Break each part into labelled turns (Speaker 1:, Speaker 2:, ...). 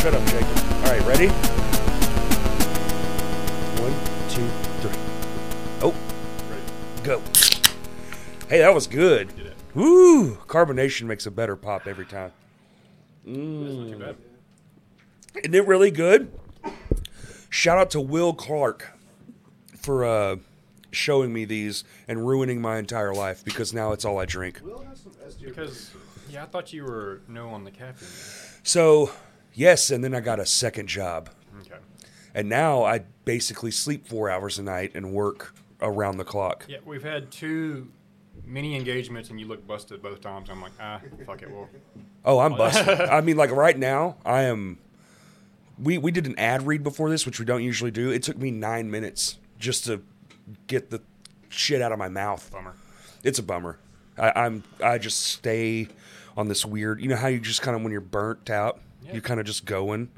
Speaker 1: Shut up, Jacob. All right, ready? One, two, three. Oh, go. Hey, that was good.
Speaker 2: Did it.
Speaker 1: Woo! Carbonation makes a better pop every time.
Speaker 2: That's not too bad.
Speaker 1: Isn't it really good? Shout out to Will Clark for uh, showing me these and ruining my entire life because now it's all I drink.
Speaker 2: Because yeah, I thought you were no on the caffeine.
Speaker 1: So, yes, and then I got a second job.
Speaker 2: Okay.
Speaker 1: And now I basically sleep four hours a night and work around the clock.
Speaker 2: Yeah, we've had two mini engagements and you look busted both times. I'm like, ah, fuck it. Well,
Speaker 1: Oh, I'm busted. I mean, like right now, I am. We we did an ad read before this, which we don't usually do. It took me nine minutes just to get the shit out of my mouth.
Speaker 2: bummer.
Speaker 1: It's a bummer. I, I'm I just stay on this weird. You know how you just kind of when you're burnt out,
Speaker 2: Yeah. Mm-hmm.
Speaker 1: you're kind of just going.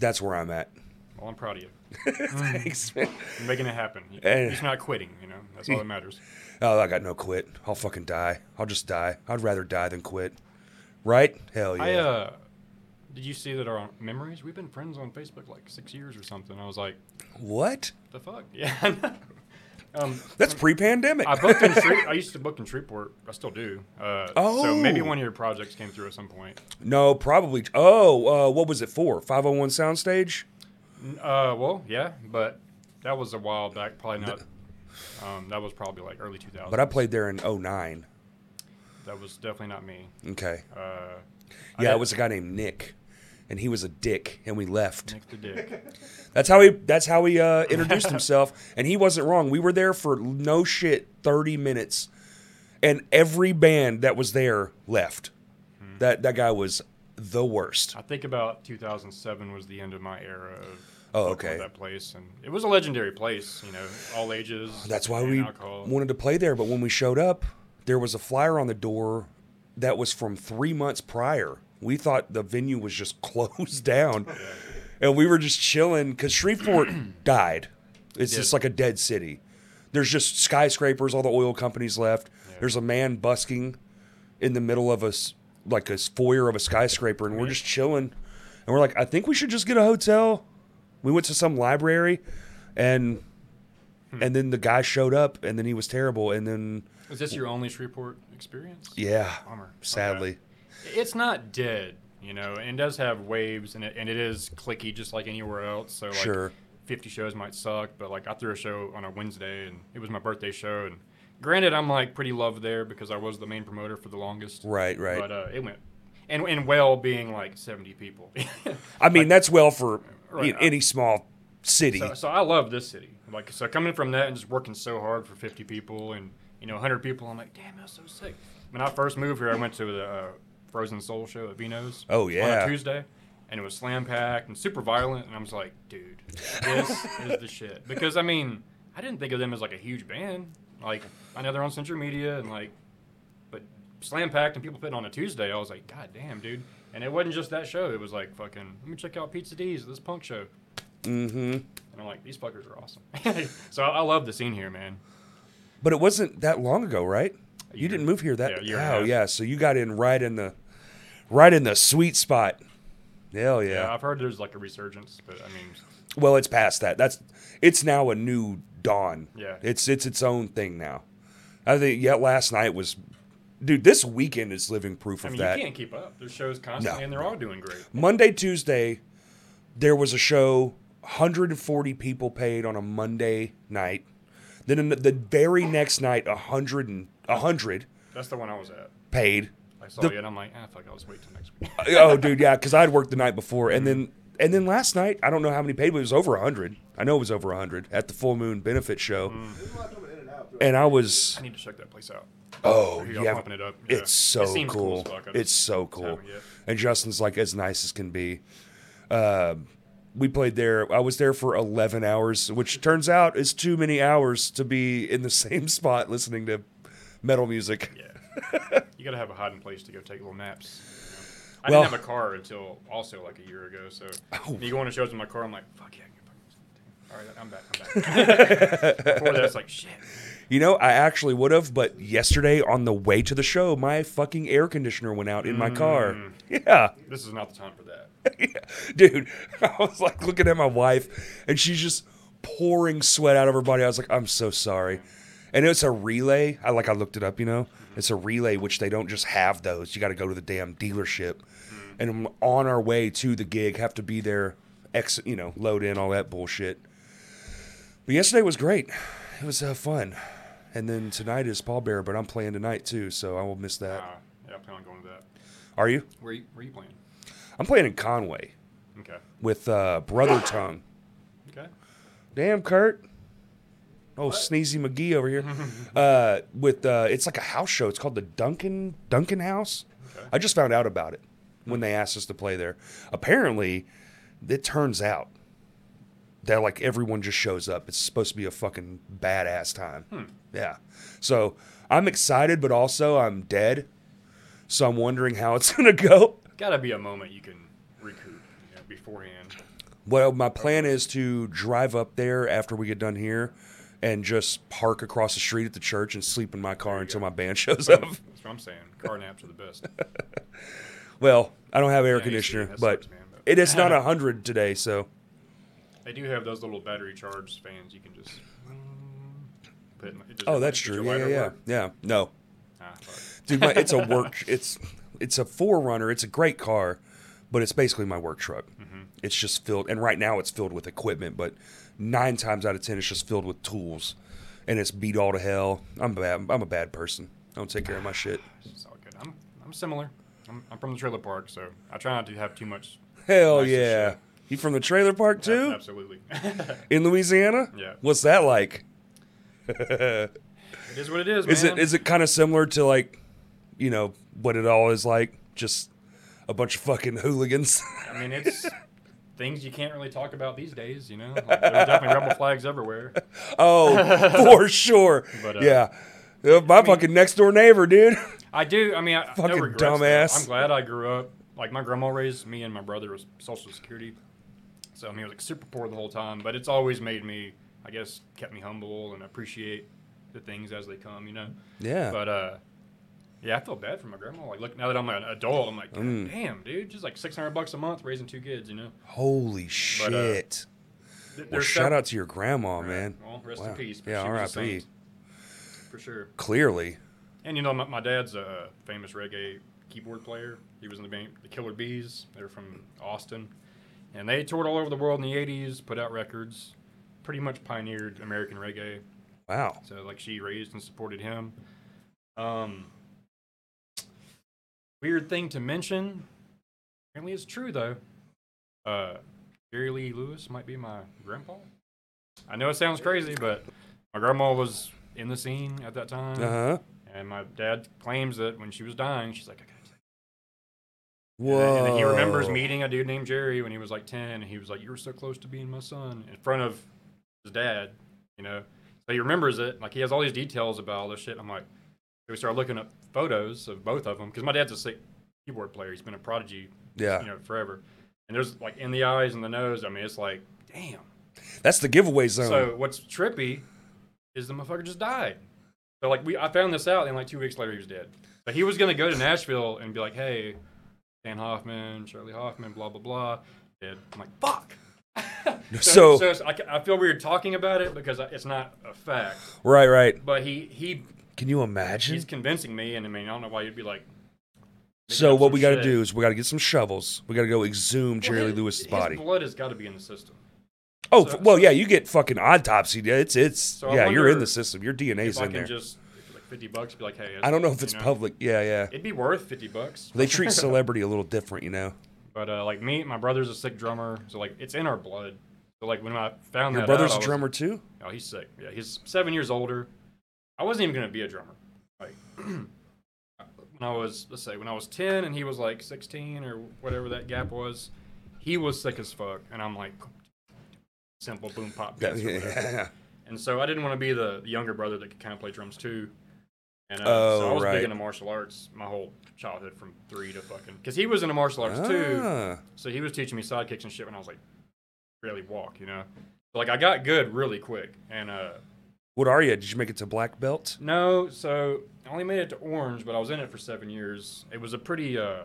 Speaker 1: That's where I'm at.
Speaker 2: Well, I'm proud of you. Mm.
Speaker 1: Thanks, man.
Speaker 2: You're making it happen. You-
Speaker 1: Eh.
Speaker 2: He's not quitting. You know, that's all that matters.
Speaker 1: Oh, I got no quit. I'll fucking die. I'll just die. I'd rather die than quit. Right? Hell yeah.
Speaker 2: I uh, did you see that our memories? We've been friends on Facebook like six years or something. I was like,
Speaker 1: what?
Speaker 2: the fuck? Yeah. I know. um,
Speaker 1: That's pre-pandemic.
Speaker 2: I booked in. Shreve- I used to book in Shreveport. I still do. Uh, So maybe
Speaker 1: Oh.
Speaker 2: one of your projects came through at some point.
Speaker 1: No, probably. Oh, uh, what was it for? 501 Soundstage?
Speaker 2: N- Uh, well, yeah, but that was a while back. Probably not. Um, that was probably like early 2000s.
Speaker 1: But I played there in 09.
Speaker 2: That was definitely not me.
Speaker 1: Okay.
Speaker 2: Uh, I
Speaker 1: Yeah, it
Speaker 2: had
Speaker 1: was a guy named Nick. And he was a dick, and we left.
Speaker 2: Nick the Dick.
Speaker 1: That's how he. That's how he uh, introduced himself, and he wasn't wrong. We were there for no shit thirty minutes, and every band that was there left. That that guy was the worst.
Speaker 2: I think about 2007 was the end of my era of
Speaker 1: Oh,
Speaker 2: working at
Speaker 1: okay.
Speaker 2: that place, and it was a legendary place. You know, all ages.
Speaker 1: That's why
Speaker 2: and
Speaker 1: we
Speaker 2: alcohol.
Speaker 1: wanted to play there. But when we showed up, there was a flyer on the door that was from three months prior. We thought the venue was just closed down, and we were just chilling because Shreveport died. It's
Speaker 2: did.
Speaker 1: just like a dead city. There's just skyscrapers. All the oil companies left. There's a man busking in the middle of us like a s- foyer of a skyscraper, and we're just chilling. And we're like, I think we should just get a hotel. We went to some library, and and then the guy showed up, and then he was terrible, and then
Speaker 2: Is this your only Shreveport experience?
Speaker 1: yeah,
Speaker 2: Bummer. Okay.
Speaker 1: sadly,
Speaker 2: It's not dead, you know, and it does have waves, and it, and it is clicky just like anywhere else. So like,
Speaker 1: Sure.
Speaker 2: 50 shows might suck, but like I threw a show on a Wednesday, and it was my birthday show, and granted, I'm like pretty loved there because I was the main promoter for the longest.
Speaker 1: right, right.
Speaker 2: But uh, it went, and and well being like 70 people.
Speaker 1: I mean, that's well for
Speaker 2: Right,
Speaker 1: you know,
Speaker 2: I-
Speaker 1: any small city.
Speaker 2: So, so I love this city. Like so, coming from that and just working so hard for 50 people and you know 100 people, I'm like, damn, that's so sick. When I first moved here, I went to the uh, Frozen Soul show at Vino's.
Speaker 1: Oh,
Speaker 2: on
Speaker 1: yeah.
Speaker 2: a Tuesday, and it was slam packed and super violent, and I was like, dude, this is the shit. Because I mean, I didn't think of them as like a huge band. Like I know they're on Central Media and like, but slam packed and people putting on a Tuesday, I was like, god damn, dude. And it wasn't just that show. It was like fucking. Let me check out Pizza D's this punk show.
Speaker 1: hmm
Speaker 2: And I'm like, these fuckers are awesome. so I, I love the scene here, man.
Speaker 1: But it wasn't that long ago, right? You
Speaker 2: year.
Speaker 1: didn't move here
Speaker 2: Yeah,
Speaker 1: that.
Speaker 2: a year and a
Speaker 1: oh
Speaker 2: half.
Speaker 1: yeah, so you got in right in the, right in the sweet spot. Hell
Speaker 2: Yeah.
Speaker 1: yeah.
Speaker 2: I've heard there's like a resurgence, but I mean,
Speaker 1: Well, it's past that. That's it's now a new dawn.
Speaker 2: Yeah.
Speaker 1: It's it's its own thing now. I think yeah, last night was dude, this weekend is living proof
Speaker 2: I
Speaker 1: of
Speaker 2: mean,
Speaker 1: that.
Speaker 2: you can't keep up. There's shows constantly, and they're all doing great.
Speaker 1: Monday, Tuesday, there was a show 140 people paid on a Monday night. Then in the, the very next night 100 and 100
Speaker 2: That's the one I was at.
Speaker 1: paid.
Speaker 2: I saw
Speaker 1: The-
Speaker 2: it, and I'm like, ah, fuck, I'll just wait till next week.
Speaker 1: oh dude, yeah, cuz I'd worked the night before and then and then last night, I don't know how many paid, but it was over 100. I know it was over 100 at the Full Moon benefit show. And I was
Speaker 2: I need to check that place out.
Speaker 1: Oh,
Speaker 2: Here, y'all
Speaker 1: yeah.
Speaker 2: pumping it up. Yeah.
Speaker 1: It's so
Speaker 2: It seems
Speaker 1: cool.
Speaker 2: cool as fuck. I
Speaker 1: It's
Speaker 2: just-
Speaker 1: so cool.
Speaker 2: haven't yet.
Speaker 1: And Justin's like as nice as can be. Um we played there. I was there for 11 hours, which turns out is too many hours to be in the same spot listening to metal music.
Speaker 2: yeah. you gotta have a hiding place to go take little naps. you know? I
Speaker 1: Well- Oh.
Speaker 2: didn't have a car until also like a year ago. So me going to shows in my car, I'm like, fuck yeah. I can fucking- All right, I'm back. I'm back. Before that, it's like shit.
Speaker 1: Yeah, You know, I actually would have, but yesterday on the way to the show, my fucking air conditioner went out in my car.
Speaker 2: Mm.
Speaker 1: Yeah.
Speaker 2: This is not the time for that.
Speaker 1: Dude, I was like looking at my wife and she's just pouring sweat out of her body. I was like, I'm so sorry. And it's a relay. I like I looked it up, you know. It's a relay which they don't just have those. You got to go to the damn dealership. And I'm on our way to the gig, have to be there, ex, you know, load in all that bullshit. But yesterday was great. It was uh, fun. And then tonight is Paul Bear, but I'm playing tonight too, so I will miss that.
Speaker 2: Uh, yeah, I plan on going to that.
Speaker 1: Are you?
Speaker 2: Where you, where you playing?
Speaker 1: I'm playing in Conway
Speaker 2: Okay.
Speaker 1: with uh, Brother Tongue.
Speaker 2: Okay.
Speaker 1: Damn, Kurt. Oh, sneezy McGee over here. uh, with uh, it's like a house show. It's called the Duncan Duncan House.
Speaker 2: Okay.
Speaker 1: I just found out about it when they asked us to play there. Apparently, it turns out that like everyone just shows up. It's supposed to be a fucking badass time. Yeah. So I'm excited, but also I'm dead. So I'm wondering how it's gonna go.
Speaker 2: Gotta be a moment you can recoup you know, beforehand.
Speaker 1: Well, my plan is to drive up there after we get done here and just park across the street at the church and sleep in my car until my band shows up.
Speaker 2: That's what I'm saying. Car naps are the best.
Speaker 1: Well, I don't have air
Speaker 2: AC,
Speaker 1: conditioner,
Speaker 2: that
Speaker 1: but
Speaker 2: sucks, man, but-
Speaker 1: it is not 100 today, so
Speaker 2: They do have those little battery charged fans you can just put in. It just
Speaker 1: Oh, that's
Speaker 2: it's your
Speaker 1: true. Yeah,
Speaker 2: lighter
Speaker 1: yeah, yeah.
Speaker 2: work.
Speaker 1: Yeah. No.
Speaker 2: Ah, fuck.
Speaker 1: Dude, my, it's a work it's it's a forerunner. It's a great car, but it's basically my work truck.
Speaker 2: Mm-hmm.
Speaker 1: It's just filled and right now it's filled with equipment, but 9 times out of 10 it's just filled with tools and it's beat all to hell. I'm bad. I'm a bad person. I don't take care of my shit.
Speaker 2: It's all good. I'm, I'm similar. I'm, I'm from the trailer park, so I try not to have too much.
Speaker 1: Hell
Speaker 2: Nice as
Speaker 1: yeah.
Speaker 2: shit.
Speaker 1: You from the trailer park too?
Speaker 2: Absolutely. it
Speaker 1: In Louisiana?
Speaker 2: Yeah.
Speaker 1: What's that like?
Speaker 2: is what it is,
Speaker 1: Is
Speaker 2: man.
Speaker 1: it is it kind of similar to like, you know, what it all is like? Just a bunch of fucking hooligans.
Speaker 2: I mean, it's things you can't really talk about these days, you know? Like, there's definitely rebel flags everywhere.
Speaker 1: oh, for sure.
Speaker 2: But, uh,
Speaker 1: yeah. Uh, My fucking next door neighbor, dude.
Speaker 2: I do. I mean, I,
Speaker 1: Fucking
Speaker 2: no regrets, though.
Speaker 1: dumbass.
Speaker 2: I'm glad I grew up. Like my grandma raised me, and my brother was Social Security, so I mean, I was like super poor the whole time. But it's always made me, I guess, kept me humble and appreciate the things as they come, you know.
Speaker 1: Yeah.
Speaker 2: But uh, yeah, I feel bad for my grandma. Like, look, now that I'm an adult, I'm like, God
Speaker 1: Mm.
Speaker 2: damn, dude, just like 600 bucks a month raising two kids, you know.
Speaker 1: Holy shit.
Speaker 2: Th-
Speaker 1: well,
Speaker 2: uh, there's
Speaker 1: shout
Speaker 2: sep-
Speaker 1: out to your grandma, man.
Speaker 2: Well, rest
Speaker 1: Wow.
Speaker 2: in peace. but
Speaker 1: Yeah,
Speaker 2: she was a
Speaker 1: R.I.P.
Speaker 2: saint, For sure.
Speaker 1: Clearly.
Speaker 2: And you know, my, my dad's a famous reggae keyboard player. He was in the band The Killer Bees. They're from Austin, and they toured all over the world in the '80s, put out records, pretty much pioneered American reggae.
Speaker 1: Wow.
Speaker 2: So like she raised and supported him. Um, weird thing to mention. Apparently, it's true though. Uh, Jerry Lee Lewis might be my grandpa. I know it sounds crazy, but my grandma was in the scene at that time.
Speaker 1: Uh-huh.
Speaker 2: And my dad claims that when she was dying, she's like, I gotta take
Speaker 1: Whoa.
Speaker 2: that." And then he remembers meeting a dude named Jerry when he was like 10. And he was like, You were so close to being my son in front of his dad, you know? So he remembers it. Like, he has all these details about all this shit. I'm like, so we started looking up photos of both of them because my dad's a sick keyboard player. He's been a prodigy,
Speaker 1: Yeah.
Speaker 2: you know, forever. And there's like in the eyes and the nose. I mean, it's like, damn.
Speaker 1: That's the giveaway zone.
Speaker 2: So what's trippy is the motherfucker just died. So like we, I found this out, and like two weeks later he was dead. But he was gonna go to Nashville and be like, "Hey, Dan Hoffman, Shirley Hoffman, blah blah blah." Dead. I'm like, "Fuck."
Speaker 1: So-
Speaker 2: so, it's I, ca- I feel weird talking about it because I- it's not a fact.
Speaker 1: right, right.
Speaker 2: But he he
Speaker 1: Can you imagine?
Speaker 2: he's convincing me, and I mean I don't know why you'd be like.
Speaker 1: So
Speaker 2: up
Speaker 1: what
Speaker 2: some
Speaker 1: we got to
Speaker 2: shit.
Speaker 1: do is we got to get some shovels. We got to go exhume Jerry
Speaker 2: well,
Speaker 1: Lee
Speaker 2: his-
Speaker 1: Lewis's
Speaker 2: his
Speaker 1: body.
Speaker 2: blood has got to be in the system.
Speaker 1: oh
Speaker 2: so-
Speaker 1: f well, yeah, you get fucking autopsy. Yeah, It's it's
Speaker 2: I
Speaker 1: yeah, you're in
Speaker 2: wonder
Speaker 1: the system. Your DNA's
Speaker 2: If I
Speaker 1: in
Speaker 2: can
Speaker 1: there.
Speaker 2: just like fifty bucks, be like, "Hey."
Speaker 1: I don't know if it's
Speaker 2: you
Speaker 1: public. Yeah, yeah.
Speaker 2: It'd be worth fifty bucks.
Speaker 1: They treat celebrity a little different, you know.
Speaker 2: But uh, like me, my brother's a sick drummer, so like it's in our blood. So like when I found
Speaker 1: Your
Speaker 2: that
Speaker 1: brother's
Speaker 2: out, I
Speaker 1: a
Speaker 2: was-
Speaker 1: drummer too.
Speaker 2: Oh, he's sick. Yeah, he's seven years older. I wasn't even gonna be a drummer. Like when I was, let's say, when I was ten and he was like sixteen or whatever that gap was, he was sick as fuck, and I'm like, simple boom pop
Speaker 1: Yeah,
Speaker 2: beats or whatever.
Speaker 1: yeah.
Speaker 2: And so I didn't want to be the, the younger brother that could kind of play drums too. And uh, so
Speaker 1: Oh,
Speaker 2: I was
Speaker 1: right.
Speaker 2: big into martial arts my whole childhood from three to fucking because he was into martial arts too.
Speaker 1: Ah,
Speaker 2: So he was teaching me side kicks and shit when I was like, barely walk, you know. But, like I got good really quick, and uh,
Speaker 1: What are you? Did you make it to black belt?
Speaker 2: No, so I only made it to Orange, but I was in it for seven years. It was a pretty uh,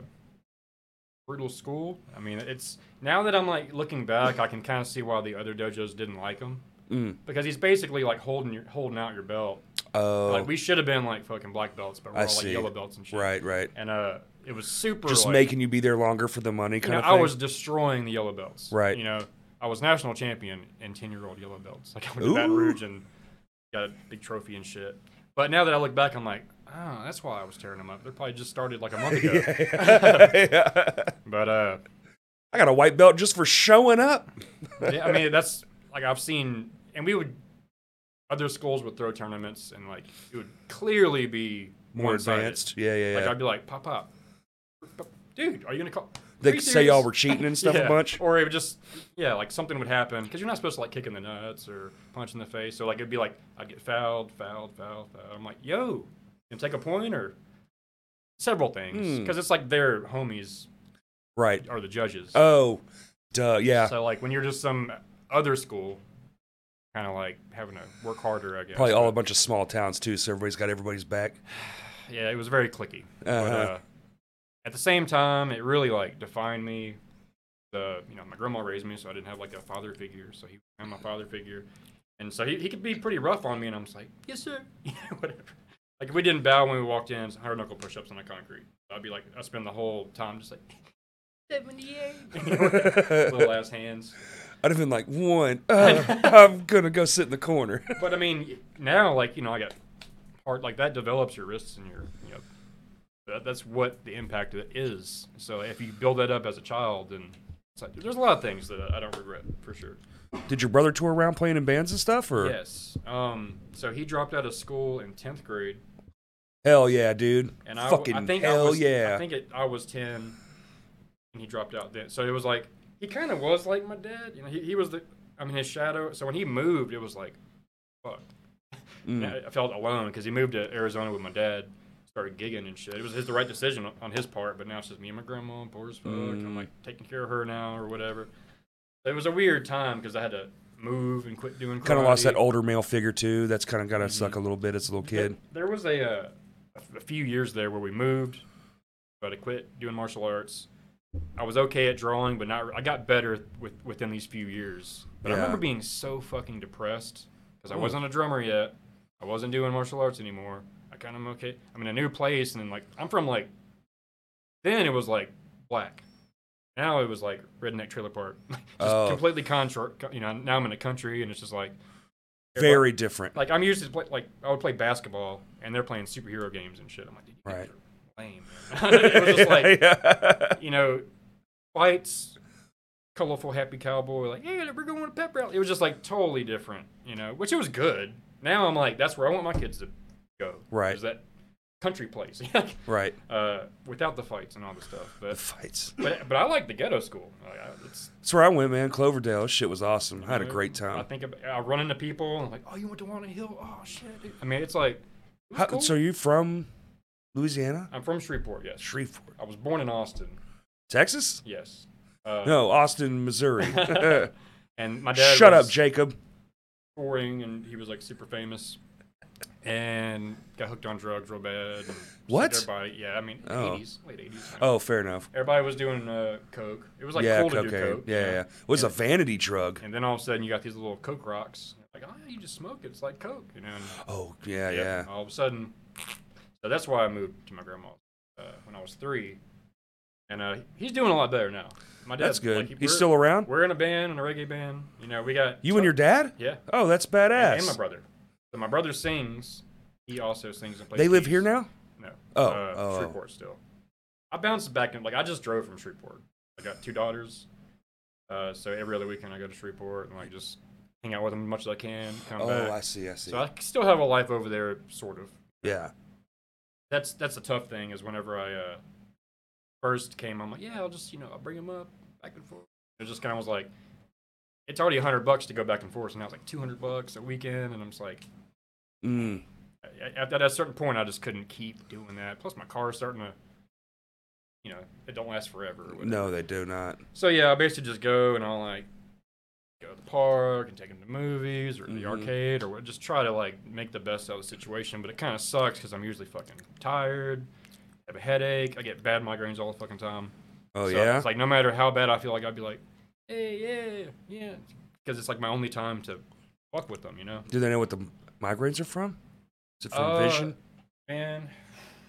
Speaker 2: brutal school. I mean, it's now that I'm like looking back, I can kind of see why the other dojos didn't like him
Speaker 1: Mm.
Speaker 2: because he's basically like holding your holding out your belt.
Speaker 1: Oh,
Speaker 2: Like we should have been like fucking black belts, but we're
Speaker 1: I
Speaker 2: all
Speaker 1: see.
Speaker 2: like yellow belts and shit.
Speaker 1: right, right.
Speaker 2: And uh, it was super.
Speaker 1: Just
Speaker 2: like,
Speaker 1: making you be there longer for the money,
Speaker 2: You
Speaker 1: kind
Speaker 2: know,
Speaker 1: of
Speaker 2: I
Speaker 1: thing.
Speaker 2: was destroying the yellow belts.
Speaker 1: Right.
Speaker 2: You know, I was national champion in ten year old yellow belts. Like I went to Baton
Speaker 1: Ooh.
Speaker 2: Rouge and got a big trophy and shit. But now that I look back, I'm like, oh, that's why I was tearing them up. They probably just started like a month ago.
Speaker 1: yeah, yeah.
Speaker 2: But uh,
Speaker 1: I got a white belt just for showing up.
Speaker 2: yeah, I mean, that's like I've seen, and we would other schools would throw tournaments, and like it would clearly be
Speaker 1: More
Speaker 2: one-sided.
Speaker 1: advanced. Yeah, yeah,
Speaker 2: Like
Speaker 1: yeah.
Speaker 2: I'd be like, pop up, dude. Are you gonna call? are
Speaker 1: they
Speaker 2: you
Speaker 1: say y'all
Speaker 2: serious?"
Speaker 1: were cheating and stuff
Speaker 2: yeah.
Speaker 1: a bunch.
Speaker 2: or it would just yeah, like something would happen because you're not supposed to like kick in the nuts or punch in the face. So like it'd be like I'd get fouled, fouled, fouled, fouled. I'm like, yo, can take a point or several things
Speaker 1: Hmm.
Speaker 2: because it's like their homies
Speaker 1: Right.
Speaker 2: are the judges.
Speaker 1: Oh, duh. Yeah.
Speaker 2: So like when you're just some other school, kind of like having to work harder, I guess.
Speaker 1: Probably all a
Speaker 2: But,
Speaker 1: bunch of small towns too, so everybody's got everybody's back.
Speaker 2: yeah, it was very clicky. But,
Speaker 1: Uh-huh.
Speaker 2: uh, at the same time, it really like defined me. The you know my grandma raised me, so I didn't have like a father figure. So he was my father figure, and so he, he could be pretty rough on me, and I'm just like, yes sir, you know, whatever. Like if we didn't bow when we walked in, it's 100 knuckle push-ups on the concrete. I'd be like, I spend the whole time just like 78 little ass hands.
Speaker 1: I'd have been like, one, uh, I'm gonna go sit in the corner.
Speaker 2: But I mean, now like you know, I got part like that develops your wrists and your you know, that, that's what the impact of it is. So if you build that up as a child, then it's like, there's a lot of things that I don't regret for sure.
Speaker 1: Did your brother tour around playing in bands and stuff? Or
Speaker 2: Yes. Um. So he dropped out of school in tenth grade,
Speaker 1: hell yeah, dude.
Speaker 2: and I,
Speaker 1: Fucking
Speaker 2: I think
Speaker 1: hell
Speaker 2: I was,
Speaker 1: yeah.
Speaker 2: I think it, I was ten, and he dropped out then. So it was like he kind of was like my dad. You know, he, he was the I mean his shadow. So when he moved, it was like, fuck.
Speaker 1: Mm.
Speaker 2: And I- I felt alone because he moved to Arizona with my dad, started gigging and shit. It was his the right decision on his part, but now it's just me and my grandma, poor as fuck.
Speaker 1: Mm.
Speaker 2: I'm like taking care of her now or whatever. It was a weird time because I had to move and quit doing.
Speaker 1: Kind of lost that
Speaker 2: karate.
Speaker 1: older male figure too. That's kind of gotta
Speaker 2: Mm-hmm.
Speaker 1: suck a little bit as a little
Speaker 2: There-
Speaker 1: kid.
Speaker 2: There was a uh, a few years there where we moved, but I quit doing martial arts. I was okay at drawing, but not. I got better with within these few years. But I
Speaker 1: Yeah.
Speaker 2: remember being so fucking depressed because I
Speaker 1: Mm.
Speaker 2: wasn't a drummer yet. I wasn't doing martial arts anymore. I kind of okay. I'm in a new place, and then like I'm from like. Then it was like black. Now it was like redneck trailer park, just
Speaker 1: Oh.
Speaker 2: completely contra. You know, now I'm in a country, and it's just like
Speaker 1: Very different.
Speaker 2: like I'm used to play, like I would play basketball and they're playing superhero games and shit. I'm like, dude, you guys are lame. man." it was just like you know, fights, colorful happy cowboy, like yeah, we're going to pep rally. It was just like totally different, you know, which it was good. Now I'm like, that's where I want my kids to go.
Speaker 1: Right.
Speaker 2: is that country place
Speaker 1: right.
Speaker 2: uh, without the fights and all the stuff.
Speaker 1: The
Speaker 2: But
Speaker 1: fights.
Speaker 2: but, but I like the ghetto school. Like, I, it's
Speaker 1: That's where I went, man. Cloverdale. That Shit was awesome. I had a
Speaker 2: know,
Speaker 1: great
Speaker 2: I
Speaker 1: time.
Speaker 2: think about, I run into people and like, oh, you went to Walnut Hill? Oh shit. dude." I mean, it's like. it was
Speaker 1: How,
Speaker 2: cool.
Speaker 1: So you from Louisiana?
Speaker 2: I'm from Shreveport, yes.
Speaker 1: Shreveport,
Speaker 2: I was born in Austin,
Speaker 1: Texas?
Speaker 2: yes. Uh,
Speaker 1: No, Austin, Missouri.
Speaker 2: And my dad
Speaker 1: Shut
Speaker 2: was
Speaker 1: up, Jacob.
Speaker 2: touring, and he was like super famous, and got hooked on drugs real bad. and just
Speaker 1: What?
Speaker 2: Everybody, yeah, I mean,
Speaker 1: Oh.
Speaker 2: 80s, late 80s. I don't know.
Speaker 1: Oh, fair enough.
Speaker 2: Everybody was doing uh, coke. It was like
Speaker 1: yeah,
Speaker 2: cool to do
Speaker 1: cocaine.
Speaker 2: coke. you
Speaker 1: yeah,
Speaker 2: know?
Speaker 1: yeah, yeah. It was a vanity drug.
Speaker 2: And then all of a sudden, you got these little coke rocks. Like, oh, yeah, you just smoke it. It's like coke, you know. and-
Speaker 1: Oh, yeah,
Speaker 2: Yep.
Speaker 1: yeah.
Speaker 2: All of a sudden, so that's why I moved to my grandma's uh, when I was three, and uh, he's doing a lot better now. My dad,
Speaker 1: That's good.
Speaker 2: like,
Speaker 1: He's
Speaker 2: we're-
Speaker 1: still around?
Speaker 2: We're in a band, in a reggae band. You know, we got
Speaker 1: You and your dad?
Speaker 2: yeah,
Speaker 1: Oh, that's
Speaker 2: and, and my
Speaker 1: badass.
Speaker 2: brother. So my brother sings. He also sings and plays.
Speaker 1: They live
Speaker 2: keys.
Speaker 1: here now?
Speaker 2: No.
Speaker 1: Oh,
Speaker 2: uh,
Speaker 1: oh, oh.
Speaker 2: Shreveport still. I bounced back and like I just drove from Shreveport. I got two daughters, uh, so every other weekend I go to Shreveport and like just hang out with them as much as I can. Come
Speaker 1: Oh,
Speaker 2: back.
Speaker 1: I see, I see.
Speaker 2: so I still have a life over there, sort of
Speaker 1: Yeah.
Speaker 2: that's that's the tough thing is whenever I uh, first came, I'm like, yeah, I'll just you know I'll bring him up back and forth. It just kind of was like, it's already hundred bucks to go back and forth, and now it's like two hundred bucks a weekend, and I'm just like,
Speaker 1: Mm.
Speaker 2: at, at a certain point, I just couldn't keep doing that. Plus, my car's starting to, you know, it don't last forever. Or whatever.
Speaker 1: No, they do not.
Speaker 2: So yeah, I basically just go and I'll like go to the park and take him to movies or the
Speaker 1: Mm-hmm.
Speaker 2: arcade or what, just try to like make the best out of the situation. But it kind of sucks because I'm usually fucking tired, have a headache, I get bad migraines all the fucking time.
Speaker 1: Oh
Speaker 2: So
Speaker 1: yeah.
Speaker 2: It's like no matter how bad I feel like I'd be like, hey, yeah, yeah, because it's like my only time to fuck with them, you know.
Speaker 1: Do they know what the migraines are from? Is it from
Speaker 2: Uh,
Speaker 1: vision?
Speaker 2: Man,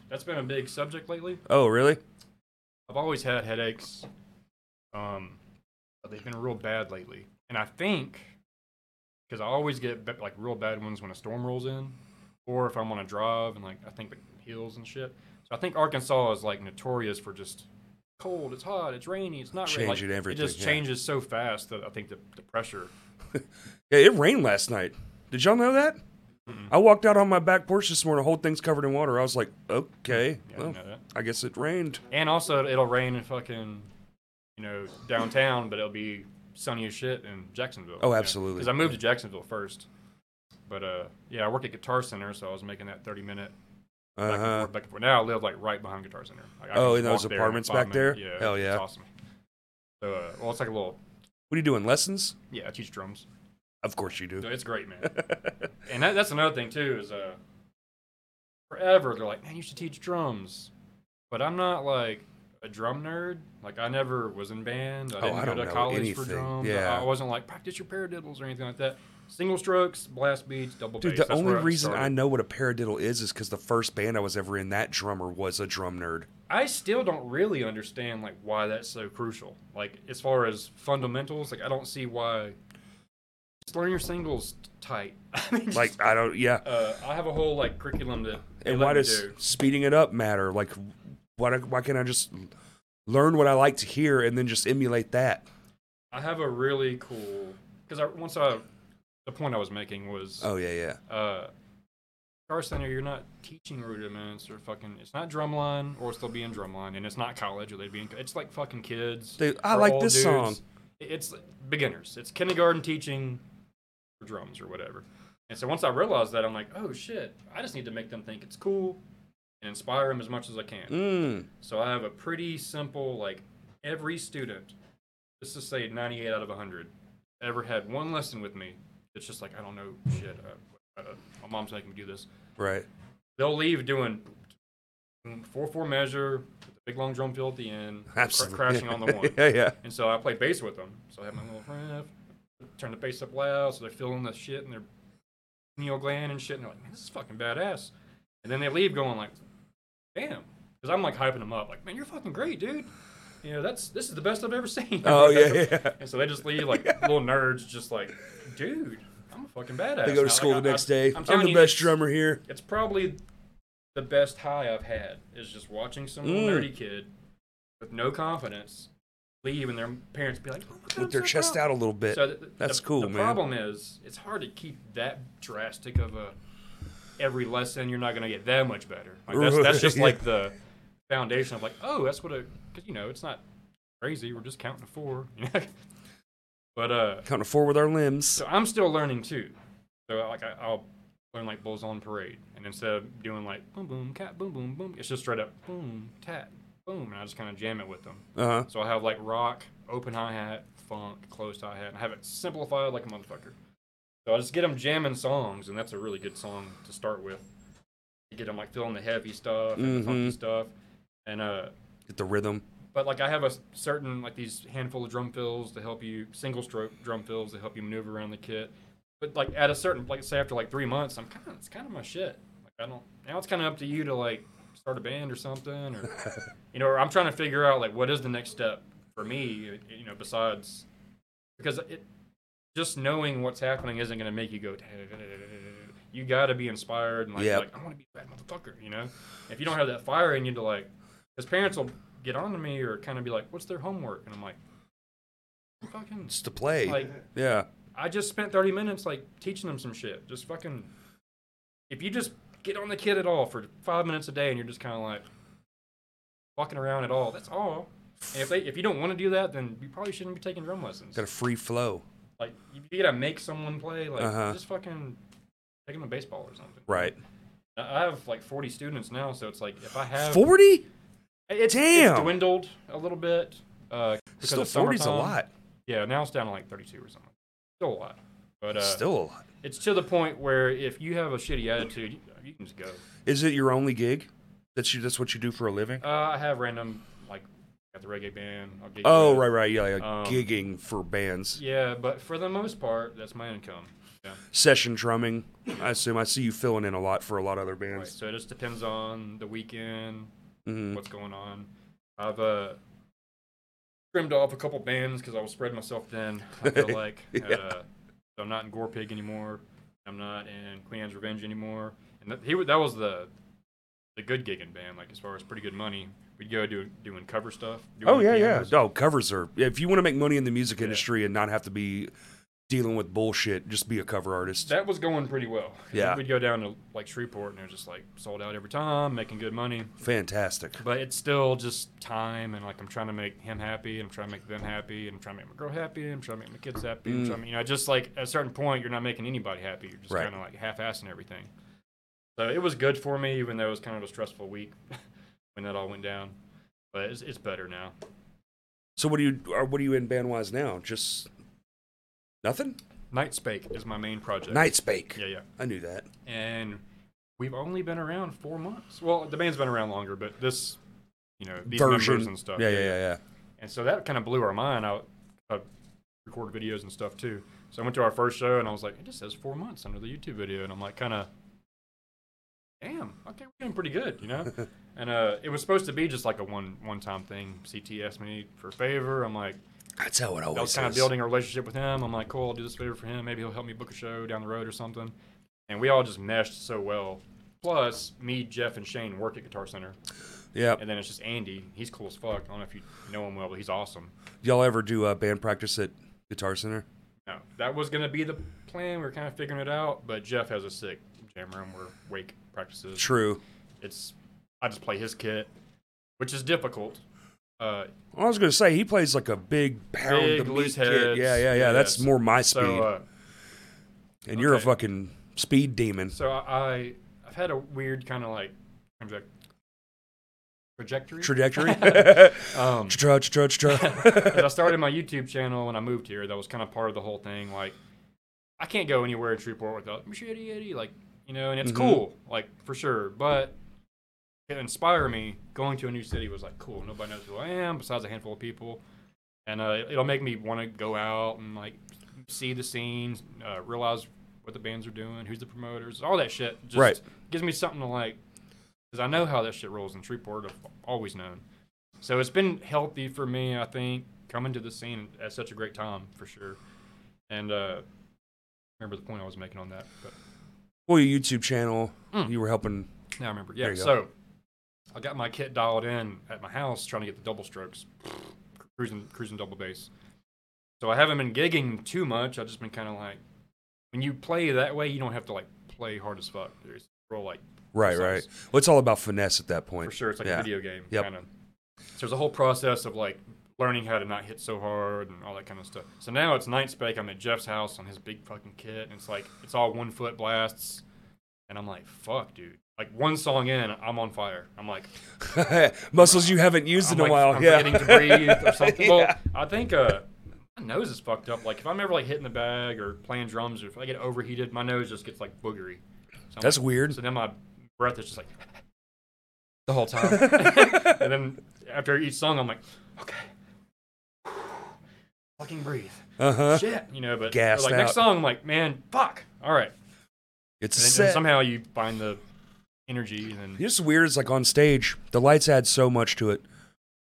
Speaker 2: that's been a big subject lately.
Speaker 1: Oh really?
Speaker 2: I've always had headaches. Um, but they've been real bad lately, and I think because I always get ba- like real bad ones when a storm rolls in, or if I'm on a drive and like I think the hills and shit. So I think Arkansas is like notorious for just cold. It's hot. It's rainy. It's not rain. Like,
Speaker 1: Changing
Speaker 2: It just
Speaker 1: everything, yeah.
Speaker 2: changes so fast that I think the, the pressure.
Speaker 1: Yeah, it rained last night. Did y'all know that? I walked out on my back porch this morning. The whole thing's covered in water. I was like, okay,
Speaker 2: Yeah, I
Speaker 1: well,
Speaker 2: didn't know that.
Speaker 1: I guess it rained.
Speaker 2: And also, it'll rain in fucking, you know, downtown, but it'll be sunny as shit in Jacksonville.
Speaker 1: Oh, absolutely.
Speaker 2: Because I moved to Jacksonville first. But uh, yeah, I worked at Guitar Center, so I was making that 30 minute back and
Speaker 1: Uh-huh.
Speaker 2: forth, back and forth. Now I live like right behind Guitar Center. Like, I
Speaker 1: Oh,
Speaker 2: can
Speaker 1: in
Speaker 2: just
Speaker 1: those
Speaker 2: walk there
Speaker 1: apartments
Speaker 2: five
Speaker 1: back there?
Speaker 2: minutes. Yeah.
Speaker 1: Hell yeah.
Speaker 2: It's awesome. So, uh, well, it's like a little,
Speaker 1: What are you doing? Lessons?
Speaker 2: yeah, I teach drums.
Speaker 1: Of course you do.
Speaker 2: So it's great, man. and that, that's another thing too is uh, forever they're like, man, you should teach drums, but I'm not like a drum nerd. Like I never was in band. I
Speaker 1: Oh,
Speaker 2: didn't
Speaker 1: I
Speaker 2: go
Speaker 1: don't
Speaker 2: to
Speaker 1: know
Speaker 2: college for
Speaker 1: anything.
Speaker 2: drums.
Speaker 1: Yeah.
Speaker 2: I wasn't like practice your paradiddles or anything like that. Single strokes, blast beats, double
Speaker 1: Dude,
Speaker 2: bass.
Speaker 1: the
Speaker 2: That's
Speaker 1: only
Speaker 2: where
Speaker 1: reason I
Speaker 2: started.
Speaker 1: know what a paradiddle is is because the first band I was ever in, that drummer was a drum nerd.
Speaker 2: I still don't really understand like why that's so crucial. Like as far as fundamentals, like I don't see why. Just learn your singles tight. I mean, just,
Speaker 1: Like, I don't, yeah.
Speaker 2: uh, I have a whole like curriculum that. they
Speaker 1: And
Speaker 2: let
Speaker 1: why
Speaker 2: me
Speaker 1: does
Speaker 2: do.
Speaker 1: speeding it up matter? Like, why, do- why can't I just learn what I like to hear and then just emulate that?
Speaker 2: I have a really cool because I once I the point I was making was
Speaker 1: Oh, yeah, yeah.
Speaker 2: uh Guitar Center, you're not teaching rudiments or fucking. It's not drumline, or it's still being drumline, and it's not college, or they'd be. In, it's like fucking kids.
Speaker 1: Dude, I
Speaker 2: or
Speaker 1: like
Speaker 2: old
Speaker 1: this song.
Speaker 2: It- It's beginners. It's kindergarten teaching for drums or whatever. And so once I realized that, I'm like, oh shit, I just need to make them think it's cool and inspire them as much as I can.
Speaker 1: Mm.
Speaker 2: So I have a pretty simple, like every student, let's just say 98 out of 100, ever had one lesson with me. It's just like, I don't know shit. Uh, uh, my mom's making me do this.
Speaker 1: Right.
Speaker 2: They'll leave doing 4 4 measure, the big long drum fill at the end, cr-
Speaker 1: Absolutely.
Speaker 2: crashing on the one.
Speaker 1: yeah, yeah.
Speaker 2: And so I play bass with them. So I have my little friend, turn the bass up loud, so they're feeling the shit and they're pineal gland and shit. And they're like, man, this is fucking badass. And then they leave going like, damn. Because I'm like hyping them up, like, man, you're fucking great, dude. You know, that's this is the best I've ever seen.
Speaker 1: Oh, yeah, yeah.
Speaker 2: And so they just leave like little nerds, just like, dude, I'm a fucking badass.
Speaker 1: They go
Speaker 2: now."
Speaker 1: to
Speaker 2: Like,
Speaker 1: school
Speaker 2: I-
Speaker 1: the next
Speaker 2: I-
Speaker 1: day. I'm,
Speaker 2: telling
Speaker 1: the
Speaker 2: you,
Speaker 1: best
Speaker 2: it's-
Speaker 1: drummer here.
Speaker 2: it's probably the best high I've had is just watching some little
Speaker 1: Mm.
Speaker 2: nerdy kid with no confidence leave, and their parents be like, oh my God,
Speaker 1: With
Speaker 2: I'm
Speaker 1: their
Speaker 2: so
Speaker 1: chest
Speaker 2: proud."
Speaker 1: out a little bit.
Speaker 2: So th- th-
Speaker 1: That's
Speaker 2: the,
Speaker 1: cool,
Speaker 2: the
Speaker 1: man.
Speaker 2: problem is it's hard to keep that drastic of a every lesson. You're not going to get that much better. Like that's, that's just
Speaker 1: Yeah.
Speaker 2: like the foundation of like, oh, that's what a because you know it's not crazy. We're just counting to four, you know. but uh,
Speaker 1: Counting to four with our limbs.
Speaker 2: so I'm still learning too. So like I, I'll learn like Bulls on Parade, and instead of doing like boom boom cat boom boom boom, it's just straight up boom tat boom, and I just kind of jam it with them.
Speaker 1: Uh huh.
Speaker 2: So I have like rock, open hi hat, funk, closed hi hat, and I have it simplified like a motherfucker. So I just get them jamming songs, and that's a really good song to start with. You get them like feeling the heavy stuff and the funky
Speaker 1: Mhm.
Speaker 2: stuff, and uh,
Speaker 1: Get the rhythm.
Speaker 2: but like I have a s- certain like these handful of drum fills to help you single stroke drum fills to help you maneuver around the kit. But like at a certain like say after like three months, I'm kind of it's kind of my shit. Like I don't now it's kind of up to you to like start a band or something or you know or I'm trying to figure out like what is the next step for me you know besides because it just knowing what's happening isn't going to make you go. You got to be inspired and like,
Speaker 1: Yep.
Speaker 2: like I want to be a bad motherfucker. You know, if you don't have that fire in you to like, his parents will get on to me or kind of be like, "What's their homework?" And I'm like, "Fucking
Speaker 1: It's to play.
Speaker 2: like,
Speaker 1: yeah.
Speaker 2: I just spent 30 minutes like teaching them some shit. Just fucking, if you just get on the kid at all for five minutes a day and you're just kind of like fucking around at all, that's all. And if they if you don't want to do that, then you probably shouldn't be taking drum lessons.
Speaker 1: Got a free flow.
Speaker 2: Like you, you gotta make someone play. Like
Speaker 1: Uh-huh.
Speaker 2: just fucking take them to baseball or something.
Speaker 1: Right.
Speaker 2: I I have like 40 students now, so it's like if I have
Speaker 1: 40?
Speaker 2: It's, it's
Speaker 1: Damn.
Speaker 2: dwindled a little bit. Uh, because
Speaker 1: Still
Speaker 2: of
Speaker 1: 40's a
Speaker 2: summertime.
Speaker 1: lot.
Speaker 2: Yeah, now it's down to like 32 or something. still a lot. But uh,
Speaker 1: Still a lot.
Speaker 2: it's to the point where if you have a shitty attitude, you, you can just go.
Speaker 1: Is it your only gig? That's you. That's what you do for a living.
Speaker 2: Uh, I have random like got the reggae band. I'll get
Speaker 1: Oh,
Speaker 2: you-
Speaker 1: right, right. Yeah, like
Speaker 2: Um,
Speaker 1: gigging for bands,
Speaker 2: Yeah, but for the most part, that's my income. Yeah.
Speaker 1: session drumming. I assume I see you filling in a lot for a lot of other
Speaker 2: Right.
Speaker 1: bands.
Speaker 2: So it just depends on the weekend,
Speaker 1: Mhm.
Speaker 2: what's going on. I've uh trimmed off a couple bands because I was spreading myself thin. I feel like
Speaker 1: Yeah.
Speaker 2: uh, I'm not in Gore Pig anymore. I'm not in Clean's Revenge anymore. And that, he wa- that was the the good gigging band. Like as far as pretty good money, we'd go do doing cover stuff. doing
Speaker 1: Oh yeah, yeah.
Speaker 2: pianos.
Speaker 1: No covers are. If you want to make money in the music industry and not have to be dealing with bullshit, just be a cover artist.
Speaker 2: That was going pretty well.
Speaker 1: Yeah.
Speaker 2: We'd go down to like Shreveport and it was just like sold out every time, making good money.
Speaker 1: Fantastic.
Speaker 2: But it's still just time, and like I'm trying to make him happy, and I'm trying to make them happy, and I'm trying to make my girl happy, and I'm trying to make my kids happy. and I'm trying to, you know, just like at a certain point, you're not making anybody happy. You're just
Speaker 1: Mm. Right.
Speaker 2: kind of like half-assing everything. So it was good for me, even though it was kind of a stressful week when that all went down. But it's, it's better now.
Speaker 1: So what do you? Are, what are you in band wise now? Just nothing.
Speaker 2: Night Spake is my main project.
Speaker 1: Night Spake.
Speaker 2: Yeah, yeah.
Speaker 1: I knew that.
Speaker 2: And we've only been around four months. Well, the band's been around longer, but this, you know, these members and stuff.
Speaker 1: Yeah, yeah, yeah, yeah.
Speaker 2: And so that kind of blew our mind. I, I recorded videos and stuff too. So I went to our first show and I was like, it just says four months under the YouTube video. And I'm like, kind of, damn, okay, we're doing pretty good, you know? and uh, it was supposed to be just like a one one time thing. CT asked me for a favor. I'm like,
Speaker 1: That's how Oh, it
Speaker 2: I was
Speaker 1: always
Speaker 2: kind of
Speaker 1: is.
Speaker 2: building a relationship with him. I'm like, cool, I'll do this favor for him. Maybe he'll help me book a show down the road or something. And we all just meshed so well. Plus, me, Jeff, and Shane work at Guitar Center.
Speaker 1: Yeah.
Speaker 2: And then it's just Andy. He's cool as fuck. I don't know if you know him well, but he's awesome.
Speaker 1: Y'all ever do uh, band practice at Guitar Center?
Speaker 2: No, that was gonna be the plan. We were kind of figuring it out, but Jeff has a sick jam room where Wake practices.
Speaker 1: True.
Speaker 2: It's I just play his kit, which is difficult. Uh,
Speaker 1: I was gonna say he plays like a big pound
Speaker 2: Big
Speaker 1: of meat
Speaker 2: loose
Speaker 1: kid. Yeah, yeah, yeah.
Speaker 2: heads.
Speaker 1: That's
Speaker 2: Yes.
Speaker 1: more my speed.
Speaker 2: so, uh,
Speaker 1: and you're a
Speaker 2: okay.
Speaker 1: fucking speed demon.
Speaker 2: so I I've had a weird kind of like project- trajectory.
Speaker 1: Trajectory.
Speaker 2: um,
Speaker 1: Tra- tra- tra- tra.
Speaker 2: 'cause I started my YouTube channel when I moved here. That was kind of part of the whole thing. Like, I can't go anywhere in Shreveport without machete yeti, like you know, and it's
Speaker 1: Mhm.
Speaker 2: cool, like for sure. But it inspired me. Going to a new city was like cool. Nobody knows who I am besides a handful of people, and uh, it'll make me want to go out and like see the scenes, uh, realize what the bands are doing, who's the promoters, all that shit. Just
Speaker 1: Right.
Speaker 2: gives me something to like, because I know how that shit rolls in Shreveport. I've always known. So it's been healthy for me, I think, coming to the scene at such a great time for sure. And uh, remember the point I was making on that, but
Speaker 1: well, your YouTube channel.
Speaker 2: Mm.
Speaker 1: You were helping.
Speaker 2: now I remember.
Speaker 1: There
Speaker 2: Yeah.
Speaker 1: you go.
Speaker 2: So I got my kit dialed in at my house, trying to get the double strokes, cruising, cruising double bass. So I haven't been gigging too much. I've just been kind of like, when you play that way, you don't have to like play hard as fuck. There's real like
Speaker 1: Right, right.
Speaker 2: Precise.
Speaker 1: Well, it's all about finesse at that
Speaker 2: for
Speaker 1: point.
Speaker 2: sure. It's like
Speaker 1: Yeah.
Speaker 2: a video game
Speaker 1: Yep.
Speaker 2: kind of. So there's a whole process of like learning how to not hit so hard and all that kind of stuff. So now it's night spec. I'm at Jeff's house on his big fucking kit, and it's like it's all one foot blasts, and I'm like, fuck, dude. Like one song in, I'm on fire. I'm like,
Speaker 1: Muscles you haven't used
Speaker 2: I'm
Speaker 1: in a
Speaker 2: like,
Speaker 1: while.
Speaker 2: I'm
Speaker 1: yeah.
Speaker 2: forgetting to breathe or something. Well,
Speaker 1: Yeah.
Speaker 2: I think uh, my nose is fucked up. Like if I'm ever like hitting the bag or playing drums, or if I get overheated, my nose just gets like boogery. So I'm
Speaker 1: That's
Speaker 2: like-
Speaker 1: weird.
Speaker 2: So then my breath is just like the whole time. and then after each song, I'm like, okay, fucking breathe.
Speaker 1: Uh huh.
Speaker 2: Shit, you know. But
Speaker 1: Gassed
Speaker 2: like next
Speaker 1: out.
Speaker 2: song, I'm like, man, fuck. All right.
Speaker 1: It's a
Speaker 2: And then
Speaker 1: set.
Speaker 2: and somehow you find the energy, and then
Speaker 1: It's just weird. It's like on stage, the lights add so much to it.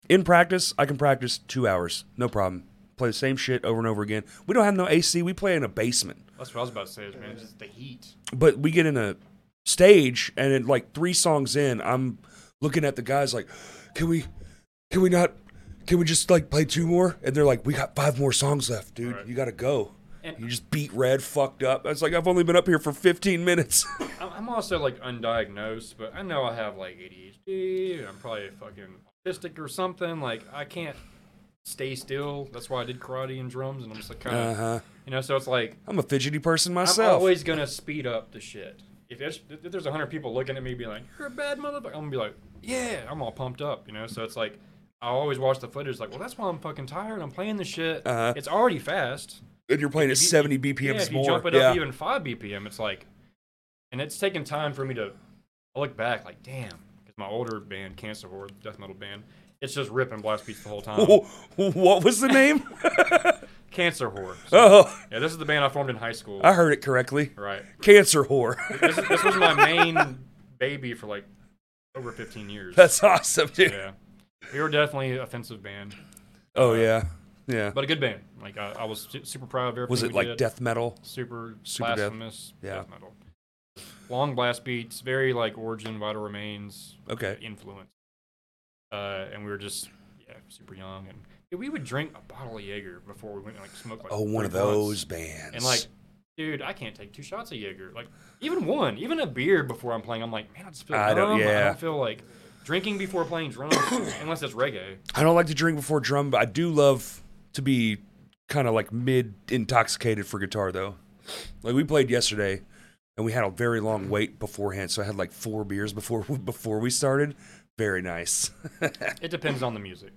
Speaker 1: In practice, I can practice two hours, no problem. Play the same shit over and over again. We don't have no AC. We play in a basement,
Speaker 2: that's what I was about to say. Is man, it's just the heat.
Speaker 1: but we get in a stage, and it, like three songs in, I'm looking at the guys like, "Can we, can we not, can we just like play two more?" And they're like, "We got five more songs left, dude.
Speaker 2: Right.
Speaker 1: You gotta go."
Speaker 2: And-
Speaker 1: you just beat red, fucked up. I was like, I've only been up here for 15 minutes.
Speaker 2: I'm- I'm also like undiagnosed, but I know I have like ADHD. and I'm probably fucking autistic or something. Like I can't stay still. That's why I did karate and drums, and I'm just like kind
Speaker 1: uh
Speaker 2: of,
Speaker 1: huh.
Speaker 2: you know. So it's like
Speaker 1: I'm a fidgety person
Speaker 2: I'm
Speaker 1: myself.
Speaker 2: always gonna speed up the shit. If there's if there's hundred people looking at me, being like, "You're a bad motherfucker," I'm gonna be like, "Yeah," I'm all pumped up, you know. So it's like I always watch the footage, like, "Well, that's why I'm fucking tired. I'm playing the shit.
Speaker 1: Uh-huh.
Speaker 2: It's already fast.
Speaker 1: and you're playing at
Speaker 2: If you-
Speaker 1: 70
Speaker 2: if-
Speaker 1: BPMs
Speaker 2: yeah, if you
Speaker 1: more.
Speaker 2: jump it
Speaker 1: yeah.
Speaker 2: up even five BPM, it's like, and it's taken time for me to I look back like, damn, because my older band, Cancer Horde, death metal band, it's just ripping blast beats the whole time.
Speaker 1: Wh- what was the name?
Speaker 2: Cancer Horde. So,
Speaker 1: oh,
Speaker 2: yeah, this is the band I formed in high school.
Speaker 1: I heard it correctly.
Speaker 2: Right.
Speaker 1: Cancer whore.
Speaker 2: This, is- this was my main baby for like over 15 years.
Speaker 1: That's awesome, dude.
Speaker 2: yeah. We were definitely an offensive band,
Speaker 1: Oh yeah, yeah.
Speaker 2: but a good band. Like I, I was su- super proud of everything.
Speaker 1: Was it
Speaker 2: we
Speaker 1: like
Speaker 2: did.
Speaker 1: death metal?
Speaker 2: super,
Speaker 1: Super death.
Speaker 2: blasphemous
Speaker 1: Yeah.
Speaker 2: death metal. Long blast beats, very like Origin, Vital Remains
Speaker 1: Okay.
Speaker 2: influence. Uh, and we were just yeah, super young, and dude, we would drink a bottle of Jaeger before we went and like smoke like
Speaker 1: Oh, one
Speaker 2: three
Speaker 1: of
Speaker 2: blunts.
Speaker 1: those bands.
Speaker 2: And like, dude, I can't take two shots of Jaeger. Like, even one, even a beer before I'm playing, I'm like, man, I just feel
Speaker 1: I don't-
Speaker 2: dumb. I
Speaker 1: yeah.
Speaker 2: don't feel like drinking before playing drums, unless it's reggae.
Speaker 1: I don't like to drink before drum, but I do love to be kind of like mid intoxicated for guitar though. Like we played yesterday and we had a very long wait beforehand, so I had like four beers before before we started. Very nice.
Speaker 2: It depends on the music.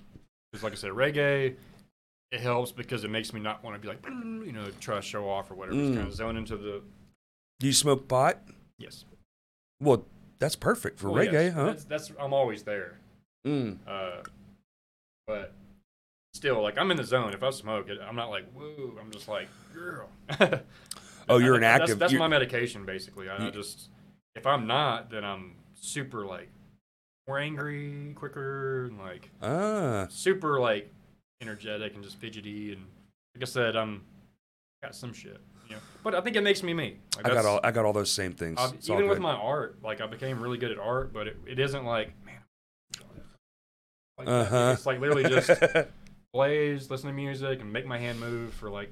Speaker 2: Because, like I said, reggae, it helps because it makes me not want to be like, you know, try to show off or whatever.
Speaker 1: Mm.
Speaker 2: Just kind of zone into the
Speaker 1: Do you smoke pot?
Speaker 2: yes
Speaker 1: Well, that's perfect for
Speaker 2: Oh,
Speaker 1: reggae,
Speaker 2: yes.
Speaker 1: huh?
Speaker 2: That's, that's I'm always there.
Speaker 1: Mm.
Speaker 2: Uh, but still, like I'm in the zone. If I smoke, it, I'm not like whoa. I'm just like girl.
Speaker 1: Oh, you're
Speaker 2: I-
Speaker 1: an
Speaker 2: that's-
Speaker 1: active-
Speaker 2: That's,
Speaker 1: you're-
Speaker 2: my medication, basically. I, I
Speaker 1: You-
Speaker 2: just if I'm not, then I'm super like more angry, quicker, and like
Speaker 1: Ah,
Speaker 2: super like energetic and just fidgety. And like I said, I'm got some shit. You know? But I think it makes me me. Like,
Speaker 1: I got
Speaker 2: that's-
Speaker 1: all I got all those same things.
Speaker 2: I've-
Speaker 1: It's all
Speaker 2: even with
Speaker 1: good.
Speaker 2: my art, like I became really good at art, but it, it isn't like man. Like,
Speaker 1: Uh-huh.
Speaker 2: It's like literally just plays, listen to music, and make my hand move for like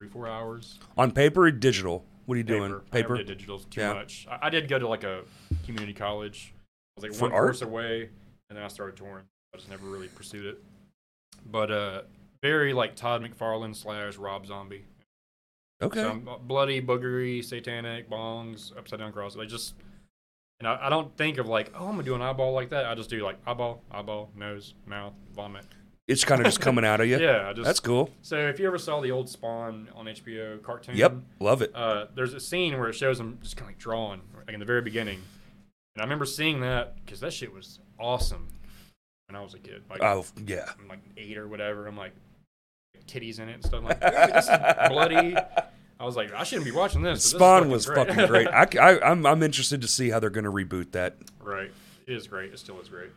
Speaker 2: three, four hours.
Speaker 1: on paper or digital. What are you doing?
Speaker 2: I never
Speaker 1: Paper.
Speaker 2: did digital too
Speaker 1: Yeah.
Speaker 2: much. I, I did go to like a community college. I was like
Speaker 1: For
Speaker 2: one
Speaker 1: art?
Speaker 2: course away, and then I started touring. I just never really pursued it. But uh, very like Todd McFarlane slash Rob Zombie.
Speaker 1: Okay.
Speaker 2: So I'm bloody, boogery, satanic, bongs, upside down crosses. I just, and I, I don't think of like, oh, I'm gonna do an eyeball like that. I just do like eyeball, eyeball, nose, mouth, vomit.
Speaker 1: it's kind of just coming out of you.
Speaker 2: Yeah, I just.
Speaker 1: That's cool.
Speaker 2: so if you ever saw the old Spawn on HBO cartoon,
Speaker 1: Yep. Love it.
Speaker 2: uh, there's a scene where it shows him just kind of like drawing, like in the very beginning. And I remember seeing that because that shit was awesome when I was a kid. Like,
Speaker 1: Oh yeah.
Speaker 2: I'm like eight or whatever. I'm like titties in it and stuff. I'm like this is bloody. I was like, I shouldn't be watching this. but this is
Speaker 1: Spawn was fucking
Speaker 2: great.
Speaker 1: great. I, am I'm interested to see how they're going to reboot that.
Speaker 2: right, it is great. It still is great.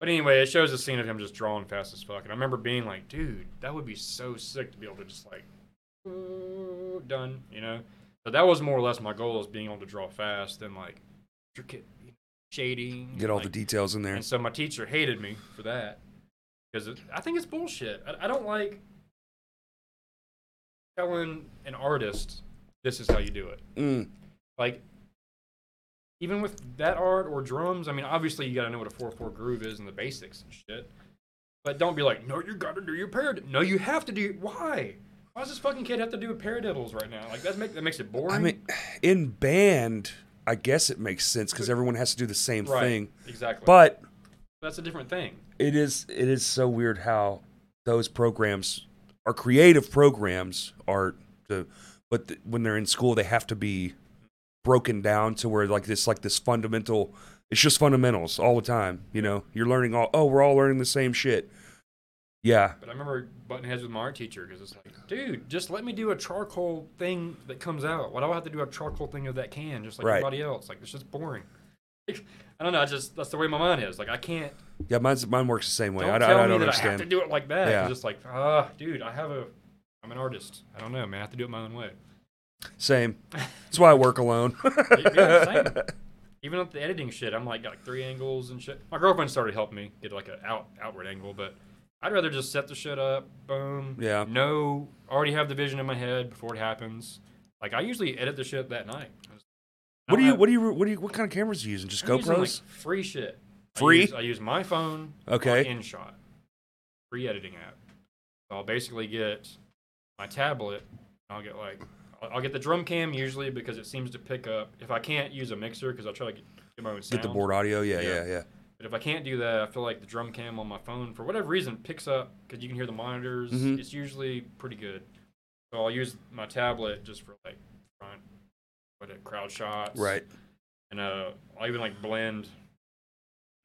Speaker 2: But anyway, it shows a scene of him just drawing fast as fuck, and I remember being like, dude, that would be so sick to be able to just like, "Ooh, done, you know. So that was more or less my goal is being able to draw fast and like, you're kid- shading,
Speaker 1: Get all
Speaker 2: like,
Speaker 1: the details in there.
Speaker 2: And so my teacher hated me for that because I think it's bullshit. I, I don't like telling an artist this is how you do it.
Speaker 1: Mm,
Speaker 2: Like, even with that art or drums, I mean, obviously you got to know what a four four groove is and the basics and shit. But don't be like, no, you got to do your paradiddle. No, you have to do. Why? Why does this fucking kid have to do paradiddles right now? Like that's make, that makes it boring.
Speaker 1: I mean, in band, I guess it makes sense because everyone has to do the same
Speaker 2: right?
Speaker 1: thing.
Speaker 2: Exactly.
Speaker 1: But
Speaker 2: that's a different thing.
Speaker 1: it is it is so weird how those programs are creative programs are to, but th- when they're in school they have to be broken down to where like this like this fundamental it's just fundamentals all the time you know you're learning all oh we're all learning the same shit yeah
Speaker 2: But I remember butting heads with my art teacher because it's like, dude, just let me do a charcoal thing that comes out. Why do I have to do a charcoal thing of that can just like
Speaker 1: Right.
Speaker 2: everybody else? Like, it's just boring. Like, I don't know. I just that's the way my mind is. Like, I can't.
Speaker 1: yeah mine's, mine works the same way
Speaker 2: Don't
Speaker 1: I,
Speaker 2: tell
Speaker 1: I, I
Speaker 2: me
Speaker 1: don't
Speaker 2: that I have to
Speaker 1: understand
Speaker 2: do it like that.
Speaker 1: Yeah.
Speaker 2: It's just like, ah, dude, I have a, I'm an artist. I don't know, man. I have to do it my own way.
Speaker 1: same that's why I work alone
Speaker 2: Yeah, same. Even with the editing shit, I'm like got like three angles and shit. My girlfriend started helping me get like an out outward angle, but I'd rather just set the shit up, boom.
Speaker 1: Yeah.
Speaker 2: No, already have the vision in my head before it happens. Like I usually edit the shit that night.
Speaker 1: what do you what do you what do you what kind of cameras are you using just
Speaker 2: I'm using,
Speaker 1: GoPros
Speaker 2: Like free shit.
Speaker 1: Free?
Speaker 2: I use, I use my phone.
Speaker 1: Okay.
Speaker 2: On InShot, free editing app. So I'll basically get my tablet. And I'll get like I'll, I'll get the drum cam usually because it seems to pick up. If I can't use a mixer because I try to get, get my own sound.
Speaker 1: get the board audio yeah
Speaker 2: Yeah.
Speaker 1: yeah yeah
Speaker 2: But if I can't do that, I feel like the drum cam on my phone, for whatever reason, picks up because you can hear the monitors.
Speaker 1: Mhm.
Speaker 2: It's usually pretty good. So I'll use my tablet just for like front, what it crowd shots,
Speaker 1: Right.
Speaker 2: And uh, I'll even like blend.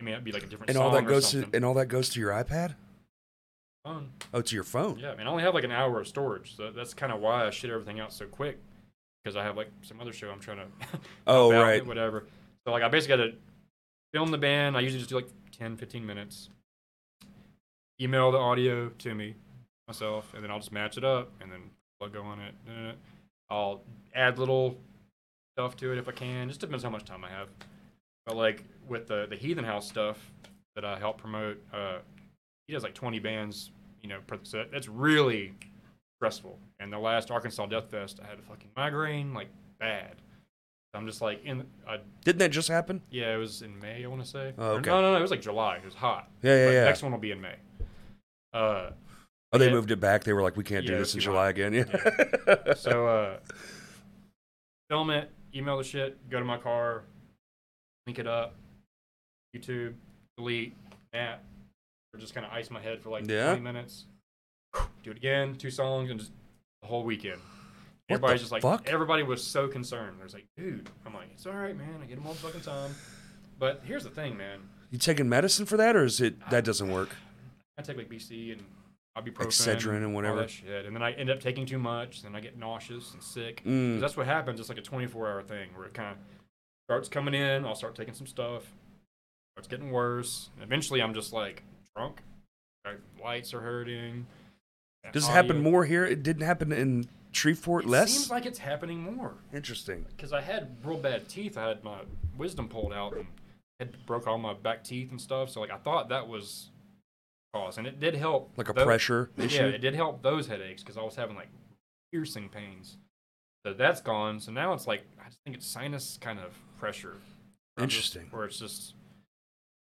Speaker 2: I mean, it'd be like a different
Speaker 1: And
Speaker 2: song
Speaker 1: all that
Speaker 2: or
Speaker 1: goes to
Speaker 2: something.
Speaker 1: and all that goes to your iPad?
Speaker 2: Fun.
Speaker 1: Oh, to your phone.
Speaker 2: Yeah, I mean, I only have like an hour of storage, so that's kind of why I shit everything out so quick. Because I have like some other show I'm trying to.
Speaker 1: Oh,
Speaker 2: about
Speaker 1: right.
Speaker 2: it, whatever. So like I basically got to film the band. I usually just do like 10, 15 minutes. Email the audio to me myself, and then I'll just match it up and then plug on it. da, da, da. I'll add little stuff to it if I can. Just depends how much time I have. But like with the the Heathen House stuff that I help promote, uh, he does like 20 bands, you know, per set. That's really stressful. And the last Arkansas Death Fest, I had a fucking migraine, like bad. I'm just like in. I,
Speaker 1: Didn't that just happen?
Speaker 2: yeah, it was in May. I want to say.
Speaker 1: Oh,
Speaker 2: Or
Speaker 1: okay.
Speaker 2: No, no, no. It was like July. It was hot.
Speaker 1: Yeah, yeah,
Speaker 2: But
Speaker 1: yeah.
Speaker 2: Next one will be in May. Uh,
Speaker 1: Oh, they
Speaker 2: Yeah.
Speaker 1: moved it back. They were like, we can't do
Speaker 2: Yeah,
Speaker 1: this in
Speaker 2: too
Speaker 1: July
Speaker 2: hot.
Speaker 1: again. Yeah.
Speaker 2: so uh, film it, email the shit, go to my car, link it up, YouTube, delete, nap, or just kind of ice my head for like
Speaker 1: Yeah.
Speaker 2: 20 minutes. Do it again, two songs, and just the whole weekend.
Speaker 1: the
Speaker 2: Everybody's just like,
Speaker 1: fuck?
Speaker 2: everybody was so concerned. There's like, dude, I'm like, it's all right, man. I get them all the fucking time. But here's the thing, man.
Speaker 1: You taking medicine for that, or is it that doesn't work?
Speaker 2: I take like BC and ibuprofen,
Speaker 1: Excedrin and
Speaker 2: all
Speaker 1: whatever.
Speaker 2: that shit. And then I end up taking too much, and I get nauseous and sick.
Speaker 1: Mm.
Speaker 2: That's what happens. It's like a 24-hour thing where it kind of starts coming in. I'll start taking some stuff. Starts getting worse. And eventually, I'm just like drunk. Like, lights are hurting. and
Speaker 1: Does it
Speaker 2: audio-
Speaker 1: happen more here? It didn't happen in Shreveport.
Speaker 2: It
Speaker 1: Less
Speaker 2: seems like it's happening more
Speaker 1: interesting.
Speaker 2: because I had real bad teeth. I had my wisdom pulled out and it broke all my back teeth and stuff. So like I thought that was cause, and it did help.
Speaker 1: Like a
Speaker 2: though-
Speaker 1: pressure
Speaker 2: Yeah,
Speaker 1: issue.
Speaker 2: it did help those headaches because I was having like piercing pains. So that's gone. So now it's like I just think it's sinus kind of pressure. Where I'm just-
Speaker 1: Interesting.
Speaker 2: Where it's just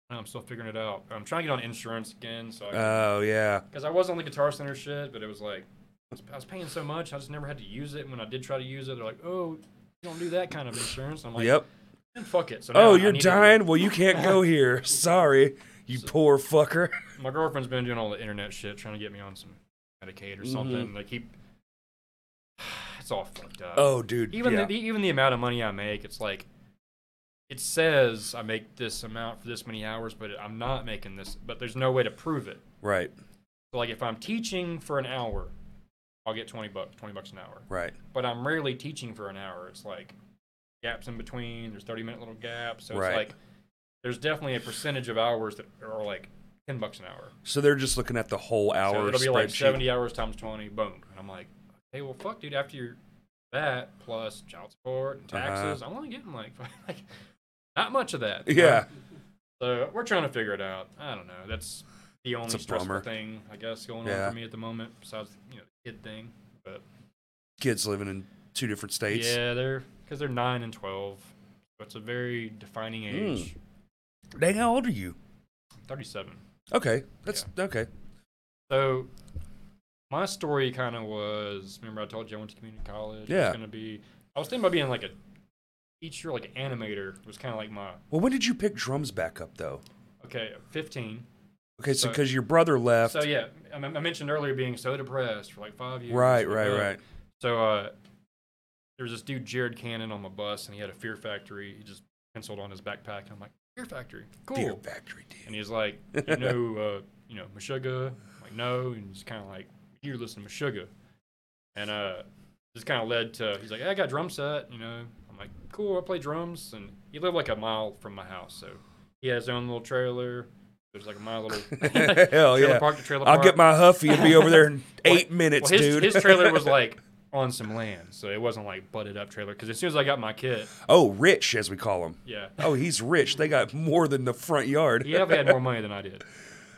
Speaker 2: I don't know, I'm still figuring it out. I'm trying to get on insurance again, so I
Speaker 1: Oh yeah.
Speaker 2: because I was on the Guitar Center shit, but it was like I was- I was paying so much, I just never had to use it. And when I did try to use it, they're like, "Oh, you don't do that kind of insurance." And I'm like,
Speaker 1: yep.
Speaker 2: "Then fuck it." So now
Speaker 1: Oh,
Speaker 2: I
Speaker 1: you're
Speaker 2: need to-
Speaker 1: dying. Well, you can't go here. Sorry, you poor fucker.
Speaker 2: my girlfriend's been doing all the internet shit, trying to get me on some Medicaid or something.
Speaker 1: Mhm.
Speaker 2: They keep it's all fucked up.
Speaker 1: Oh, dude.
Speaker 2: even
Speaker 1: yeah.
Speaker 2: the, even the amount of money I make, it's like it says I make this amount for this many hours, but I'm not making this. But there's no way to prove it.
Speaker 1: right,
Speaker 2: So like if I'm teaching for an hour, I'll get twenty bucks, twenty bucks an hour.
Speaker 1: right.
Speaker 2: but I'm rarely teaching for an hour. It's like gaps in between. There's 30 minute little gaps. So
Speaker 1: Right.
Speaker 2: it's like there's definitely a percentage of hours that are like 10 bucks an hour.
Speaker 1: So they're just looking at the whole hour
Speaker 2: so it'll be
Speaker 1: spreadsheet.
Speaker 2: like 70 hours times 20. Boom. And I'm like, hey, well, fuck, dude. After your that plus child support and
Speaker 1: Uh-huh.
Speaker 2: taxes, I'm only getting like, like not much of that. you know?
Speaker 1: yeah.
Speaker 2: So we're trying to figure it out. I don't know. That's the only
Speaker 1: a
Speaker 2: stressful
Speaker 1: bummer.
Speaker 2: thing I guess going
Speaker 1: Yeah.
Speaker 2: on for me at the moment, besides you know the kid thing. But
Speaker 1: Kids living in two different states.
Speaker 2: Yeah, they're because they're nine and twelve. So it's a very defining
Speaker 1: Mm.
Speaker 2: age.
Speaker 1: Dang, how old are you?
Speaker 2: Thirty-seven.
Speaker 1: Okay, that's okay.
Speaker 2: So my story kind of was. Remember, I told you I went to community college. I
Speaker 1: Yeah.
Speaker 2: was gonna be. I was thinking about being like a teacher, like an animator. Was kind of like my
Speaker 1: Well, when did you pick drums back up though?
Speaker 2: okay, fifteen.
Speaker 1: Okay, so
Speaker 2: So-
Speaker 1: because your brother left.
Speaker 2: So yeah, I, I mentioned earlier being so depressed for like five years.
Speaker 1: right, right,
Speaker 2: Uh,
Speaker 1: right.
Speaker 2: So uh, there was this dude Jared Cannon on my bus, and he had a Fear Factory. He just penciled on his backpack. And I'm like, Fear Factory, cool.
Speaker 1: Beer factory, dude.
Speaker 2: And he's like, you know, uh, you know, Meshuggah? I'm like, no. And he's kind of like, you listen to Meshuggah. And uh, this kind of led to, he's like, hey, I got a drum set, you know. I'm like, cool, I play drums. And he lived like a mile from my house. So he has his own little trailer. There's like a mile little
Speaker 1: Hell
Speaker 2: trailer
Speaker 1: yeah.
Speaker 2: park to trailer
Speaker 1: I'll
Speaker 2: park.
Speaker 1: get my huffy and be over there in
Speaker 2: Well,
Speaker 1: eight minutes,
Speaker 2: well, his,
Speaker 1: dude.
Speaker 2: his trailer was like on some land. So it wasn't like butted up trailer. Because as soon as I got my kit,
Speaker 1: oh, rich as we call him.
Speaker 2: yeah.
Speaker 1: Oh, he's rich. They got more than the front yard.
Speaker 2: he definitely had more money than I did.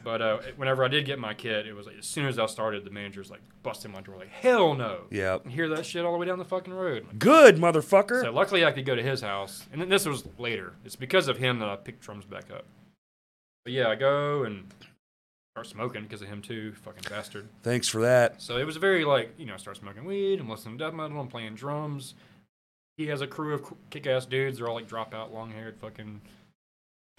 Speaker 2: But uh, whenever I did get my kid, it was like as soon as I started, the manager's like busting my door, like hell no.
Speaker 1: Yep.
Speaker 2: And hear that shit all the way down the fucking road.
Speaker 1: Good motherfucker.
Speaker 2: So luckily I could go to his house, and then this was later. It's because of him that I picked drums back up. But yeah, I go and start smoking because of him too, fucking bastard.
Speaker 1: Thanks for that.
Speaker 2: So it was very like you know, I start smoking weed, I'm listening to death metal, I'm playing drums. He has a crew of kick-ass dudes. They're all like dropout, long-haired fucking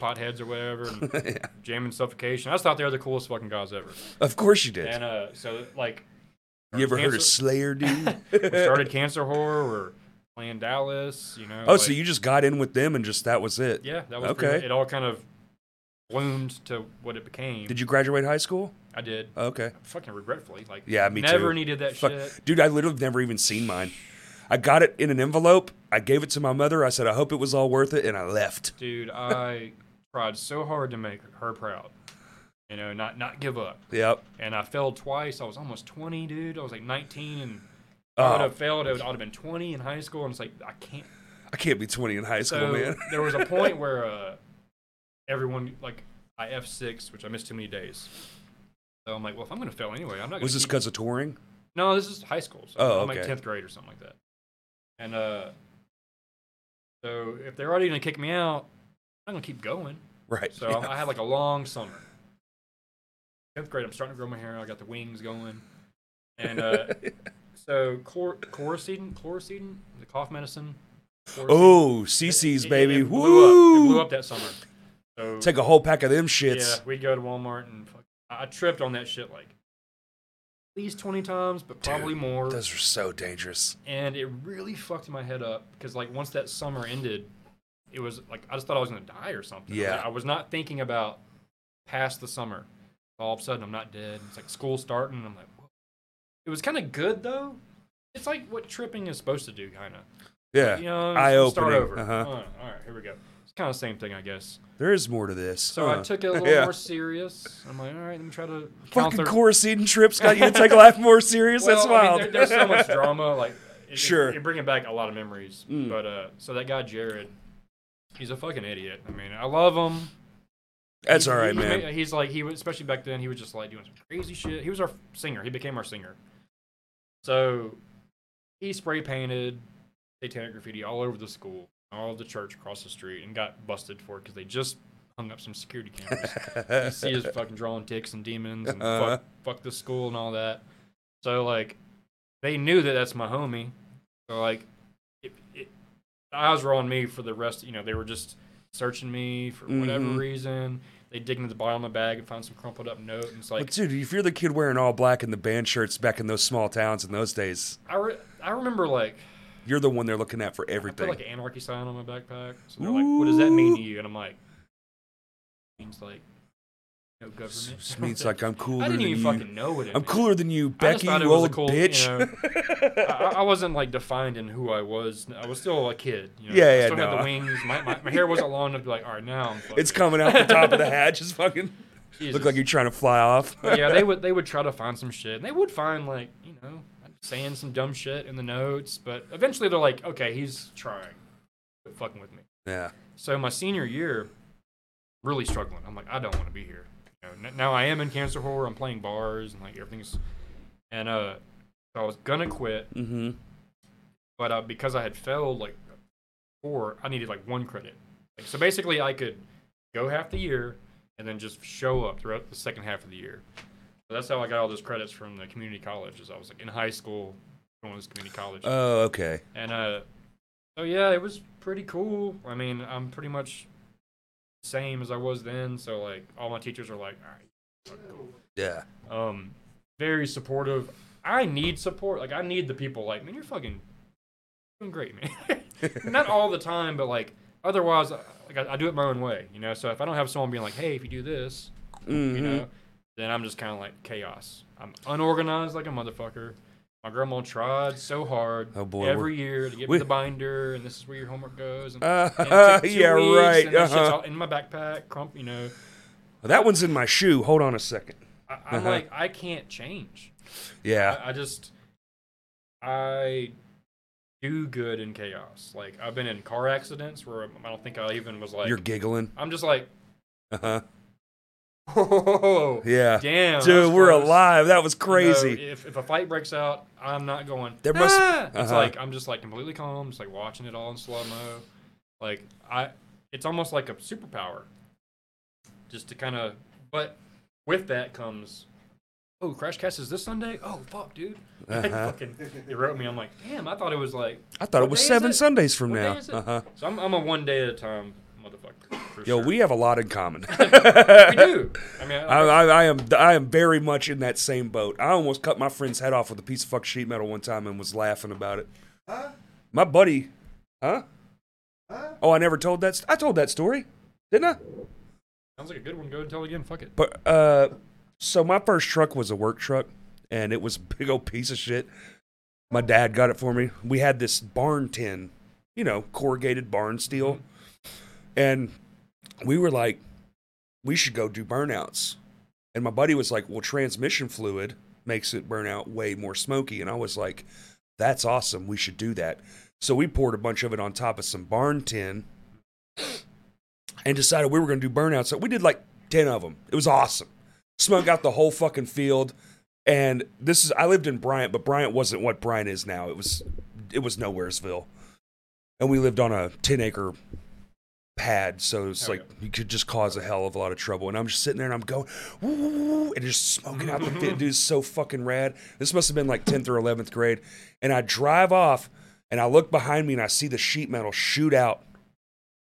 Speaker 2: potheads or whatever. And jamming suffocation. I just thought they were the coolest fucking guys ever.
Speaker 1: Of course you did.
Speaker 2: And uh, so like
Speaker 1: You ever heard of
Speaker 2: Cancer-
Speaker 1: Slayer, dude?
Speaker 2: We started Cancer Horror. We're playing Dallas. You know.
Speaker 1: oh,
Speaker 2: like-
Speaker 1: so you just got in with them and just that was it?
Speaker 2: Yeah, that was
Speaker 1: Okay.
Speaker 2: okay. it all kind of bloomed to what it became.
Speaker 1: Did you graduate high school?
Speaker 2: I did.
Speaker 1: Okay.
Speaker 2: Fucking regretfully, like
Speaker 1: Yeah, me too.
Speaker 2: never needed that
Speaker 1: Fuck.
Speaker 2: shit.
Speaker 1: Dude, I literally never even seen mine. I got it in an envelope. I gave it to my mother. I said, I hope it was all worth it. And I left.
Speaker 2: Dude, I tried so hard to make her proud. You know, not not give up.
Speaker 1: Yep.
Speaker 2: And I failed twice. I was almost 20, dude. I was like 19 and I would
Speaker 1: Oh,
Speaker 2: have failed. It would, I would have been 20 in high school. And it's like, I can't.
Speaker 1: Oh, I can't be 20 in high school,
Speaker 2: So
Speaker 1: man.
Speaker 2: there was a point where uh, everyone, like, I F6, which I missed too many days. So I'm like, well, if I'm going to fail anyway, I'm not going
Speaker 1: Was this
Speaker 2: to
Speaker 1: because of touring?
Speaker 2: No, this is high school. So
Speaker 1: Oh,
Speaker 2: I'm like
Speaker 1: okay.
Speaker 2: tenth grade or something like that. And uh, so if they're already gonna kick me out, I'm gonna keep going.
Speaker 1: Right.
Speaker 2: So
Speaker 1: yeah.
Speaker 2: I I had like a long summer. Tenth grade, I'm starting to grow my hair. I got the wings going. And uh, so chlor- chlorosedin, chlorosedin, the cough medicine. chlorosedin,
Speaker 1: oh,
Speaker 2: it-
Speaker 1: CC's,
Speaker 2: it-
Speaker 1: baby.
Speaker 2: It, it blew
Speaker 1: Woo!
Speaker 2: up. It blew up that summer. So
Speaker 1: Take a whole pack of them
Speaker 2: yeah,
Speaker 1: shits.
Speaker 2: we'd go to Walmart and fuck, I I tripped on that shit like at least twenty times, but probably more
Speaker 1: Those are so dangerous.
Speaker 2: and it really fucked my head up because like once that summer ended it was like i just thought i was gonna die or something Like,
Speaker 1: Yeah.
Speaker 2: i was not thinking about past the summer all of a sudden i'm not dead it's like school starting and i'm like Whoa. it was kind of good though it's like what tripping is supposed to do kind of
Speaker 1: Yeah.
Speaker 2: you know
Speaker 1: Eye-opening.
Speaker 2: start over
Speaker 1: Uh-huh.
Speaker 2: all, right, all right here we go it's kind of the same thing i guess
Speaker 1: There is more to this.
Speaker 2: so i
Speaker 1: huh.
Speaker 2: took it a little
Speaker 1: Yeah.
Speaker 2: more serious i'm like all right let me try to
Speaker 1: Fucking
Speaker 2: counter-
Speaker 1: Coracetin trips got you to take life more serious.
Speaker 2: Well,
Speaker 1: That's
Speaker 2: I mean,
Speaker 1: wild.
Speaker 2: there- there's so much drama. Like, it- it,
Speaker 1: Sure.
Speaker 2: you're bringing back a lot of memories.
Speaker 1: Mm.
Speaker 2: But uh, so that guy Jared, he's a fucking idiot. I mean, I love him.
Speaker 1: That's
Speaker 2: He-
Speaker 1: all right,
Speaker 2: he-
Speaker 1: man.
Speaker 2: He's like he was, especially back then. He was just like doing some crazy shit. He was our singer. He became our singer. So he spray painted satanic graffiti all over the school, all of the church across the street, and got busted for it because they just hung up some security cameras you see us fucking drawing dicks and demons and
Speaker 1: Uh-huh.
Speaker 2: fuck, fuck the school and all that. So like, they knew that that's my homie. So like, it, it, eyes were on me for the rest. You know, they were just searching me for whatever
Speaker 1: Mhm.
Speaker 2: reason. They dig into the bottom of my bag and find some crumpled up note, and it's
Speaker 1: Well,
Speaker 2: like
Speaker 1: dude, if you're the kid wearing all black and the band shirts back in those small towns in those days,
Speaker 2: I re- I remember like
Speaker 1: you're the one they're looking at for
Speaker 2: I put
Speaker 1: everything.
Speaker 2: like an anarchy sign on my backpack. So they're like, "What does that mean to you?" And I'm like, "Means like no
Speaker 1: S-
Speaker 2: government."
Speaker 1: s- means like I'm cooler
Speaker 2: I didn't
Speaker 1: than
Speaker 2: even
Speaker 1: you.
Speaker 2: fucking know what it
Speaker 1: I'm
Speaker 2: meant.
Speaker 1: cooler than you,
Speaker 2: I just
Speaker 1: Becky,
Speaker 2: thought it
Speaker 1: you
Speaker 2: was a
Speaker 1: old
Speaker 2: cool- you
Speaker 1: bitch.
Speaker 2: know, I, I wasn't like defined in who I was. I was still a kid. You know?
Speaker 1: Yeah,
Speaker 2: I
Speaker 1: yeah,
Speaker 2: Still
Speaker 1: no.
Speaker 2: had the wings. My, my, my hair wasn't long enough to be like, all right, now I'm. Fucking,
Speaker 1: it's coming out the top of the hat. Just fucking
Speaker 2: Jesus.
Speaker 1: look like you're trying to fly off.
Speaker 2: But yeah, they would they would try to find some shit. And they would find like you know saying some dumb shit in the notes, but eventually they're like, okay, he's trying, but fucking with me.
Speaker 1: yeah.
Speaker 2: So my senior year, really struggling. I'm like, I don't want to be here. You know, n- now I am in cancer horror. I'm playing bars and like everything's, and uh, I was gonna quit.
Speaker 1: Mm-hmm.
Speaker 2: but uh, because I had failed like four, I needed like one credit. Like, so basically, I could go half the year and then just show up throughout the second half of the year. So that's how I got all those credits from the community college. Is I was like in high school going to this community college,
Speaker 1: Oh, okay.
Speaker 2: and uh, so yeah, it was pretty cool. I mean, I'm pretty much same as I was then. So like, all my teachers are like, all right, fuck, go
Speaker 1: Yeah.
Speaker 2: um, very supportive. I need support. Like I need the people. Like man, you're fucking doing great, man. Not all the time, but like otherwise, I- like I, I do it my own way, you know. So if I don't have someone being like, hey, if you do this,
Speaker 1: Mhm.
Speaker 2: you know, then I'm just kind of like chaos. I'm unorganized like a motherfucker. My grandma tried so hard
Speaker 1: Oh, boy,
Speaker 2: every year to get
Speaker 1: we-
Speaker 2: me the binder, and this is where your homework goes. And,
Speaker 1: Uh,
Speaker 2: and it took two
Speaker 1: yeah,
Speaker 2: weeks,
Speaker 1: right.
Speaker 2: And that shit's
Speaker 1: uh-huh.
Speaker 2: all in my backpack, crump, you know.
Speaker 1: That one's in my shoe. Hold on a second.
Speaker 2: I, I'm
Speaker 1: Uh-huh. Uh.
Speaker 2: like, I can't change.
Speaker 1: Yeah.
Speaker 2: I, I just I do good in chaos. Like I've been in car accidents where I don't think I even was like
Speaker 1: you're giggling.
Speaker 2: I'm just like
Speaker 1: Uh-huh.
Speaker 2: oh
Speaker 1: Yeah.
Speaker 2: damn that was
Speaker 1: Dude, we're
Speaker 2: close."
Speaker 1: alive. That was
Speaker 2: You know,
Speaker 1: crazy.
Speaker 2: if if a fight breaks out, I'm not going.
Speaker 1: There must-
Speaker 2: "Ah!" It's
Speaker 1: uh-huh.
Speaker 2: like I'm just like completely calm, just like watching it all in slow mo. Like I, it's almost like a superpower. Just to kind of, but with that comes, oh, Crash Cast is this Sunday. Oh fuck, dude. Like,
Speaker 1: Uh-huh.
Speaker 2: fucking, they wrote me. I'm like, damn. I thought it was like
Speaker 1: I thought
Speaker 2: What
Speaker 1: it was
Speaker 2: day is
Speaker 1: seven
Speaker 2: it?
Speaker 1: Sundays from
Speaker 2: What
Speaker 1: now.
Speaker 2: day is it?
Speaker 1: Uh-huh.
Speaker 2: So I'm, I'm a one day at a time motherfucker. for
Speaker 1: Yo,
Speaker 2: sure.
Speaker 1: we have a lot in common.
Speaker 2: we do. I mean,
Speaker 1: I,
Speaker 2: I,
Speaker 1: I, I am I am very much in that same boat. I almost cut my friend's head off with a piece of fuck sheet metal one time and was laughing about it. My buddy, huh? Oh, I never told that. St- I told that story, didn't I?
Speaker 2: sounds like a good one. Go and tell it again. Fuck it.
Speaker 1: But uh, so my first truck was a work truck, and it was a big old piece of shit. My dad got it for me. We had this barn tin, you know, corrugated barn steel, and we were like, we should go do burnouts. And my buddy was like, well, transmission fluid makes it burn out way more smoky. And I was like, that's awesome. We should do that. So we poured a bunch of it on top of some barn tin and decided we were going to do burnouts. So we did like 10 of them. It was awesome. Smoked out the whole fucking field. And this is, I lived in Bryant, but Bryant wasn't what Bryant is now. It was, it was nowheresville. And we lived on a 10 acre pad. So it's
Speaker 2: Oh,
Speaker 1: like, you could just cause a hell of a lot of trouble. And I'm just sitting there and I'm going, "Woo, woo, woo, woo," and just smoking out the fit. Dude, it's so fucking rad. This must have been like 10th or 11th grade. And I drive off and I look behind me and I see the sheet metal shoot out.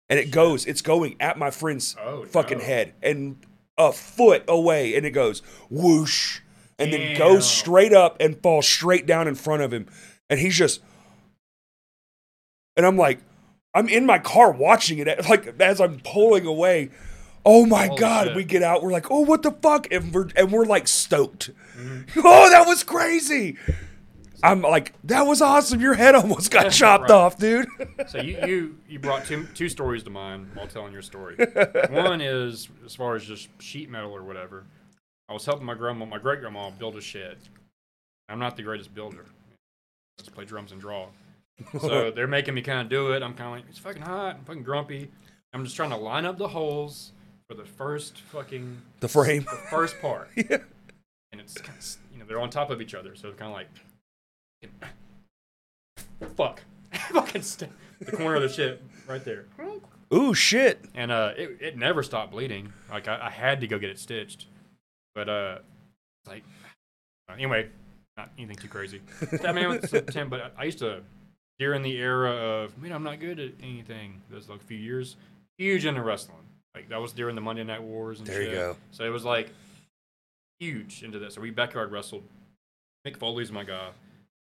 Speaker 1: And it goes, it's going at my friend's
Speaker 2: Oh,
Speaker 1: fucking
Speaker 2: no.
Speaker 1: head and a foot away. And it goes whoosh and then
Speaker 2: Damn.
Speaker 1: goes straight up and falls straight down in front of him. And he's just, and I'm like, I'm in my car watching it, like as I'm pulling away. Oh my
Speaker 2: Holy
Speaker 1: god!
Speaker 2: shit.
Speaker 1: We get out. We're like, oh, what the fuck? And we're and we're like stoked.
Speaker 2: Mm-hmm.
Speaker 1: Oh, that was crazy. I'm like, that was awesome. Your head almost got chopped
Speaker 2: Right.
Speaker 1: off, dude.
Speaker 2: So you you, you brought two, two stories to mind while telling your story. One is as far as just sheet metal or whatever. I was helping my grandma, my great grandma, build a shed. I'm not the greatest builder. I just play drums and draw. So they're making me kind of do it. I'm kind of like, it's fucking hot. I'm fucking grumpy. I'm just trying to line up the holes for the first fucking
Speaker 1: the frame.
Speaker 2: the first part.
Speaker 1: Yeah.
Speaker 2: And it's kind of, you know they're on top of each other, so it's kind of like, fuck, fucking st- the corner of the shit right there.
Speaker 1: Ooh, shit.
Speaker 2: And uh, it it never stopped bleeding. Like I, I had to go get it stitched, but uh, like uh, anyway, not anything too crazy. I mean, it's Tim, but I, I used to during the era of man, I'm not good at anything. Those like few years, huge into wrestling. Like that was during the Monday Night Wars and
Speaker 1: There you
Speaker 2: shit.
Speaker 1: go.
Speaker 2: So it was like huge into this. So we backyard wrestled. Mick Foley's my guy.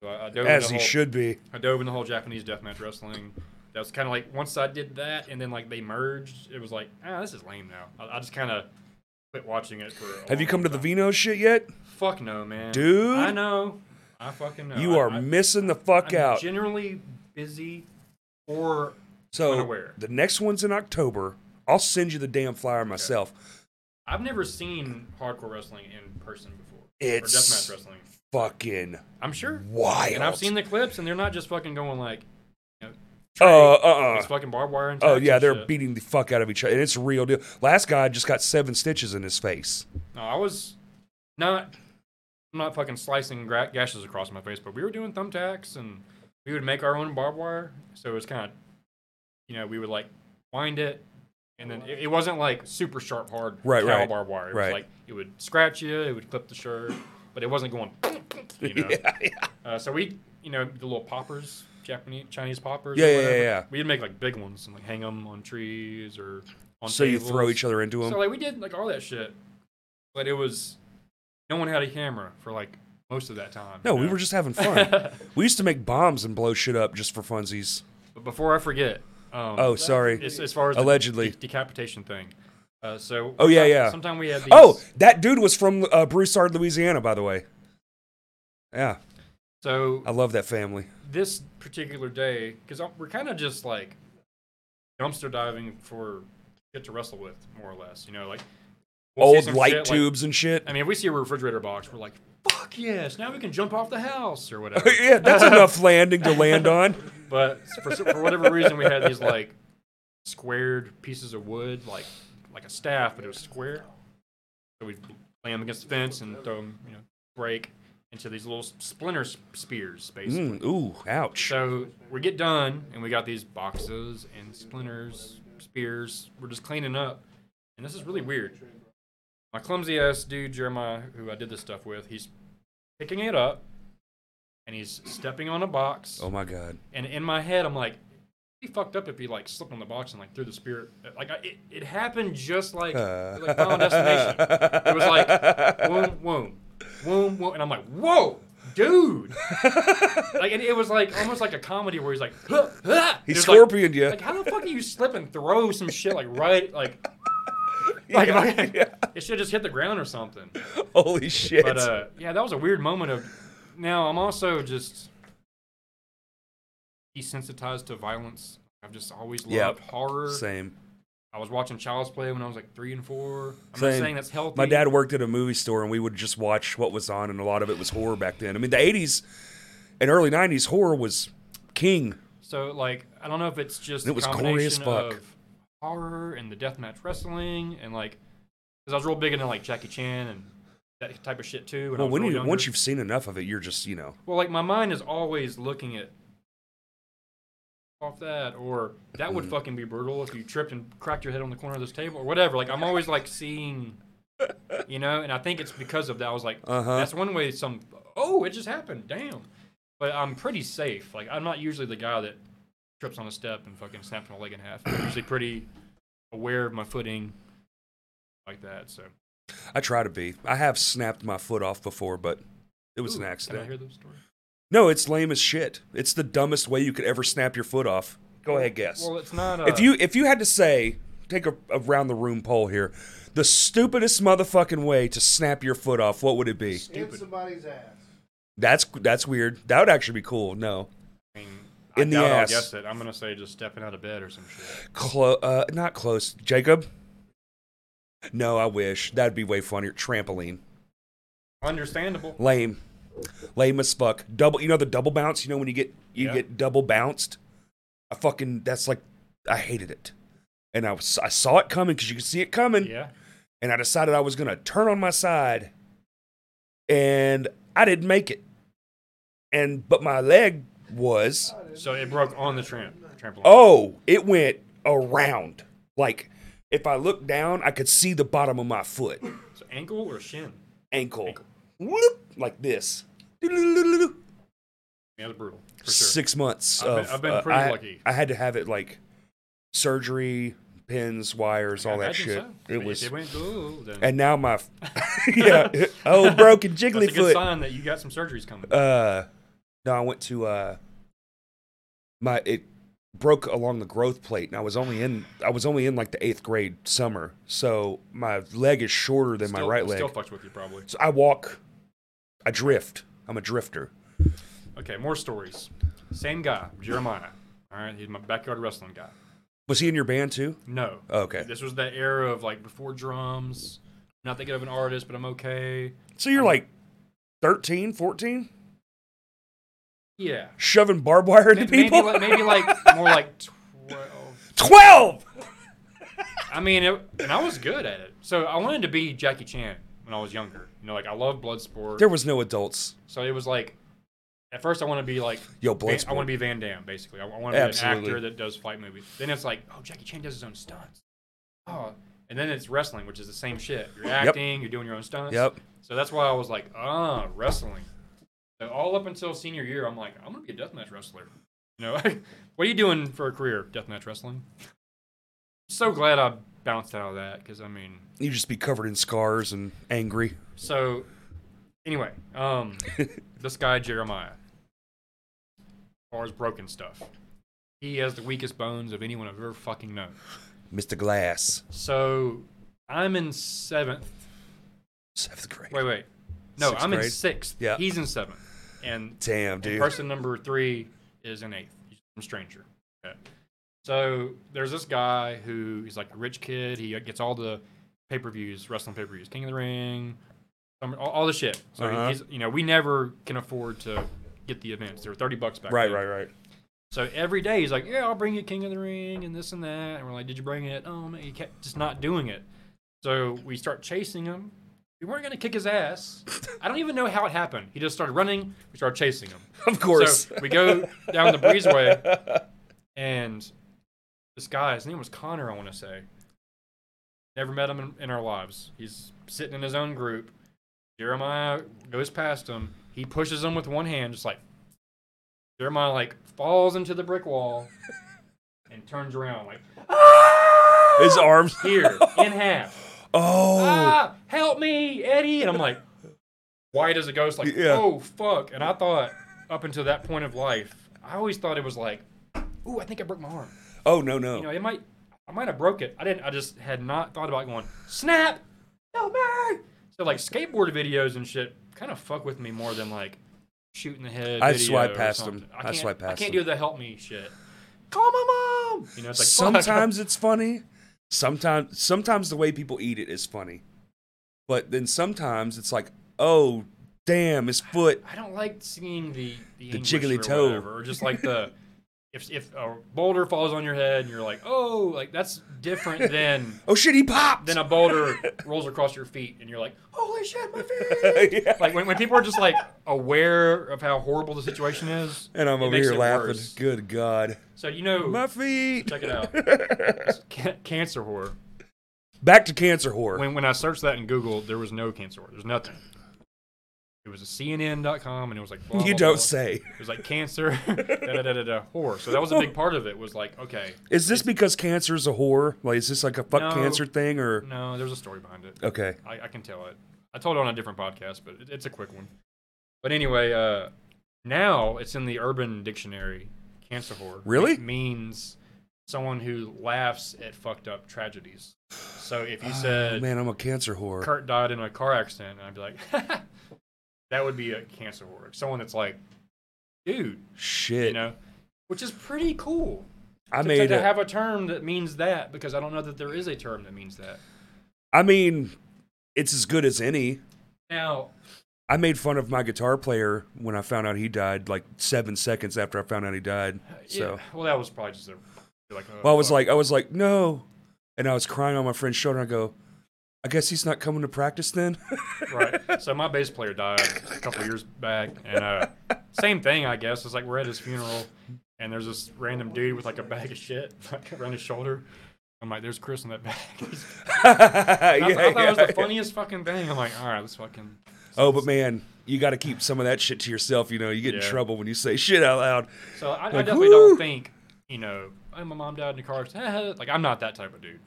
Speaker 2: So I, I dove
Speaker 1: As
Speaker 2: into
Speaker 1: he
Speaker 2: whole-
Speaker 1: should be.
Speaker 2: I dove in the whole Japanese deathmatch wrestling. That was kind of like once I did that, and then like they merged. It was like, ah, this is lame now. I, I just kind of quit watching it for. A
Speaker 1: Have you
Speaker 2: long
Speaker 1: come to the
Speaker 2: time.
Speaker 1: Vino shit yet?
Speaker 2: Fuck no, man.
Speaker 1: Dude.
Speaker 2: I know. I fucking know.
Speaker 1: you
Speaker 2: I-
Speaker 1: are
Speaker 2: I,
Speaker 1: missing the fuck
Speaker 2: I'm
Speaker 1: out.
Speaker 2: Generally busy, or
Speaker 1: so
Speaker 2: unaware.
Speaker 1: the next one's in October. I'll send you the damn flyer myself.
Speaker 2: I've never seen hardcore wrestling in person before.
Speaker 1: It's-
Speaker 2: or deathmatch wrestling.
Speaker 1: Fucking
Speaker 2: I'm sure.
Speaker 1: wild.
Speaker 2: And I've seen the clips, and they're not just fucking going like, you know,
Speaker 1: Uh,
Speaker 2: Trey,
Speaker 1: uh, uh.
Speaker 2: it's fucking barbed wire. And
Speaker 1: Oh
Speaker 2: tacks
Speaker 1: yeah,
Speaker 2: and
Speaker 1: they're
Speaker 2: shit.
Speaker 1: beating the fuck out of each other, and it's a real deal. Last guy just got seven stitches in his face.
Speaker 2: No, I was not. I'm not fucking slicing gra- gashes across my face, but we were doing thumbtacks and we would make our own barbed wire. So it was kind of, you know, we would like wind it, and then it, it wasn't like super sharp, hard
Speaker 1: Right,
Speaker 2: cow
Speaker 1: right,
Speaker 2: barbed wire. It
Speaker 1: right.
Speaker 2: was like it would scratch you, it would clip the shirt, but it wasn't going. You know. Uh, so we, you know, the little poppers, Japanese Chinese poppers. or
Speaker 1: Yeah, yeah, yeah,
Speaker 2: whatever,
Speaker 1: yeah.
Speaker 2: We'd make like big ones and like hang them on trees or on.
Speaker 1: So you throw
Speaker 2: tables.
Speaker 1: each other into
Speaker 2: So
Speaker 1: them.
Speaker 2: like we did like all that shit, but it was no one had a camera for like most of that time.
Speaker 1: No,
Speaker 2: you
Speaker 1: we
Speaker 2: know?
Speaker 1: were just having fun. we used to make bombs and blow shit up just for funsies.
Speaker 2: But before I forget, um,
Speaker 1: Oh, sorry.
Speaker 2: as, as far as
Speaker 1: Allegedly.
Speaker 2: the de- decapitation thing. Uh, so
Speaker 1: Oh, yeah,
Speaker 2: sometime-
Speaker 1: yeah.
Speaker 2: Sometime we had these.
Speaker 1: Oh, that dude was from uh, Broussard, Louisiana, by the way. Yeah,
Speaker 2: so
Speaker 1: I love that family.
Speaker 2: this particular day because we're kind of just like dumpster diving for shit to wrestle with, more or less. You know, like we'll see
Speaker 1: Old
Speaker 2: some
Speaker 1: light
Speaker 2: shit, like-
Speaker 1: tubes and shit.
Speaker 2: I mean, if we see a refrigerator box, we're like, "Fuck yes! Now we can jump off the house or whatever."
Speaker 1: yeah, that's enough landing to land on.
Speaker 2: But for, for whatever reason, we had these like squared pieces of wood, like like a staff, but it was square. So we'd lay them against the fence and throw them, you know, break into these little splinter s- spears, basically.
Speaker 1: Mm, ooh, ouch.
Speaker 2: So we get done, and we got these boxes and splinters, spears. We're just cleaning up, and this is really weird. My clumsy ass dude Jeremiah, who I did this stuff with, he's picking it up, and he's stepping on a box.
Speaker 1: Oh my god.
Speaker 2: And in my head, I'm like, be fucked up if he like slipped on the box and like threw the spirit. Like I, it, it happened just like, like Final Destination. It was like boom, boom, boom, boom, and I'm like, whoa, dude. like and it was like almost like a comedy where he's like, huh, huh.
Speaker 1: He
Speaker 2: It's
Speaker 1: scorpioned
Speaker 2: Like,
Speaker 1: you.
Speaker 2: like how the fuck do you slip and throw some shit like right like like, like it should just hit the ground or something.
Speaker 1: Holy shit.
Speaker 2: But uh, yeah, that was a weird moment of. Now I'm also just desensitized to violence. I've just always loved
Speaker 1: Yeah.
Speaker 2: horror.
Speaker 1: Same.
Speaker 2: I was watching Child's Play when I was like three and four. I'm not
Speaker 1: Same.
Speaker 2: saying that's healthy.
Speaker 1: My dad worked at a movie store, and we would just watch what was on, and a lot of it was horror back then. I mean, the '80s and early '90s horror was king.
Speaker 2: So like I don't know if it's just
Speaker 1: It was
Speaker 2: a
Speaker 1: gory as
Speaker 2: combination
Speaker 1: fuck.
Speaker 2: of horror and the deathmatch wrestling and like because I was real big into like Jackie Chan and that type of shit too. When I
Speaker 1: Well,
Speaker 2: was
Speaker 1: when
Speaker 2: real
Speaker 1: you
Speaker 2: younger.
Speaker 1: once you've seen enough of it, you're just you know
Speaker 2: Well, like my mind is always looking at off that, or that
Speaker 1: Mm.
Speaker 2: would fucking be brutal if you tripped and cracked your head on the corner of this table, or whatever. Like I'm always like seeing, you know, and I think it's because of that. I was like,
Speaker 1: Uh-huh.
Speaker 2: that's one way. Some oh, it just happened. Damn. But I'm pretty safe. Like I'm not usually the guy that trips on a step and fucking snaps my leg in half. I'm usually pretty aware of my footing, like that. So
Speaker 1: I try to be. I have snapped my foot off before, but it was
Speaker 2: Ooh,
Speaker 1: an
Speaker 2: Can I
Speaker 1: accident.
Speaker 2: hear those stories?
Speaker 1: No, it's lame as shit. It's the dumbest way you could ever snap your foot off. Go ahead, guess.
Speaker 2: Well, it's not. Uh,
Speaker 1: if you if you had to say, take a, a round the room poll here, the stupidest motherfucking way to snap your foot off, what would it be?
Speaker 3: In
Speaker 2: stupid.
Speaker 3: somebody's ass.
Speaker 1: That's that's weird. That would actually be cool. No,
Speaker 2: I mean,
Speaker 1: In
Speaker 2: I
Speaker 1: the
Speaker 2: doubt
Speaker 1: ass.
Speaker 2: I'll guess it. I'm gonna say just stepping out of bed or some shit.
Speaker 1: Clo- uh, not close. Jacob. No, I wish that'd be way funnier. Trampoline.
Speaker 2: Understandable.
Speaker 1: Lame. Lame as fuck. Double. You know the double bounce. You know when you get you
Speaker 2: Yeah.
Speaker 1: get double bounced. I fucking that's like I hated it, and I was I saw it coming because you could see it coming,
Speaker 2: Yeah.
Speaker 1: and I decided I was gonna turn on my side, and I didn't make it, and but my leg was
Speaker 2: So it broke on the tramp trampoline.
Speaker 1: oh it went around like if I looked down I could see the bottom of my foot
Speaker 2: So ankle or shin?
Speaker 1: ankle,
Speaker 2: Ankle.
Speaker 1: Whoop, like this.
Speaker 2: Yeah, that's brutal. For sure.
Speaker 1: six months.
Speaker 2: I've been-
Speaker 1: of,
Speaker 2: I've been
Speaker 1: uh,
Speaker 2: pretty
Speaker 1: I-
Speaker 2: lucky.
Speaker 1: I had to have it like surgery, pins, wires, all that
Speaker 2: Imagine
Speaker 1: shit.
Speaker 2: so. But
Speaker 1: It was,
Speaker 2: If it went ooh, then
Speaker 1: and now my, yeah, oh broken
Speaker 2: that's a good
Speaker 1: jigglyfoot.
Speaker 2: sign that you got some surgeries coming.
Speaker 1: Uh, no, I went to uh, my it broke along the growth plate, and I was only in I was only in like the eighth grade summer, so my leg is shorter than
Speaker 2: still,
Speaker 1: my right leg.
Speaker 2: Still fucks with you probably.
Speaker 1: so I walk, I drift. I'm a drifter.
Speaker 2: Okay, more stories. Same guy, Jeremiah. All right, he's my backyard wrestling guy.
Speaker 1: Was he in your band too? Oh,
Speaker 2: No.
Speaker 1: Okay.
Speaker 2: This was that era of like before drums. Not thinking of an artist, but I'm okay.
Speaker 1: So you're like 13, 14?
Speaker 2: Yeah.
Speaker 1: Shoving barbed wire into
Speaker 2: Maybe
Speaker 1: people?
Speaker 2: like, maybe like more like twelve.
Speaker 1: 12!
Speaker 2: I mean, it, and I was good at it. So I wanted to be Jackie Chan when I was younger. You know, like I love Bloodsport.
Speaker 1: There was no adults.
Speaker 2: so it was like, at first I want to be like,
Speaker 1: Yo,
Speaker 2: Van, I
Speaker 1: Bloodsport.
Speaker 2: want to be Van Damme, basically. I, want to be an
Speaker 1: Absolutely.
Speaker 2: actor that does fight movies. Then it's like, oh, Jackie Chan does his own stunts. Oh, and then it's wrestling, which is the same shit. You're acting, you're doing your own stunts.
Speaker 1: Yep.
Speaker 2: So that's why I was like, ah, wrestling. So all up until senior year, I'm like, I'm gonna be a deathmatch wrestler. You know, what are you doing for a career? Deathmatch wrestling. So glad I bounced out of that because I mean,
Speaker 1: You just be covered in scars and angry.
Speaker 2: so anyway, um, this guy Jeremiah, as far as broken stuff, he has the weakest bones of anyone I've ever fucking known.
Speaker 1: Mr. Glass.
Speaker 2: So I'm in seventh
Speaker 1: Seventh grade.
Speaker 2: Wait, wait. No,
Speaker 1: Sixth
Speaker 2: I'm in
Speaker 1: grade?
Speaker 2: sixth.
Speaker 1: Yeah.
Speaker 2: He's in seventh. And
Speaker 1: Damn, dude.
Speaker 2: person number three is in eighth. He's some stranger. Okay. So there's this guy who he's like a rich kid. He uh, gets all the pay per views, wrestling pay per views, King of the Ring, some- all, all the shit. So
Speaker 1: Uh-huh.
Speaker 2: he's, you know, we never can afford to get the events. They were 30 bucks back
Speaker 1: right,
Speaker 2: then.
Speaker 1: right, right.
Speaker 2: So every day he's like, "Yeah, I'll bring you King of the Ring and this and that." And we're like, "Did you bring it?" Oh man, he kept just not doing it. So we start chasing him. We weren't gonna kick his ass. I don't even know how it happened. He just started running. We started chasing him.
Speaker 1: Of course.
Speaker 2: So we go down the breezeway, and this guy, his name was Connor, I want to say. Never met him in, in our lives. He's sitting in his own group. Jeremiah goes past him. He pushes him with one hand, just like Jeremiah, like falls into the brick wall. and turns around like
Speaker 1: His arms.
Speaker 2: here in half.
Speaker 1: Oh,
Speaker 2: Ah, help me, Eddie! And I'm like, white as a ghost, like,
Speaker 1: Yeah.
Speaker 2: oh fuck. And I thought up until that point of life, I always thought it was like, ooh, I think I broke my arm.
Speaker 1: oh no no.
Speaker 2: You know, it might, I might have broke it. I didn't. I just had not thought about going snap. Help me! So like skateboard videos and shit kind of fuck with me more than like shooting the head.
Speaker 1: I
Speaker 2: video
Speaker 1: swipe
Speaker 2: or
Speaker 1: past 'em.
Speaker 2: something.
Speaker 1: I
Speaker 2: can't-
Speaker 1: swipe
Speaker 2: I
Speaker 1: past
Speaker 2: can't
Speaker 1: 'em.
Speaker 2: do the help me shit. Call my mom. You know, it's like fuck.
Speaker 1: sometimes it's funny. Sometimes sometimes the way people eat it is funny. But then sometimes it's like, oh damn, his foot.
Speaker 2: I don't like seeing the the,
Speaker 1: The
Speaker 2: anguish
Speaker 1: jiggly
Speaker 2: or
Speaker 1: toe.
Speaker 2: whatever, or just like the if if a boulder falls on your head and you're like, oh, like that's different than
Speaker 1: Oh shit, he popped.
Speaker 2: than a boulder rolls across your feet and you're like, holy shit, my feet.
Speaker 1: Yeah.
Speaker 2: Like when, when people are just like aware of how horrible the situation is,
Speaker 1: And I'm
Speaker 2: it
Speaker 1: over
Speaker 2: makes
Speaker 1: here
Speaker 2: it
Speaker 1: laughing.
Speaker 2: worse.
Speaker 1: Good God.
Speaker 2: So you know,
Speaker 1: My feet.
Speaker 2: check it out. Can- cancer horror.
Speaker 1: Back to cancer horror.
Speaker 2: When when I searched that in Google, there was no cancer horror. There's nothing. It was a CNN.com, and it was like blah,
Speaker 1: you
Speaker 2: blah,
Speaker 1: don't
Speaker 2: blah.
Speaker 1: say.
Speaker 2: It was like cancer, da da da da da horror. So that was a big part of it. Was like, okay,
Speaker 1: Is this because cancer is a horror? Like, is this like a fuck
Speaker 2: No.
Speaker 1: cancer thing or?
Speaker 2: no, there's a story behind it.
Speaker 1: Okay.
Speaker 2: I, I can tell it. I told it on a different podcast, but it, it's a quick one. But anyway, uh, now it's in the Urban Dictionary. Cancer horror
Speaker 1: Really?
Speaker 2: It means someone who laughs at fucked up tragedies. So if you said
Speaker 1: Ah, Man, I'm a cancer whore.
Speaker 2: Kurt died in a car accident, I'd be like, that would be a cancer horror. Someone that's like, dude,
Speaker 1: Shit.
Speaker 2: you know, which is pretty cool.
Speaker 1: I
Speaker 2: to,
Speaker 1: made
Speaker 2: to
Speaker 1: it.
Speaker 2: have a term that means that because I don't know that there is a term that means that.
Speaker 1: I mean, it's as good as any.
Speaker 2: Now,
Speaker 1: I made fun of my guitar player when I found out he died like seven seconds after I found out he died. So,
Speaker 2: Uh, yeah, well, that was probably just a like. oh,
Speaker 1: well, I was
Speaker 2: fuck.
Speaker 1: like, I was like, no, and I was crying on my friend's shoulder. and I go, I guess he's not coming to practice then.
Speaker 2: right. So my bass player died a couple years back, and uh, same thing, I guess. It's like we're at his funeral, and there's this random dude with like a bag of shit like, around his shoulder. I'm like, there's Chris in that bag. I,
Speaker 1: yeah,
Speaker 2: I thought it was
Speaker 1: yeah,
Speaker 2: the
Speaker 1: yeah.
Speaker 2: funniest fucking thing. I'm like, all right, let's fucking.
Speaker 1: Oh, but man, you got to keep some of that shit to yourself. You know, you get in
Speaker 2: Yeah.
Speaker 1: trouble when you say shit out loud.
Speaker 2: So I, I
Speaker 1: Like,
Speaker 2: definitely
Speaker 1: "Woo!"
Speaker 2: don't think, you know, oh, my mom died in a car accident. like I'm not that type of dude.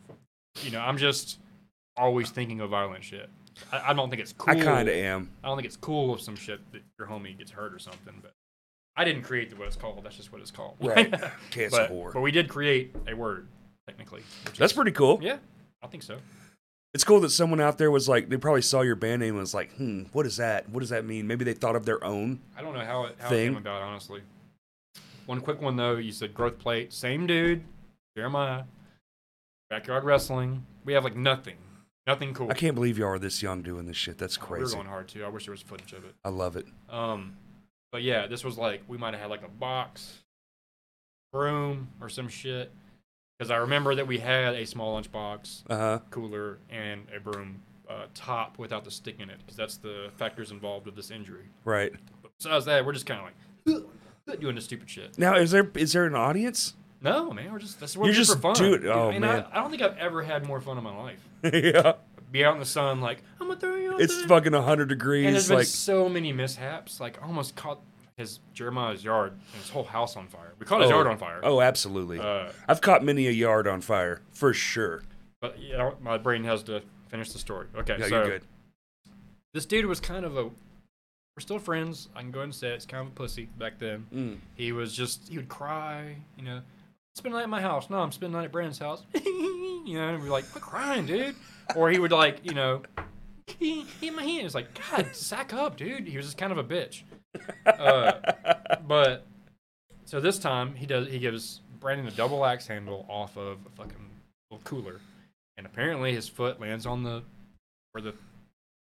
Speaker 2: You know, I'm just always thinking of violent shit. I, I don't think it's cool.
Speaker 1: I kind of am.
Speaker 2: I don't think it's cool if some shit that your homie gets hurt or something. But I didn't create what it's called. That's just what it's called.
Speaker 1: Right.
Speaker 2: but,
Speaker 1: Cancer whore.
Speaker 2: but we did create a word technically. which
Speaker 1: That's
Speaker 2: is-
Speaker 1: pretty cool.
Speaker 2: Yeah, I think so.
Speaker 1: It's cool that someone out there was like, they probably saw your band name and was like, hmm, what is that? What does that mean? Maybe they thought of their own.
Speaker 2: I don't know how it, how it
Speaker 1: Thing.
Speaker 2: came about, honestly. One quick one though. You said growth plate, same dude, Jeremiah, backyard wrestling. We have like nothing, nothing cool.
Speaker 1: I can't believe y'all are this young doing this shit. That's
Speaker 2: We were
Speaker 1: crazy.
Speaker 2: going hard too. I wish there was footage of it.
Speaker 1: I love it.
Speaker 2: Um, but yeah, this was like we might have had like a box, room, or some shit. Because I remember that we had a small lunch box,
Speaker 1: Uh huh.
Speaker 2: cooler, and a broom uh, top without the stick in it. Because that's the factors involved with this injury.
Speaker 1: Right.
Speaker 2: But besides that, we're just kind of like doing the stupid shit.
Speaker 1: Now, is there is there an audience?
Speaker 2: No, man, we're just that's what
Speaker 1: You're
Speaker 2: we're just
Speaker 1: just
Speaker 2: for fun.
Speaker 1: doing- oh,
Speaker 2: and
Speaker 1: man.
Speaker 2: I, I don't think I've ever had more fun in my life.
Speaker 1: yeah.
Speaker 2: Be out in the sun, like I'm gonna throw you. out
Speaker 1: It's
Speaker 2: there."
Speaker 1: fucking 100
Speaker 2: And there's
Speaker 1: degrees.
Speaker 2: been
Speaker 1: Like,
Speaker 2: so many mishaps. Like I almost caught his Jeremiah's yard and his whole house on fire. We caught his yard on fire.
Speaker 1: Oh, absolutely.
Speaker 2: Uh,
Speaker 1: I've caught many a yard on fire, for sure.
Speaker 2: but you know, my brain has to finish the story. Okay,
Speaker 1: Yeah,
Speaker 2: so
Speaker 1: you're good.
Speaker 2: this dude was kind of a. We're still friends. I can go ahead and say it's kind of a pussy back then.
Speaker 1: Mm.
Speaker 2: He was just he would cry, you know. Spend the night at my house. No, I'm spending the night at Brandon's house. you know, and we're like, quit crying, dude. Or he would like, you know, he hit my hand. It's like, God, sack up, dude. He was just kind of a bitch. Uh, but so this time he does he gives Brandon a double axe handle off of a fucking little cooler, and apparently his foot lands on the where the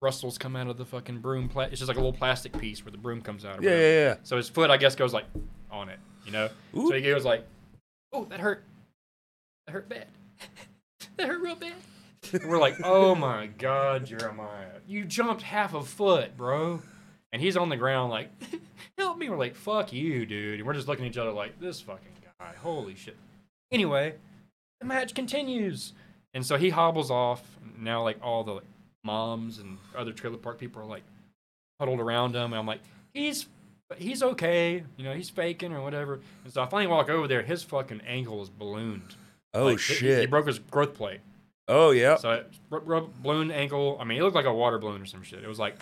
Speaker 2: rustles come out of the fucking broom. Pla- it's just like a little plastic piece where the broom comes out. Or
Speaker 1: Yeah,
Speaker 2: whatever.
Speaker 1: yeah, yeah.
Speaker 2: So his foot, I guess, goes like on it, you know.
Speaker 1: Ooh.
Speaker 2: So he goes like, "Oh, that hurt. That hurt bad. that hurt real bad." And we're like, "Oh my God, Jeremiah, you jumped half a foot, bro!" And he's on the ground like, "Help me!" We're like, "Fuck you, dude!" And we're just looking at each other like, "This fucking guy, holy shit." Anyway, the match continues, and so he hobbles off. Now, like all the like, moms and other trailer park people are like huddled around him, and I'm like, "He's but he's okay. You know, he's faking or whatever. And so I finally walk over there. His fucking ankle is ballooned.
Speaker 1: Oh
Speaker 2: Like, he-
Speaker 1: shit.
Speaker 2: He broke his growth plate.
Speaker 1: oh yeah.
Speaker 2: So it r- r- balloon ankle. I mean, it looked like a water balloon or some shit. It was like,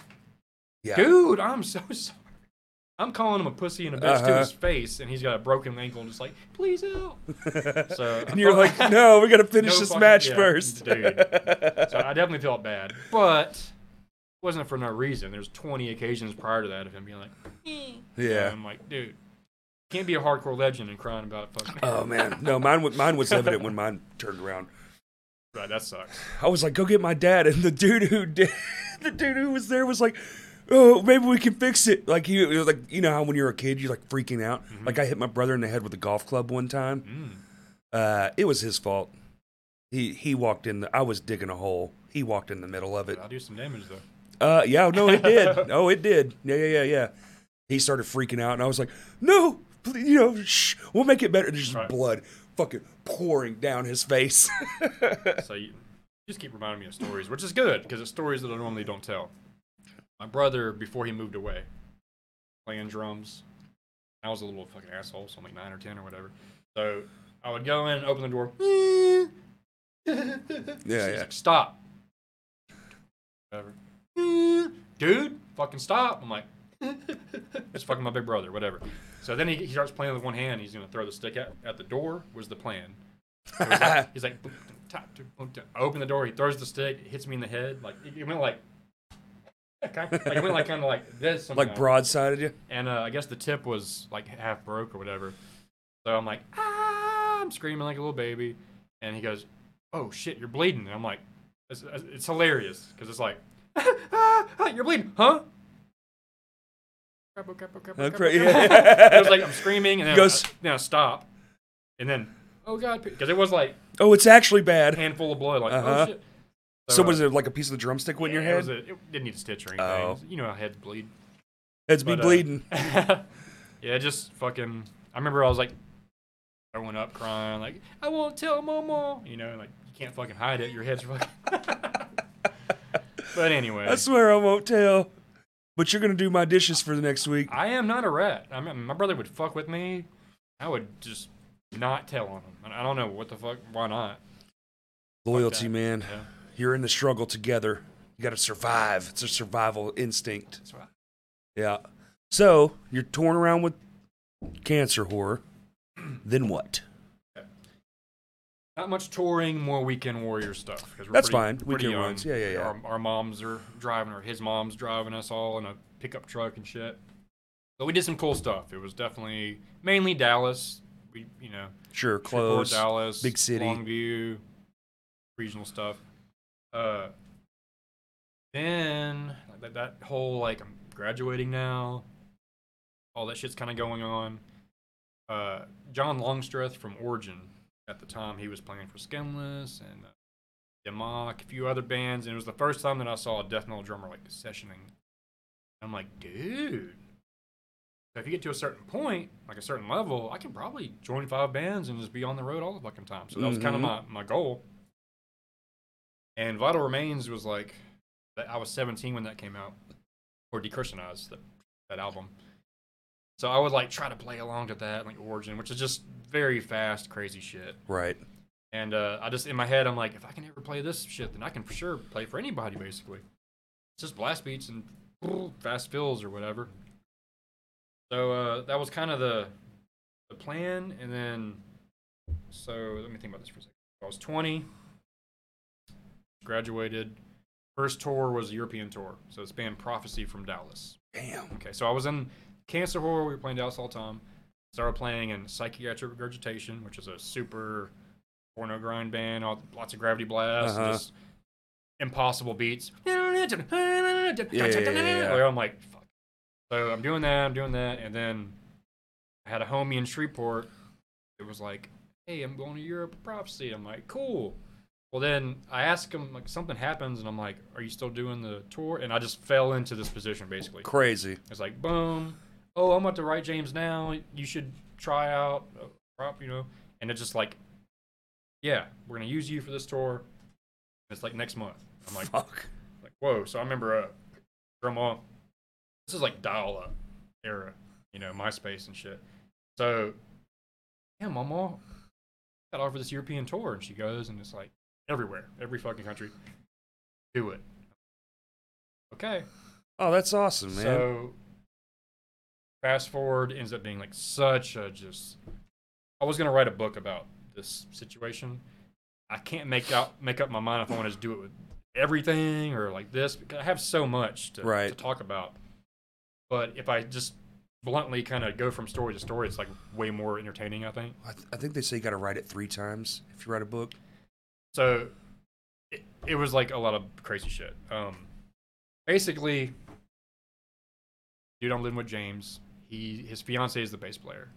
Speaker 1: yeah.
Speaker 2: dude, I'm so sorry. I'm calling him a pussy and a bitch to
Speaker 1: Uh-huh.
Speaker 2: his face, and he's got a broken ankle, and just like, please help. So I
Speaker 1: and you're like,
Speaker 2: felt-
Speaker 1: no, we gotta finish
Speaker 2: No
Speaker 1: this
Speaker 2: fucking-
Speaker 1: match
Speaker 2: yeah,
Speaker 1: first.
Speaker 2: dude. So I definitely felt bad, but it wasn't for no reason. There's 20 occasions prior to that of him being like,
Speaker 1: yeah.
Speaker 2: I'm like, dude, can't be a hardcore legend and crying about a fucking.
Speaker 1: Oh man, no, mine. wa- Mine was evident when mine turned around.
Speaker 2: Right, that sucks.
Speaker 1: I was like, "Go get my dad," and the dude who did, the dude who was there was like, "Oh, maybe we can fix it." Like you, it was like you know how when you're a kid, you're like freaking out. Like I hit my brother in the head with a golf club one time.
Speaker 2: Mm.
Speaker 1: Uh, it was his fault. He he walked in. The, I was digging a hole. He walked in the middle of it.
Speaker 2: I'll do some damage though.
Speaker 1: Uh, yeah, no, it did. Oh, it did. Yeah, yeah, yeah, yeah. He started freaking out, and I was like, "No, please, you know, shh, we'll make it better." There's just
Speaker 2: Right.
Speaker 1: blood fucking pouring down his face.
Speaker 2: So you just keep reminding me of stories, which is good because it's stories that I normally don't tell. My brother, before he moved away, playing drums. I was a little fucking asshole, so I'm like nine or ten or whatever. So I would go in, open the door.
Speaker 1: Yeah,
Speaker 2: She's
Speaker 1: yeah.
Speaker 2: like, stop. Whatever. Dude, fucking stop. I'm like, it's fucking my big brother, whatever. So then he, he starts playing with one hand. He's going to throw the stick at, at the door, was the plan. So he's like, he's like, boom, boom, tap, boom, boom, tap. I open the door. He throws the stick, hits me in the head. Like, it, it went like, like it went like kind of like this.
Speaker 1: like
Speaker 2: somehow.
Speaker 1: broadsided you.
Speaker 2: And uh, I guess the tip was like half broke or whatever. So I'm like, ah, I'm screaming like a little baby. And he goes, oh shit, you're bleeding. And I'm like, it's, it's hilarious because it's like, ah, ah, ah, you're bleeding, huh? Capo, capo, capo,
Speaker 1: Uh,
Speaker 2: capo,
Speaker 1: cra-
Speaker 2: capo.
Speaker 1: yeah.
Speaker 2: It was like, I'm screaming. And then,
Speaker 1: Goes-
Speaker 2: I, then I stop. And then, oh God, because it was like
Speaker 1: Oh, it's actually bad.
Speaker 2: handful of blood. Like,
Speaker 1: Uh-huh.
Speaker 2: oh shit.
Speaker 1: So
Speaker 2: uh,
Speaker 1: was it like a piece of the drumstick went in
Speaker 2: yeah, it
Speaker 1: your
Speaker 2: was
Speaker 1: head?
Speaker 2: a- it didn't need a stitch or anything.
Speaker 1: Oh.
Speaker 2: You know how heads bleed.
Speaker 1: Heads be
Speaker 2: But, uh,
Speaker 1: bleeding.
Speaker 2: yeah, just fucking. I remember I was like throwing up, crying, like I won't tell mama. You know, like you can't fucking hide it. Your head's fucking. but anyway,
Speaker 1: I swear I won't tell. But you're gonna do my dishes for the next week.
Speaker 2: I am not a rat. I mean, my brother would fuck with me. I would just not tell on him. And I don't know what the fuck. Why not?
Speaker 1: Loyalty,
Speaker 2: that.
Speaker 1: man.
Speaker 2: Yeah.
Speaker 1: You're in the struggle together. You gotta survive. It's a survival instinct.
Speaker 2: That's right.
Speaker 1: Yeah. So you're torn around with cancer horror. Then what?
Speaker 2: Not much touring, more weekend warrior stuff. 'cause we're
Speaker 1: That's
Speaker 2: pretty-
Speaker 1: fine,
Speaker 2: pretty
Speaker 1: weekend
Speaker 2: young.
Speaker 1: ones. Yeah, yeah, yeah.
Speaker 2: Our, our moms are driving, or his mom's driving us all in a pickup truck and shit. But we did some cool stuff. It was definitely mainly Dallas. We, you know,
Speaker 1: Sure,
Speaker 2: Shreveport,
Speaker 1: clothes.
Speaker 2: Dallas,
Speaker 1: big city.
Speaker 2: Longview, regional stuff. Uh, then like, that, that whole like I'm graduating now, all that shit's kind of going on. Uh, John Longstreth from Origin, at the time he was playing for Skinless and uh, Democ, a few other bands, and it was the first time that I saw a death metal drummer like sessioning. I'm like, dude. So if you get to a certain point, like a certain level, I can probably join five bands and just be on the road all the fucking time. So that was kind
Speaker 1: Mhm.
Speaker 2: of my, my goal. And Vital Remains was like, that I was 17 when that came out, or Decristianized, that, that album. So I would like try to play along to that, like Origin, which is just very fast, crazy shit.
Speaker 1: Right.
Speaker 2: And uh, I just in my head, I'm like, if I can ever play this shit, then I can for sure play for anybody. Basically, it's just blast beats and fast fills or whatever. So uh, that was kind of the the plan. And then, so let me think about this for a second. I was 20, graduated. First tour was a European tour, so it's band Prophecy from Dallas.
Speaker 1: Damn.
Speaker 2: Okay, so I was in Cancer Horror. We were playing Dallas all the time. Started playing in Psychiatric Regurgitation, which is a super porno grind band. All, lots of gravity blasts, and
Speaker 1: Uh-huh.
Speaker 2: just impossible beats. Like, I'm like, fuck. So I'm doing that. I'm doing that, and then I had a homie in Shreveport. It was like, hey, I'm going to Europe with Prophecy. I'm like, cool. Well, then I asked him like something happens, and I'm like, are you still doing the tour? And I just fell into this position basically.
Speaker 1: Crazy.
Speaker 2: It's like boom. Oh, I'm about to write James now. You should try out uh, prop, you know. And it's just like, yeah, we're gonna use you for this tour. it's like next month. I'm like,
Speaker 1: Fuck.
Speaker 2: like whoa. So I remember uh, grandma. This is like dial up era. you know, MySpace and shit. So, yeah, Mama got offered this European tour, and she goes, and it's like everywhere, every fucking country. Do it. Okay.
Speaker 1: Oh, that's awesome, man.
Speaker 2: So, fast forward ends up being like such a just. I was gonna write a book about this situation. I can't make out make up my mind if I want to do it with everything or like this because I have so much to,
Speaker 1: Right.
Speaker 2: to talk about. But if I just bluntly kind of go from story to story, it's like way more entertaining. I think.
Speaker 1: I, th- I think they say you got to write it three times if you write a book.
Speaker 2: So it, it was like a lot of crazy shit. Um, basically, dude, I'm living with James. He his fiance is the bass player.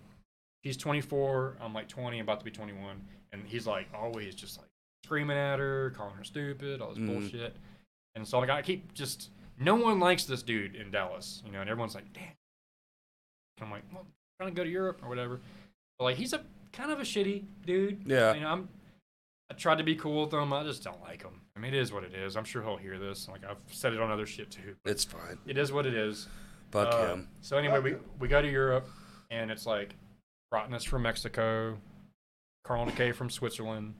Speaker 2: She's 24. I'm like 20, about to be 21, and he's like always just like screaming at her, calling her stupid, all this
Speaker 1: Mhm.
Speaker 2: bullshit. And so like I keep just no one likes this dude in Dallas, you know, and everyone's like, damn. And I'm like, well, trying to go to Europe or whatever. But like he's a kind of a shitty dude.
Speaker 1: Yeah.
Speaker 2: You know, I'm I tried to be cool with him. I just don't like him. I mean, it is what it is. I'm sure he'll hear this. Like I've said it on other shit too.
Speaker 1: It's fine.
Speaker 2: It is what it is.
Speaker 1: Fuck
Speaker 2: Uh,
Speaker 1: him.
Speaker 2: So anyway, we, we go to Europe, and it's like rottenness from Mexico, Carl Decay from Switzerland,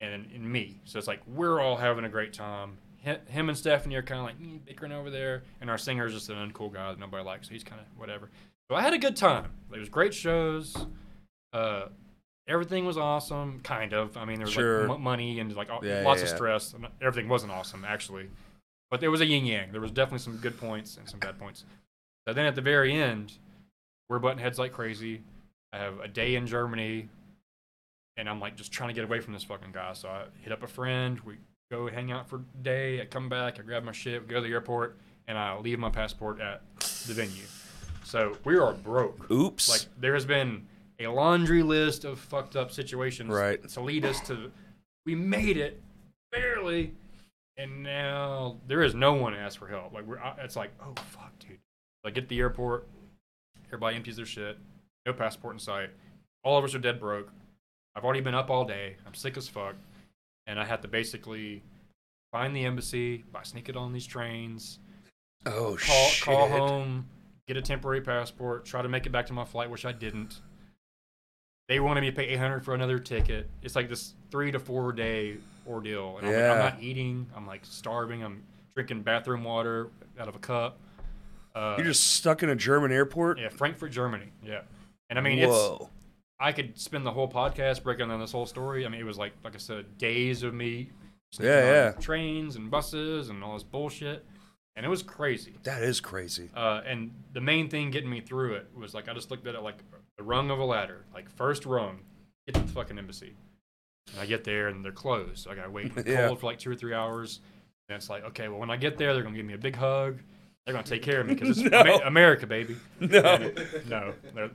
Speaker 2: and, and me. So it's like we're all having a great time. Hi- Him and Stephanie are kind of like mm, bickering over there, and our singer is just an uncool guy that nobody likes. So he's kind of whatever. So I had a good time. It was great shows. Uh, everything was awesome, kind of. I mean, there was
Speaker 1: Sure.
Speaker 2: like m- money and like all,
Speaker 1: Yeah,
Speaker 2: lots
Speaker 1: yeah,
Speaker 2: of
Speaker 1: yeah.
Speaker 2: stress. And everything wasn't awesome actually, but there was a yin yang. There was definitely some good points and some bad points. So then at the very end, we're butting heads like crazy. I have a day in Germany, and I'm like just trying to get away from this fucking guy. So I hit up a friend. We go hang out for a day. I come back. I grab my shit. We go to the airport, and I leave my passport at the venue. So we are broke.
Speaker 1: Oops.
Speaker 2: Like there has been a laundry list of fucked up situations
Speaker 1: Right.
Speaker 2: to lead us to we made it barely, and now there is no one to ask for help. Like we're I- it's like oh fuck, dude. Like at the airport, everybody empties their shit, no passport in sight. All of us are dead broke. I've already been up all day. I'm sick as fuck, and I had to basically find the embassy, buy sneak it on these trains,
Speaker 1: oh
Speaker 2: call,
Speaker 1: shit.
Speaker 2: call home, get a temporary passport, try to make it back to my flight, which I didn't. They wanted me to pay 800 for another ticket. It's like this three to four day ordeal. And I'm, like, I'm
Speaker 1: Yeah.
Speaker 2: not eating. I'm like starving. I'm drinking bathroom water out of a cup. Uh,
Speaker 1: You're just stuck in a German airport.
Speaker 2: yeah, Frankfurt, Germany. Yeah. And I mean, it's,
Speaker 1: Whoa.
Speaker 2: I could spend the whole podcast breaking down this whole story. I mean, it was like, like I said, days of me sneaking
Speaker 1: Yeah,
Speaker 2: on
Speaker 1: yeah.
Speaker 2: trains and buses and all this bullshit. And it was crazy.
Speaker 1: that is crazy.
Speaker 2: Uh, and the main thing getting me through it was like I just looked at it like the rung of a ladder, like first rung, get to the fucking embassy. And I get there and they're closed. So I gotta wait in the
Speaker 1: Yeah.
Speaker 2: cold for like two or three hours. And it's like, okay, well when I get there, they're gonna give me a big hug. They're gonna take care of me because it's
Speaker 1: No.
Speaker 2: Ama- America, baby.
Speaker 1: No.
Speaker 2: No, they're-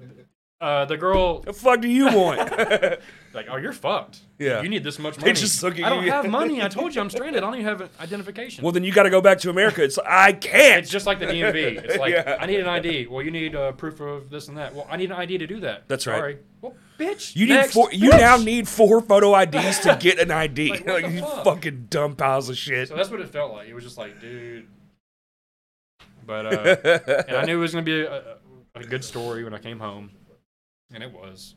Speaker 2: uh, the girl
Speaker 1: the fuck do you want?
Speaker 2: like, oh, you're fucked.
Speaker 1: Yeah.
Speaker 2: you need this much
Speaker 1: They
Speaker 2: money.
Speaker 1: just look at
Speaker 2: I don't
Speaker 1: you.
Speaker 2: have money. I told you I'm stranded. I don't even have identification.
Speaker 1: well, then you got to go back to America. It's I can't.
Speaker 2: It's just like the DMV. It's like
Speaker 1: Yeah.
Speaker 2: I need an ID. Well, you need uh, proof of this and that. Well, I need an ID to do that.
Speaker 1: That's right.
Speaker 2: Sorry. Well, bitch.
Speaker 1: you need
Speaker 2: next,
Speaker 1: four, you
Speaker 2: bitch.
Speaker 1: now need four photo IDs to get an ID.
Speaker 2: Like,
Speaker 1: Like,
Speaker 2: what the
Speaker 1: you
Speaker 2: fuck?
Speaker 1: fucking dumb piles of shit.
Speaker 2: So that's what it felt like. It was just like, dude. But uh, and I knew it was gonna be a, a, a good story when I came home, and it was.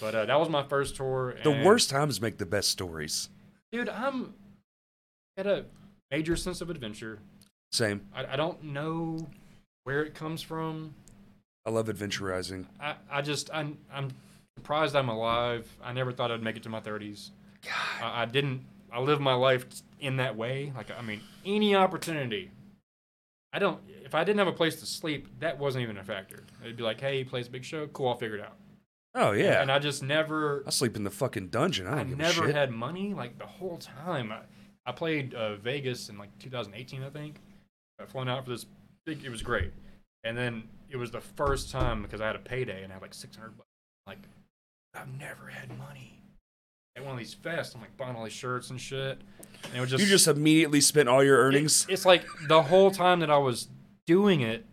Speaker 2: But uh, that was my first tour.
Speaker 1: The
Speaker 2: and-
Speaker 1: worst times make the best stories.
Speaker 2: dude. I'm had a major sense of adventure.
Speaker 1: Same.
Speaker 2: I, I don't know where it comes from.
Speaker 1: I love adventurizing.
Speaker 2: I, I just I'm, I'm surprised I'm alive. I never thought I'd make it to my 30s. I, I didn't. I live my life in that way. Like I mean, any opportunity. I don't. If I didn't have a place to sleep, that wasn't even a factor. It'd be like, hey, he plays a big show. Cool, I'll figure it out.
Speaker 1: Oh yeah.
Speaker 2: And I just never.
Speaker 1: I sleep in the fucking dungeon. I don't
Speaker 2: I
Speaker 1: give
Speaker 2: never
Speaker 1: a shit.
Speaker 2: had money like the whole time. I, I played uh, Vegas in like 2018, I think. I flown out for this big. It was great, and then it was the first time because I had a payday and I had like 600 bucks. Like I've never had money at one of these fests. I'm like buying all these shirts and shit, and it was just
Speaker 1: you just immediately spent all your earnings.
Speaker 2: it- it's like the whole time that I was doing it,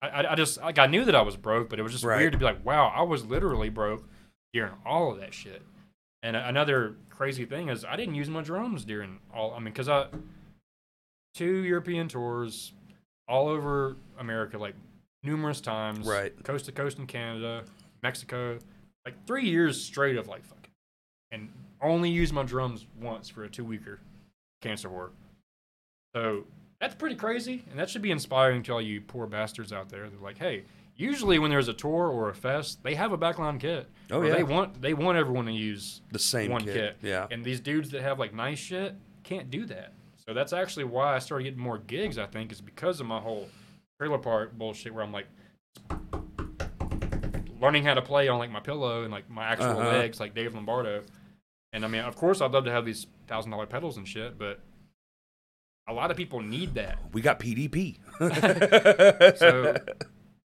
Speaker 2: I, I, I just like I knew that I was broke, but it was just
Speaker 1: Right.
Speaker 2: weird to be like, wow, I was literally broke during all of that shit. And a- another crazy thing is I didn't use my drums during all. I mean, because I two European tours all over America, like numerous times.
Speaker 1: Right.
Speaker 2: Coast to coast in Canada, Mexico, like three years straight of like fucking, and only used my drums once for a two weeker cancer war. So that's pretty crazy, and that should be inspiring to all you poor bastards out there. They're like, hey, usually when there's a tour or a fest, they have a backline kit.
Speaker 1: Oh,
Speaker 2: Or
Speaker 1: yeah.
Speaker 2: They want they want everyone to use
Speaker 1: The same
Speaker 2: one
Speaker 1: kit.
Speaker 2: kit.
Speaker 1: Yeah.
Speaker 2: And these dudes that have like nice shit can't do that. So that's actually why I started getting more gigs. I think is because of my whole trailer park bullshit, where I'm like learning how to play on like my pillow and like my actual
Speaker 1: Uh-huh.
Speaker 2: legs, like Dave Lombardo. And I mean, of course, I'd love to have these thousand dollar pedals and shit, but a lot of people need that.
Speaker 1: We got PDP.
Speaker 2: So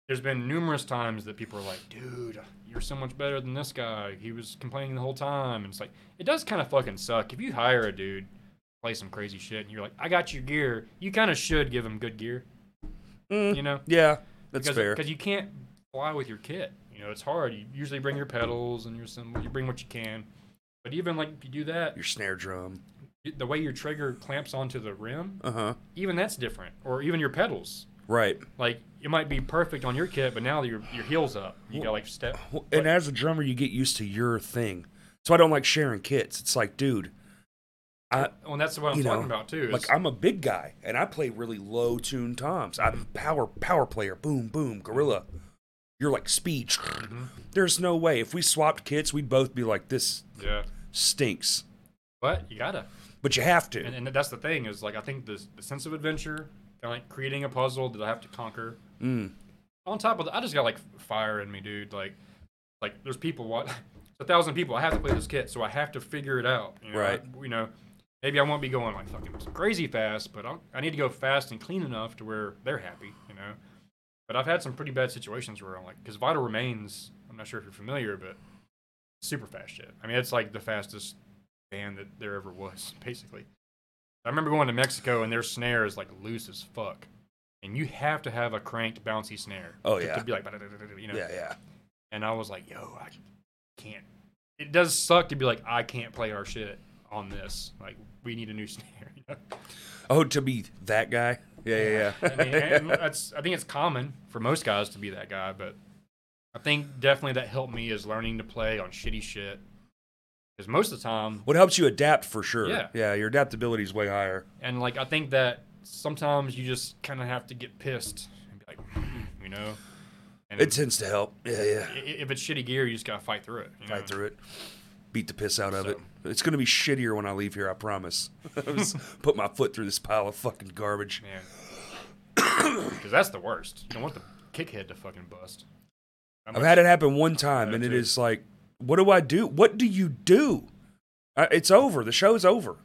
Speaker 2: there's been numerous times that people are like, dude, you're so much better than this guy. He was complaining the whole time. And it's like, it does kind of fucking suck. If you hire a dude, play some crazy shit, and you're like, I got your gear, you kind of should give him good gear.
Speaker 1: Mm.
Speaker 2: You know?
Speaker 1: yeah, that's
Speaker 2: because,
Speaker 1: fair.
Speaker 2: Because you can't fly with your kit. You know, it's hard. You usually bring your pedals and your cymbal, you bring what you can. But even like if you do that,
Speaker 1: Your snare drum.
Speaker 2: the way your trigger clamps onto the rim,
Speaker 1: Uh huh.
Speaker 2: even that's different. Or even your pedals.
Speaker 1: Right.
Speaker 2: Like it might be perfect on your kit, but now your your heel's up. You got like step.
Speaker 1: Well, and as a drummer, you get used to your thing. So I don't like sharing kits. It's like, dude, I
Speaker 2: Well, and that's what I'm
Speaker 1: you know,
Speaker 2: talking about too. Is
Speaker 1: like I'm a big guy and I play really low tuned toms. I'm power power player. Boom boom gorilla. You're like speed.
Speaker 2: Mm-hmm.
Speaker 1: There's no way if we swapped kits, we'd both be like this
Speaker 2: yeah,
Speaker 1: stinks.
Speaker 2: but you gotta.
Speaker 1: But you have to.
Speaker 2: And, and that's the thing is like I think the the sense of adventure, kind of like creating a puzzle that I have to conquer.
Speaker 1: Mm.
Speaker 2: On top of that, I just got like fire in me, dude. Like, like there's people what a thousand people. I have to play this kit, so I have to figure it out. You know?
Speaker 1: Right.
Speaker 2: I- you know, maybe I won't be going like fucking crazy fast, but I'll, I need to go fast and clean enough to where they're happy. You know. But I've had some pretty bad situations where I'm like, because Vital Remains, I'm not sure if you're familiar, but super fast shit. I mean, it's like the fastest band that there ever was, basically. I remember going to Mexico and their snare is like loose as fuck. And you have to have a cranked, bouncy snare.
Speaker 1: Oh,
Speaker 2: to-
Speaker 1: yeah.
Speaker 2: To be like, you know.
Speaker 1: Yeah, yeah.
Speaker 2: And I was like, yo, I can't. It does suck to be like, I can't play our shit on this. Like, we need a new snare. you know?
Speaker 1: Oh, to be that guy. Yeah, yeah, yeah.
Speaker 2: I mean, and that's, I think it's common for most guys to be that guy, but I think definitely that helped me is learning to play on shitty shit. Because most of the time,
Speaker 1: What helps you adapt for sure.
Speaker 2: Yeah.
Speaker 1: yeah. Your adaptability is way higher.
Speaker 2: and like I think that sometimes you just kind of have to get pissed and be like, you know, and
Speaker 1: It tends to help. Yeah, yeah.
Speaker 2: i- if it's shitty gear, you just gotta fight through it. you know?
Speaker 1: Fight through it. Beat the piss out of it. It's gonna be shittier when I leave here. I promise. Just put my foot through this pile of fucking garbage.
Speaker 2: Yeah. Because that's the worst. You don't want the kick head to fucking bust. How
Speaker 1: I've
Speaker 2: much-
Speaker 1: had it happen one time,
Speaker 2: Yeah,
Speaker 1: and it
Speaker 2: too.
Speaker 1: is like, what do I do? What do you do? Uh, it's over. The show's over.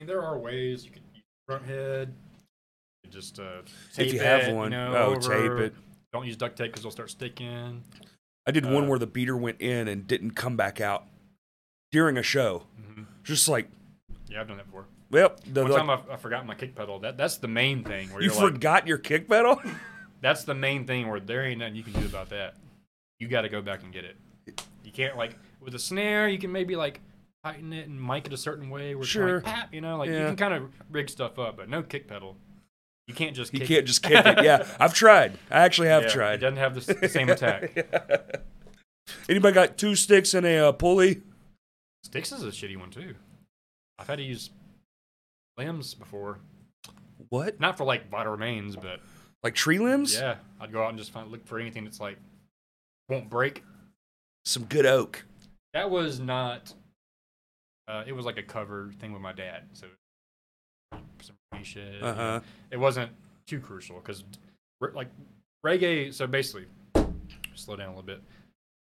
Speaker 2: there are ways you could use front head. You just uh,
Speaker 1: If
Speaker 2: tape
Speaker 1: you have
Speaker 2: it,
Speaker 1: one.
Speaker 2: know,
Speaker 1: Oh, tape
Speaker 2: over.
Speaker 1: it.
Speaker 2: Don't use duct tape because they'll start sticking.
Speaker 1: I did one
Speaker 2: Uh,
Speaker 1: where the beater went in and didn't come back out during a show. Just like,
Speaker 2: Yeah, I've done that before.
Speaker 1: well, the,
Speaker 2: Mm-hmm. One
Speaker 1: like,
Speaker 2: time I, I forgot my kick pedal. That that's the main thing where
Speaker 1: you
Speaker 2: are like,
Speaker 1: forgot your kick pedal.
Speaker 2: that's the main thing where there ain't nothing you can do about that. You got to go back and get it. You can't like with a snare. You can maybe like tighten it and mic it a certain way. Where it's kinda
Speaker 1: Sure.
Speaker 2: like, pap, you know, like
Speaker 1: Yeah.
Speaker 2: you can kind of rig stuff up, but no kick pedal. You can't just
Speaker 1: you
Speaker 2: kick it.
Speaker 1: can't just kick it. Yeah, I've tried. I actually have
Speaker 2: Yeah, It
Speaker 1: tried.
Speaker 2: doesn't have the, s- the same attack.
Speaker 1: Anybody got two sticks and a uh, pulley?
Speaker 2: Sticks is a shitty one too. I've had to use limbs before,
Speaker 1: What?
Speaker 2: not for like vital remains, but
Speaker 1: Like tree limbs?
Speaker 2: yeah, I'd go out and just find look for anything that's like won't break.
Speaker 1: Some good oak.
Speaker 2: That was not. Uh, it was like a cover thing with my dad, so some free shit.
Speaker 1: Uh huh.
Speaker 2: It wasn't too crucial because, like, reggae. So basically, slow down a little bit.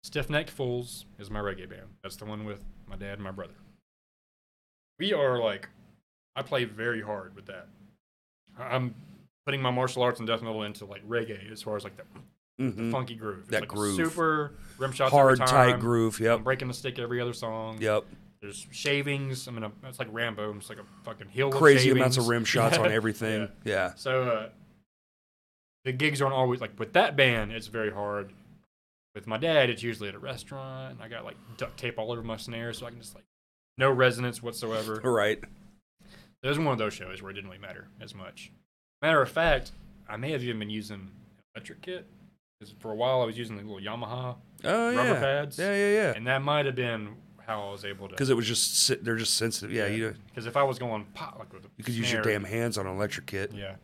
Speaker 2: Stiff Necked Fools is my reggae band. That's the one with my dad and my brother. We are like, I play very hard with that. I- I'm putting my martial arts and death metal into like reggae as far as like the
Speaker 1: hmm
Speaker 2: funky groove. It's
Speaker 1: That
Speaker 2: like
Speaker 1: groove.
Speaker 2: super rim shots, every
Speaker 1: Hard, tight
Speaker 2: time.
Speaker 1: groove.
Speaker 2: I'm
Speaker 1: Yep.
Speaker 2: breaking the stick every other song.
Speaker 1: Yep.
Speaker 2: There's shavings. I mean, I'm- it's like Rambo. It's like a fucking hill.
Speaker 1: Crazy
Speaker 2: of
Speaker 1: amounts of
Speaker 2: shavings.
Speaker 1: rim shots on
Speaker 2: Yeah.
Speaker 1: everything. Yeah.
Speaker 2: So uh, the gigs aren't always like with that band. It's very hard. With my dad, it's usually at a restaurant. And I got like duct tape all over my snare, so I can just like no resonance whatsoever.
Speaker 1: All right.
Speaker 2: It was one of those shows where it didn't really matter as much. Matter of fact, I may have even been using electric kit. 'Cause for a while, I was using the little Yamaha,
Speaker 1: Oh
Speaker 2: Rubber
Speaker 1: yeah.
Speaker 2: pads.
Speaker 1: Yeah, yeah, yeah.
Speaker 2: and that might have been how I was able to.
Speaker 1: Because it was just si- they're just sensitive. Yeah, you
Speaker 2: Because if I was going pop, like with a
Speaker 1: you could use your
Speaker 2: snare,
Speaker 1: damn hands on an electric kit.
Speaker 2: Yeah.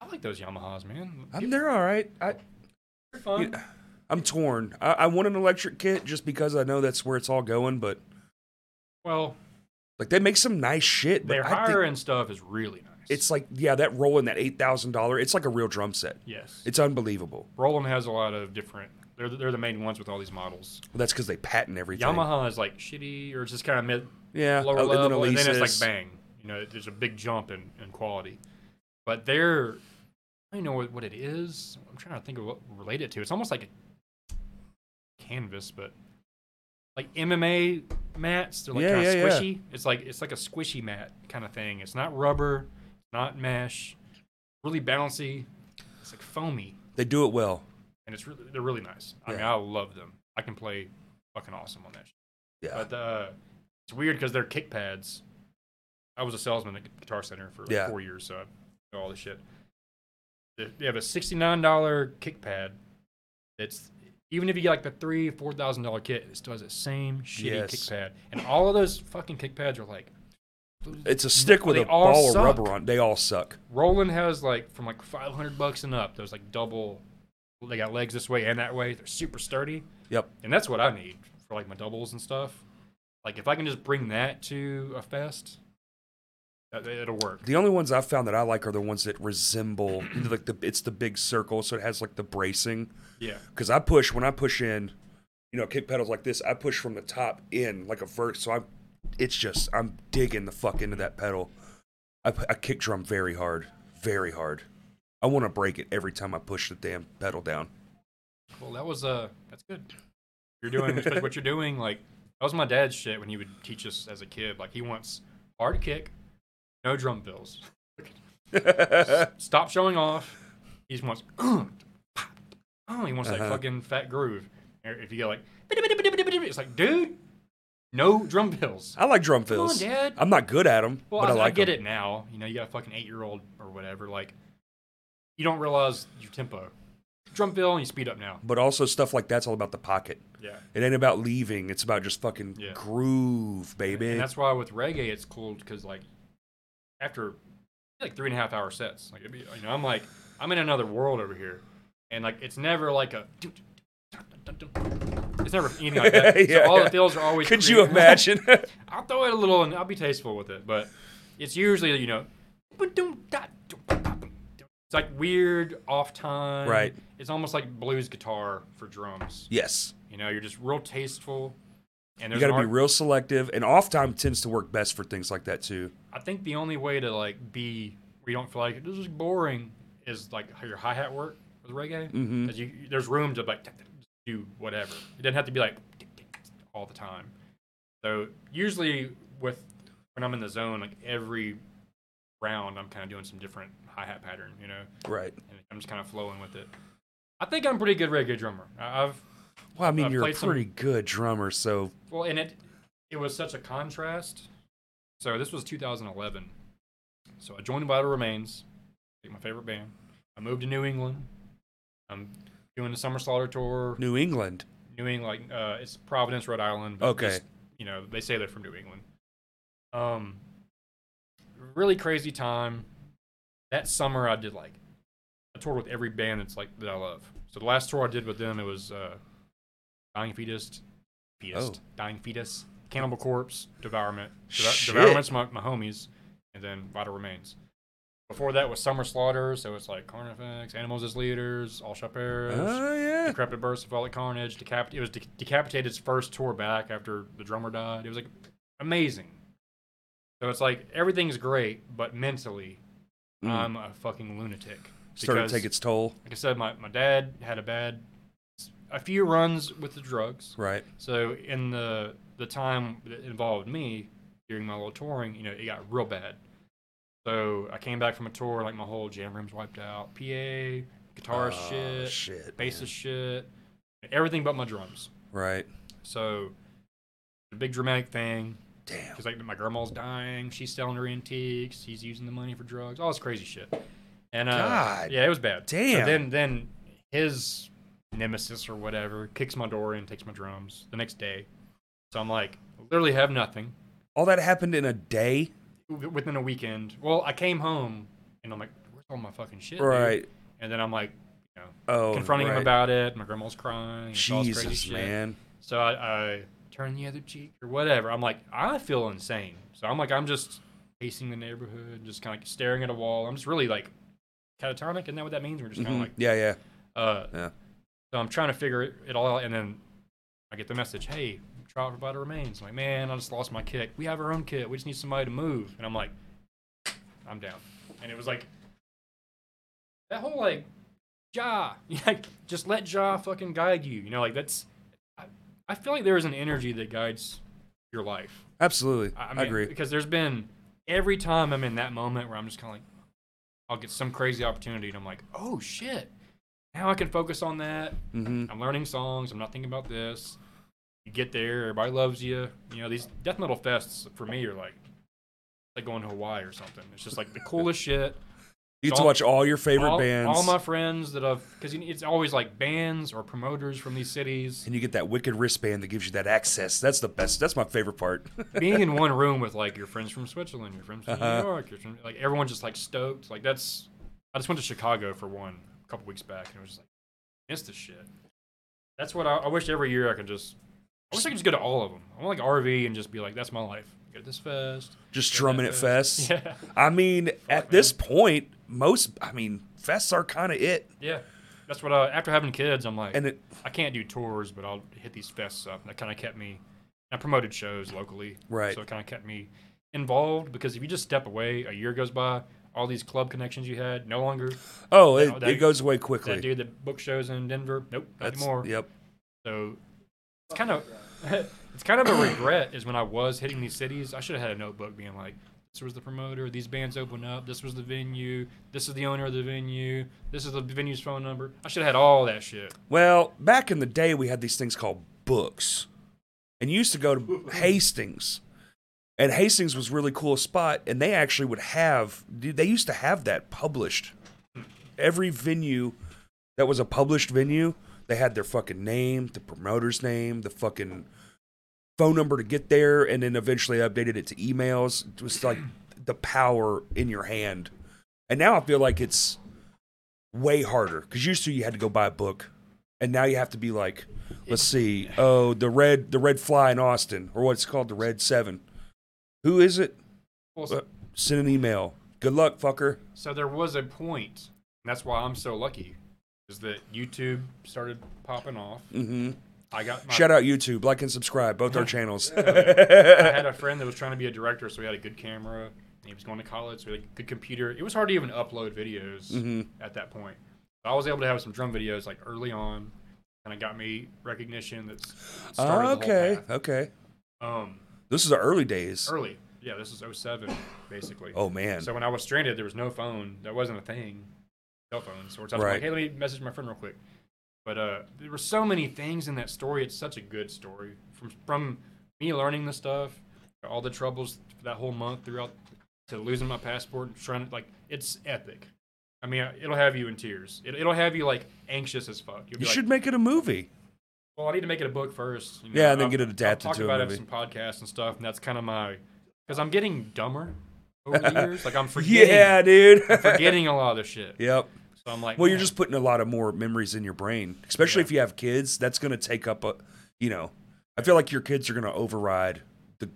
Speaker 2: I like those Yamahas, man.
Speaker 1: I'm they're all right. I
Speaker 2: They're fun.
Speaker 1: you- I'm torn. I, I want an electric kit just because I know that's where it's all going. But
Speaker 2: Well,
Speaker 1: like they make some nice shit. But
Speaker 2: their
Speaker 1: I
Speaker 2: higher
Speaker 1: think
Speaker 2: end stuff is really nice.
Speaker 1: it's like yeah, that rolling that eight thousand dollar. It's like a real drum set.
Speaker 2: yes.
Speaker 1: It's unbelievable.
Speaker 2: Roland has a lot of different. They're the, they're the main ones with all these models.
Speaker 1: Well, that's because they patent everything.
Speaker 2: Yamaha is like shitty or just kind of mid
Speaker 1: yeah,
Speaker 2: lower
Speaker 1: oh,
Speaker 2: level, and then, it's
Speaker 1: Elisa's.
Speaker 2: like bang. You know, there's a big jump in, in quality. But they're, I don't know what, what it is. I'm trying to think of what relate it to. It's almost like a canvas, but like MMA mats. They're like
Speaker 1: Yeah,
Speaker 2: kind of
Speaker 1: yeah, yeah.
Speaker 2: squishy. It's like it's like a squishy mat kind of thing. It's not rubber, not mesh, really bouncy. It's like foamy,
Speaker 1: They do it well.
Speaker 2: and it's really they're really nice. I mean,
Speaker 1: Yeah.
Speaker 2: I love them. I can play fucking awesome on that. shit.
Speaker 1: Yeah,
Speaker 2: But uh, it's weird because they're kick pads. I was a salesman at Guitar Center for like
Speaker 1: Yeah.
Speaker 2: four years, so I know all this shit. They they have a sixty-nine dollar kick pad. That's even if you get like the three, four thousand dollar kit, it still has that same shitty
Speaker 1: Yes.
Speaker 2: kick pad. And all of those fucking kick pads are like
Speaker 1: it's a stick with
Speaker 2: They
Speaker 1: a
Speaker 2: all
Speaker 1: ball
Speaker 2: suck.
Speaker 1: of rubber on. They all suck.
Speaker 2: Roland has like from like five hundred bucks and up. Those like double. They got legs this way and that way. They're super sturdy.
Speaker 1: Yep.
Speaker 2: and that's what I need for like my doubles and stuff. Like if I can just bring that to a fest, that, it'll work.
Speaker 1: The only ones I've found that I like are the ones that resemble like the it's the big circle, so it has like the bracing.
Speaker 2: Yeah,
Speaker 1: Because I push when I push in, you know, kick pedals like this. I push from the top in like a vert, so I'm. It's just I'm digging the fuck into that pedal. I, pu- I kick drum very hard, very hard. I want to break it every time I push the damn pedal down.
Speaker 2: well that was uh that's good. You're doing especially what you're doing. Like that was my dad's shit when he would teach us as a kid. Like he wants hard kick, no drum fills. Stop showing off. He just wants oh, he wants that
Speaker 1: Uh-huh.
Speaker 2: fucking fat groove. Or If you go like it's like dude, no drum fills.
Speaker 1: I like drum
Speaker 2: Come on,
Speaker 1: fills.
Speaker 2: Dad.
Speaker 1: I'm not good at them,
Speaker 2: Well,
Speaker 1: but
Speaker 2: I,
Speaker 1: I,
Speaker 2: I
Speaker 1: like
Speaker 2: get
Speaker 1: 'em.
Speaker 2: it now. You know, you got a fucking eight year old or whatever. Like, you don't realize your tempo. Drum fill and you speed up now.
Speaker 1: But also stuff like that's all about the pocket.
Speaker 2: Yeah.
Speaker 1: It ain't about leaving. It's about just fucking
Speaker 2: Yeah.
Speaker 1: groove, baby.
Speaker 2: And that's why with reggae, it's cool because, like, after like three and a half hour sets, like, it'd be, you know, I'm like, I'm in another world over here. And, like, it's never like a. It's never anything like that.
Speaker 1: Yeah,
Speaker 2: so all
Speaker 1: yeah.
Speaker 2: the fills are always.
Speaker 1: Could you
Speaker 2: creative.
Speaker 1: imagine?
Speaker 2: I'll throw it a little and I'll be tasteful with it, but it's usually, you know, it's like weird off time.
Speaker 1: Right.
Speaker 2: It's almost like blues guitar for drums.
Speaker 1: yes.
Speaker 2: You know, you're just real tasteful. And
Speaker 1: You
Speaker 2: there's
Speaker 1: got to
Speaker 2: an
Speaker 1: be
Speaker 2: art-
Speaker 1: real selective, and off time tends to work best for things like that too.
Speaker 2: I think the only way to like be where you don't feel like this is boring is like how your hi hat work with reggae.
Speaker 1: Mhm.
Speaker 2: 'Cause You, there's room to like do whatever. It doesn't have to be like all the time. So usually with when I'm in the zone, like every round, I'm kind of doing some different hi hat pattern, you know,
Speaker 1: Right.
Speaker 2: and I'm just kind of flowing with it. I think I'm a pretty good reggae drummer. I- I've
Speaker 1: Well, I mean,
Speaker 2: I've
Speaker 1: you're a
Speaker 2: played Uh, some-
Speaker 1: pretty good drummer, so
Speaker 2: Well, and it it was such a contrast. So this was 2011. So I joined Vital Remains, like my favorite band. I moved to New England. I'm doing the Summer Slaughter tour.
Speaker 1: New England.
Speaker 2: New England, like uh, it's Providence, Rhode Island. but
Speaker 1: Okay.
Speaker 2: just, you know they say they're from New England. Um, really crazy time. That summer, I did like I toured with every band that's like that I love. So the last tour I did with them, it was uh, Dying Fetus, Fetus,
Speaker 1: Oh.
Speaker 2: Dying Fetus, Cannibal Corpse, Devourment.
Speaker 1: Shit.
Speaker 2: Devou- Devourment's my, my homies, and then Vital Remains. Before that was Summer Slaughter, so it's like Carnifex, Animals as Leaders, All Chaperos,
Speaker 1: Oh yeah.
Speaker 2: Decrepit Birth, Cephalic Carnage, Decapit- it was De- Decapitated's first tour back after the drummer died. It was like amazing. So it's like everything's great, but mentally,
Speaker 1: Mm.
Speaker 2: I'm a fucking lunatic.
Speaker 1: Starting to
Speaker 2: um, because,
Speaker 1: take its toll.
Speaker 2: Like I said, my, my dad had a bad, a few runs with the drugs.
Speaker 1: Right.
Speaker 2: So in the the time that involved me during my little touring, you know, it got real bad. So I came back from a tour, like my whole jam room's wiped out, PA, guitar
Speaker 1: Oh,
Speaker 2: shit,
Speaker 1: shit,
Speaker 2: bass
Speaker 1: man.
Speaker 2: shit, everything but my drums.
Speaker 1: Right.
Speaker 2: So the big dramatic thing,
Speaker 1: Damn.
Speaker 2: because like my grandma's dying, she's selling her antiques, he's using the money for drugs, all this crazy shit. And uh,
Speaker 1: God
Speaker 2: yeah, it was bad. So
Speaker 1: damn.
Speaker 2: then then his nemesis or whatever kicks my door in, takes my drums the next day. So I'm like, literally have nothing
Speaker 1: All that happened in a day,
Speaker 2: w- within a weekend. Well, I came home and I'm like, where's all my fucking shit? dude?"
Speaker 1: right?
Speaker 2: And then I'm like, you know,
Speaker 1: Oh,
Speaker 2: confronting
Speaker 1: right.
Speaker 2: him about it. My grandma's crying. it's all this crazy
Speaker 1: Jesus,
Speaker 2: shit.
Speaker 1: man.
Speaker 2: So I, I turn the other cheek or whatever. I'm like, I feel insane. So I'm like, I'm just pacing the neighborhood, just kind of like staring at a wall. I'm just really like catatonic. Isn't that what that means? We're just kind of
Speaker 1: Mhm.
Speaker 2: like,
Speaker 1: yeah, yeah.
Speaker 2: uh,
Speaker 1: Yeah.
Speaker 2: So I'm trying to figure it, it all out. And then I get the message, hey, trial provider remains. I'm like, man, I just lost my kit. We have our own kit. We just need somebody to move. And I'm like, I'm down. And it was like, that whole like, Ja, like, just let Ja fucking guide you. You know, like that's, I, I feel like there is an energy that guides your life.
Speaker 1: Absolutely.
Speaker 2: I, I
Speaker 1: I,
Speaker 2: mean,
Speaker 1: agree.
Speaker 2: Because there's been every time I'm in that moment where I'm just kind of like, I'll get some crazy opportunity and I'm like, oh shit, now I can focus on that.
Speaker 1: hmm
Speaker 2: I'm learning songs. I'm not thinking about this. You get there, everybody loves you. You know, these death metal fests for me are like, like going to Hawaii or something. It's just like the coolest shit.
Speaker 1: You get to
Speaker 2: all-
Speaker 1: watch all your favorite
Speaker 2: all,
Speaker 1: bands,
Speaker 2: all my friends that I've, because it's always like bands or promoters from these cities.
Speaker 1: and you get that wicked wristband that gives you that access. That's the best. That's my favorite part.
Speaker 2: being in one room with like your friends from Switzerland, your friends from
Speaker 1: Uh-huh.
Speaker 2: New York, your, friend- like everyone's just like stoked. Like that's, I just went to Chicago for one a couple weeks back, and it was just like, miss this shit. That's what I, I wish every year I could just. I wish I could just go to all of them. I want like RV and just be like, that's my life. Go to this fest.
Speaker 1: Just
Speaker 2: go to that
Speaker 1: drumming at fests.
Speaker 2: Yeah,
Speaker 1: I mean, at this point, most. I mean, fests are kind of it,
Speaker 2: yeah. That's what I. After having kids, I'm like,
Speaker 1: and it
Speaker 2: I can't do tours, but I'll hit these fests up. And that kind of kept me. I promoted shows locally,
Speaker 1: Right.
Speaker 2: So it kind of kept me involved because if you just step away, a year goes by, all these club connections you had no longer.
Speaker 1: oh, it,
Speaker 2: that-
Speaker 1: it goes away
Speaker 2: That
Speaker 1: quickly.
Speaker 2: dude that booked shows in Denver, nope, not
Speaker 1: That's
Speaker 2: anymore.
Speaker 1: yep.
Speaker 2: So it's kind of it's kind of a regret is when I was hitting these cities, I should have had a notebook being like, this was the promoter, these bands open up, this was the venue, this is the owner of the venue, this is the venue's phone number. I should have had all that shit.
Speaker 1: Well, back in the day, we had these things called books, and you used to go to Hastings, and Hastings was a really cool spot, and they actually would have they used to have that published. Every venue that was a published venue, they had their fucking name, the promoter's name, the fucking phone number to get there, and then eventually updated it to emails. It was like the power in your hand, and now I feel like it's way harder because used to you had to go buy a book and now you have to be like let's see oh the red the red fly in austin or what's called the red seven who is it
Speaker 2: Well,
Speaker 1: Uh, send an email good luck fucker
Speaker 2: So there was a point, and that's why I'm so lucky, is that YouTube started popping off.
Speaker 1: hmm
Speaker 2: I got my,
Speaker 1: shout out youtube like and subscribe both our channels
Speaker 2: I had a friend that was trying to be a director, so he had a good camera. And he was going to college, so he had a good computer. It was hard to even upload videos
Speaker 1: Mhm.
Speaker 2: at that point. But I was able to have some drum videos like early on, and it got me recognition that's started the
Speaker 1: okay
Speaker 2: whole path.
Speaker 1: okay
Speaker 2: Um,
Speaker 1: this is the early days
Speaker 2: early, yeah, this is 07, basically.
Speaker 1: oh man
Speaker 2: So when I was stranded, there was no phone. That wasn't a thing. Cell phones. Or something
Speaker 1: Right.
Speaker 2: like, hey, let me message my friend real quick. But uh, there were so many things in that story. It's such a good story. From from me learning the stuff, to all the troubles that whole month throughout, to losing my passport, and trying to like, it's epic. I mean, it'll have you in tears. It, it'll have you like anxious as fuck. You'll be
Speaker 1: you
Speaker 2: like,
Speaker 1: should make it a movie
Speaker 2: well, I need to make it a book first. you
Speaker 1: Yeah, and then
Speaker 2: I've-
Speaker 1: get it adapted
Speaker 2: I've talked
Speaker 1: to a
Speaker 2: about
Speaker 1: movie.
Speaker 2: it in some podcasts and stuff, and that's kind of my because I'm getting dumber over the years. Like I'm forgetting
Speaker 1: yeah dude
Speaker 2: forgetting a lot of this shit.
Speaker 1: yep
Speaker 2: So I'm like,
Speaker 1: Well, you're
Speaker 2: man,
Speaker 1: just putting a lot of more memories in your brain, especially
Speaker 2: Yeah.
Speaker 1: if you have kids. That's going to take up a, you know, I feel like your kids are going to override the,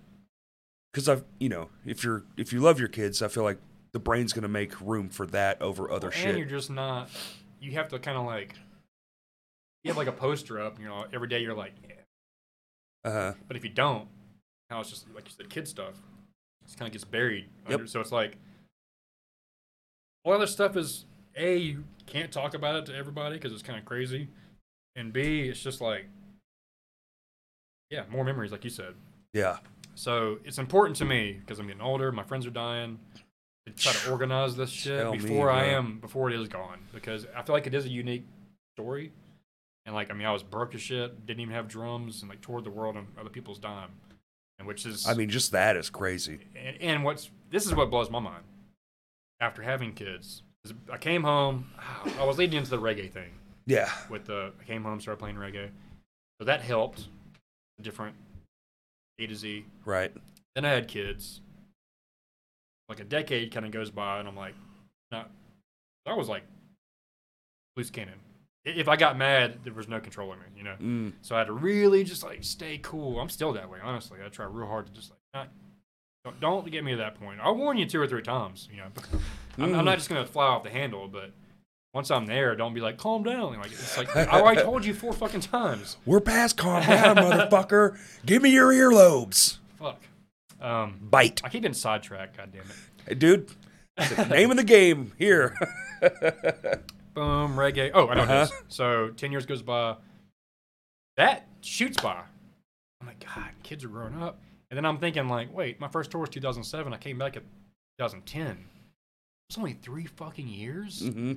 Speaker 1: because I've, you know, if you're if you love your kids, I feel like the brain's going to make room for that over other
Speaker 2: and you're
Speaker 1: shit.
Speaker 2: just not. You have to kind of like, you have like a poster up, and you're all, every day you're like, yeah.
Speaker 1: Uh huh.
Speaker 2: but if you don't, now it's just like you said, kid stuff. It's kind of gets buried.
Speaker 1: Yep.
Speaker 2: Under, so it's like, all other stuff is a you can't talk about it to everybody because it's kind of crazy, and b it's just like, yeah, more memories like you said.
Speaker 1: Yeah.
Speaker 2: So it's important to me because I'm getting older. My friends are dying. To try to organize this shit
Speaker 1: Tell me,
Speaker 2: before I
Speaker 1: bro.
Speaker 2: am before it is gone because I feel like it is a unique story. And like I mean, I was broke as shit. Didn't even have drums and like toured the world on other people's dime, and which is
Speaker 1: I mean, just that is crazy.
Speaker 2: and, and what's this is what blows my mind. After having kids, I came home. I was leading into the reggae thing
Speaker 1: Yeah.
Speaker 2: with the. I came home, started playing reggae, so that helped. Different A to Z.
Speaker 1: Right.
Speaker 2: Then I had kids. Like a decade kind of goes by, and I'm like, not. I was like, loose cannon. I- If I got mad, there was no controlling me, you know.
Speaker 1: Mm.
Speaker 2: So I had to really just like stay cool. I'm still that way, honestly. I try real hard to just like not. Don't, don't get me to that point. I'll warn you two or three times. You know, I'm, I'm not just gonna fly off the handle, but once I'm there, don't be like, calm down. Like it's like I already told you four fucking times.
Speaker 1: We're past calm down, motherfucker. Give me your earlobes.
Speaker 2: Fuck. Um,
Speaker 1: Bite.
Speaker 2: I keep getting sidetracked. God damn it.
Speaker 1: Hey, dude, it's the name of the game here.
Speaker 2: Boom reggae. Oh, I know this.
Speaker 1: Uh-huh.
Speaker 2: So ten years goes by. That shoots by. I'm like, God, kids are growing up. And then I'm thinking, like, wait, my first tour was 2007. I came back at 2010. It's only three fucking years.
Speaker 1: hmm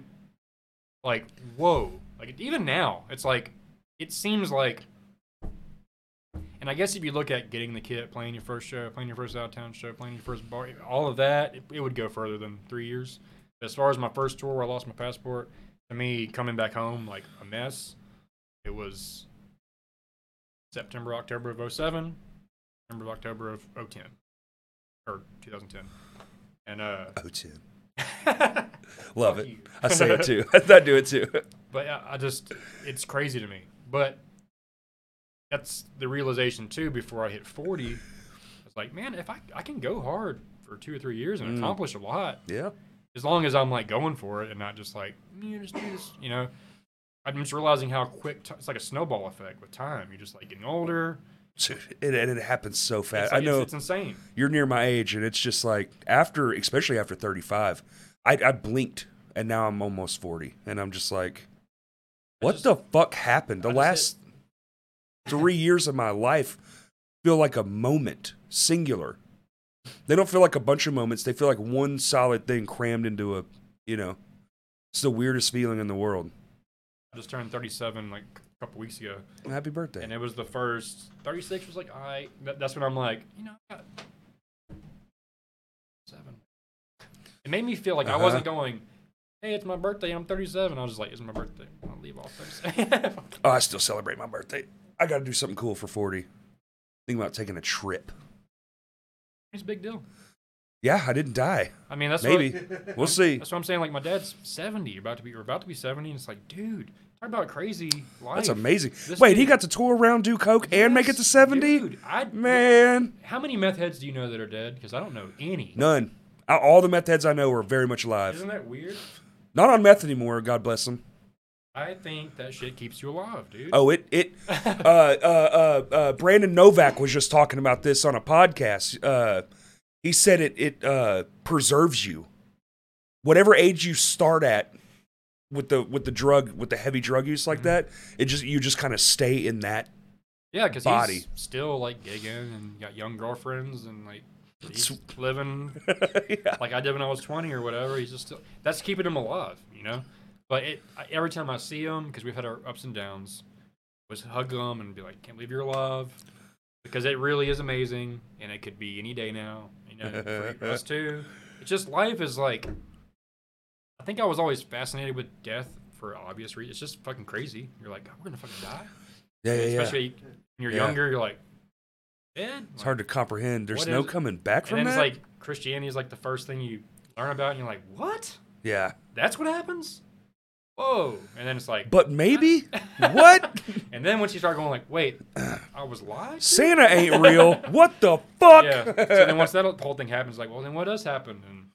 Speaker 2: like whoa like even now it's like it seems like and i guess if you look at getting the kit playing your first show playing your first out of town show playing your first bar all of that it, it would go further than three years as far as my first tour where i lost my passport to me coming back home like a mess it was september october of 07 september october of 010 or 2010 and uh
Speaker 1: Oh, too. Love
Speaker 2: Fuck
Speaker 1: it.
Speaker 2: you.
Speaker 1: I say it too. I do it too.
Speaker 2: But I, I just, it's crazy to me. But that's the realization too. Before I hit forty, I was like, man, if I I can go hard for two or three years and
Speaker 1: Mm.
Speaker 2: accomplish a lot,
Speaker 1: Yeah.
Speaker 2: as long as I'm like going for it and not just like, you just do this, you know. I'm just realizing how quick t- it's like a snowball effect with time. You're just like getting older.
Speaker 1: Dude, it, and it happens so
Speaker 2: It's,
Speaker 1: fast.
Speaker 2: like-
Speaker 1: I
Speaker 2: it's-
Speaker 1: know
Speaker 2: it's insane.
Speaker 1: you're near my age, and it's just like after, especially after 35, I, I blinked, and now I'm almost 40, and I'm just like,
Speaker 2: I
Speaker 1: what
Speaker 2: just-
Speaker 1: the fuck happened? The
Speaker 2: I
Speaker 1: last
Speaker 2: just
Speaker 1: three years of my life feel like a moment, singular. They don't feel like a bunch of moments. They feel like one solid thing crammed into a, you know, it's the weirdest feeling in the world.
Speaker 2: I just turned 37 like a couple weeks ago.
Speaker 1: Happy birthday.
Speaker 2: and it was the first 36 was like all right That- that's when i'm like you know I got seven it made me feel like
Speaker 1: Uh-huh.
Speaker 2: i wasn't going hey it's my birthday i'm 37 i was just like it's my birthday i'll leave all 37
Speaker 1: Oh, I still celebrate my birthday. I got to do something cool for 40. Think about taking a trip.
Speaker 2: it's a big deal
Speaker 1: Yeah, I didn't die.
Speaker 2: i mean that's
Speaker 1: Maybe.
Speaker 2: what,
Speaker 1: We'll see.
Speaker 2: that's what i'm saying like my dad's 70 you're about to be you're about to be 70 and it's like dude talk about crazy life
Speaker 1: That's amazing.
Speaker 2: This
Speaker 1: Wait,
Speaker 2: dude-
Speaker 1: he got to tour around, do coke, and make it to
Speaker 2: Yes,
Speaker 1: 70?
Speaker 2: dude, I,
Speaker 1: Man.
Speaker 2: how many meth heads do you know that are dead because i don't know any
Speaker 1: None. I- All the meth heads I know are very much alive.
Speaker 2: isn't that weird
Speaker 1: Not on meth anymore, God bless them.
Speaker 2: i think that shit keeps you alive dude
Speaker 1: Oh, it it. Uh, uh, uh, uh, Brandon Novak was just talking about this on a podcast. Uh, he said it it uh, preserves you. Whatever age you start at with the with the drug with the heavy drug use
Speaker 2: Mm-hmm.
Speaker 1: like that, it just you just kind of stay in that.
Speaker 2: Yeah, because
Speaker 1: body.
Speaker 2: he's still like gigging and got young girlfriends and like he's
Speaker 1: It's-
Speaker 2: living
Speaker 1: yeah.
Speaker 2: like I did when I was twenty or whatever. He's just still that's keeping him alive, you know. But it, I, every time I see him, because we've had our ups and downs, was hug him and be like, "Can't believe you're alive," because it really is amazing, and it could be any day now, you know, for us too. It's just life is like. I think I was always fascinated with death for obvious reasons. It's just fucking crazy. You're like, we're gonna fucking die.
Speaker 1: Yeah, yeah, yeah.
Speaker 2: Especially when you're
Speaker 1: Yeah.
Speaker 2: younger, you're like, dead.
Speaker 1: It's hard to comprehend. There's
Speaker 2: What
Speaker 1: no
Speaker 2: is-
Speaker 1: coming back
Speaker 2: and
Speaker 1: from
Speaker 2: then it's
Speaker 1: that.
Speaker 2: like Christianity is like the first thing you learn about, and you're like, what?
Speaker 1: yeah,
Speaker 2: That's what happens? Whoa! And then it's like,
Speaker 1: but maybe what?
Speaker 2: and then once you start going like, wait, I was lied. to?
Speaker 1: Santa ain't real. What the fuck?
Speaker 2: Yeah. So then once that whole thing happens, like, well, then what does happen? And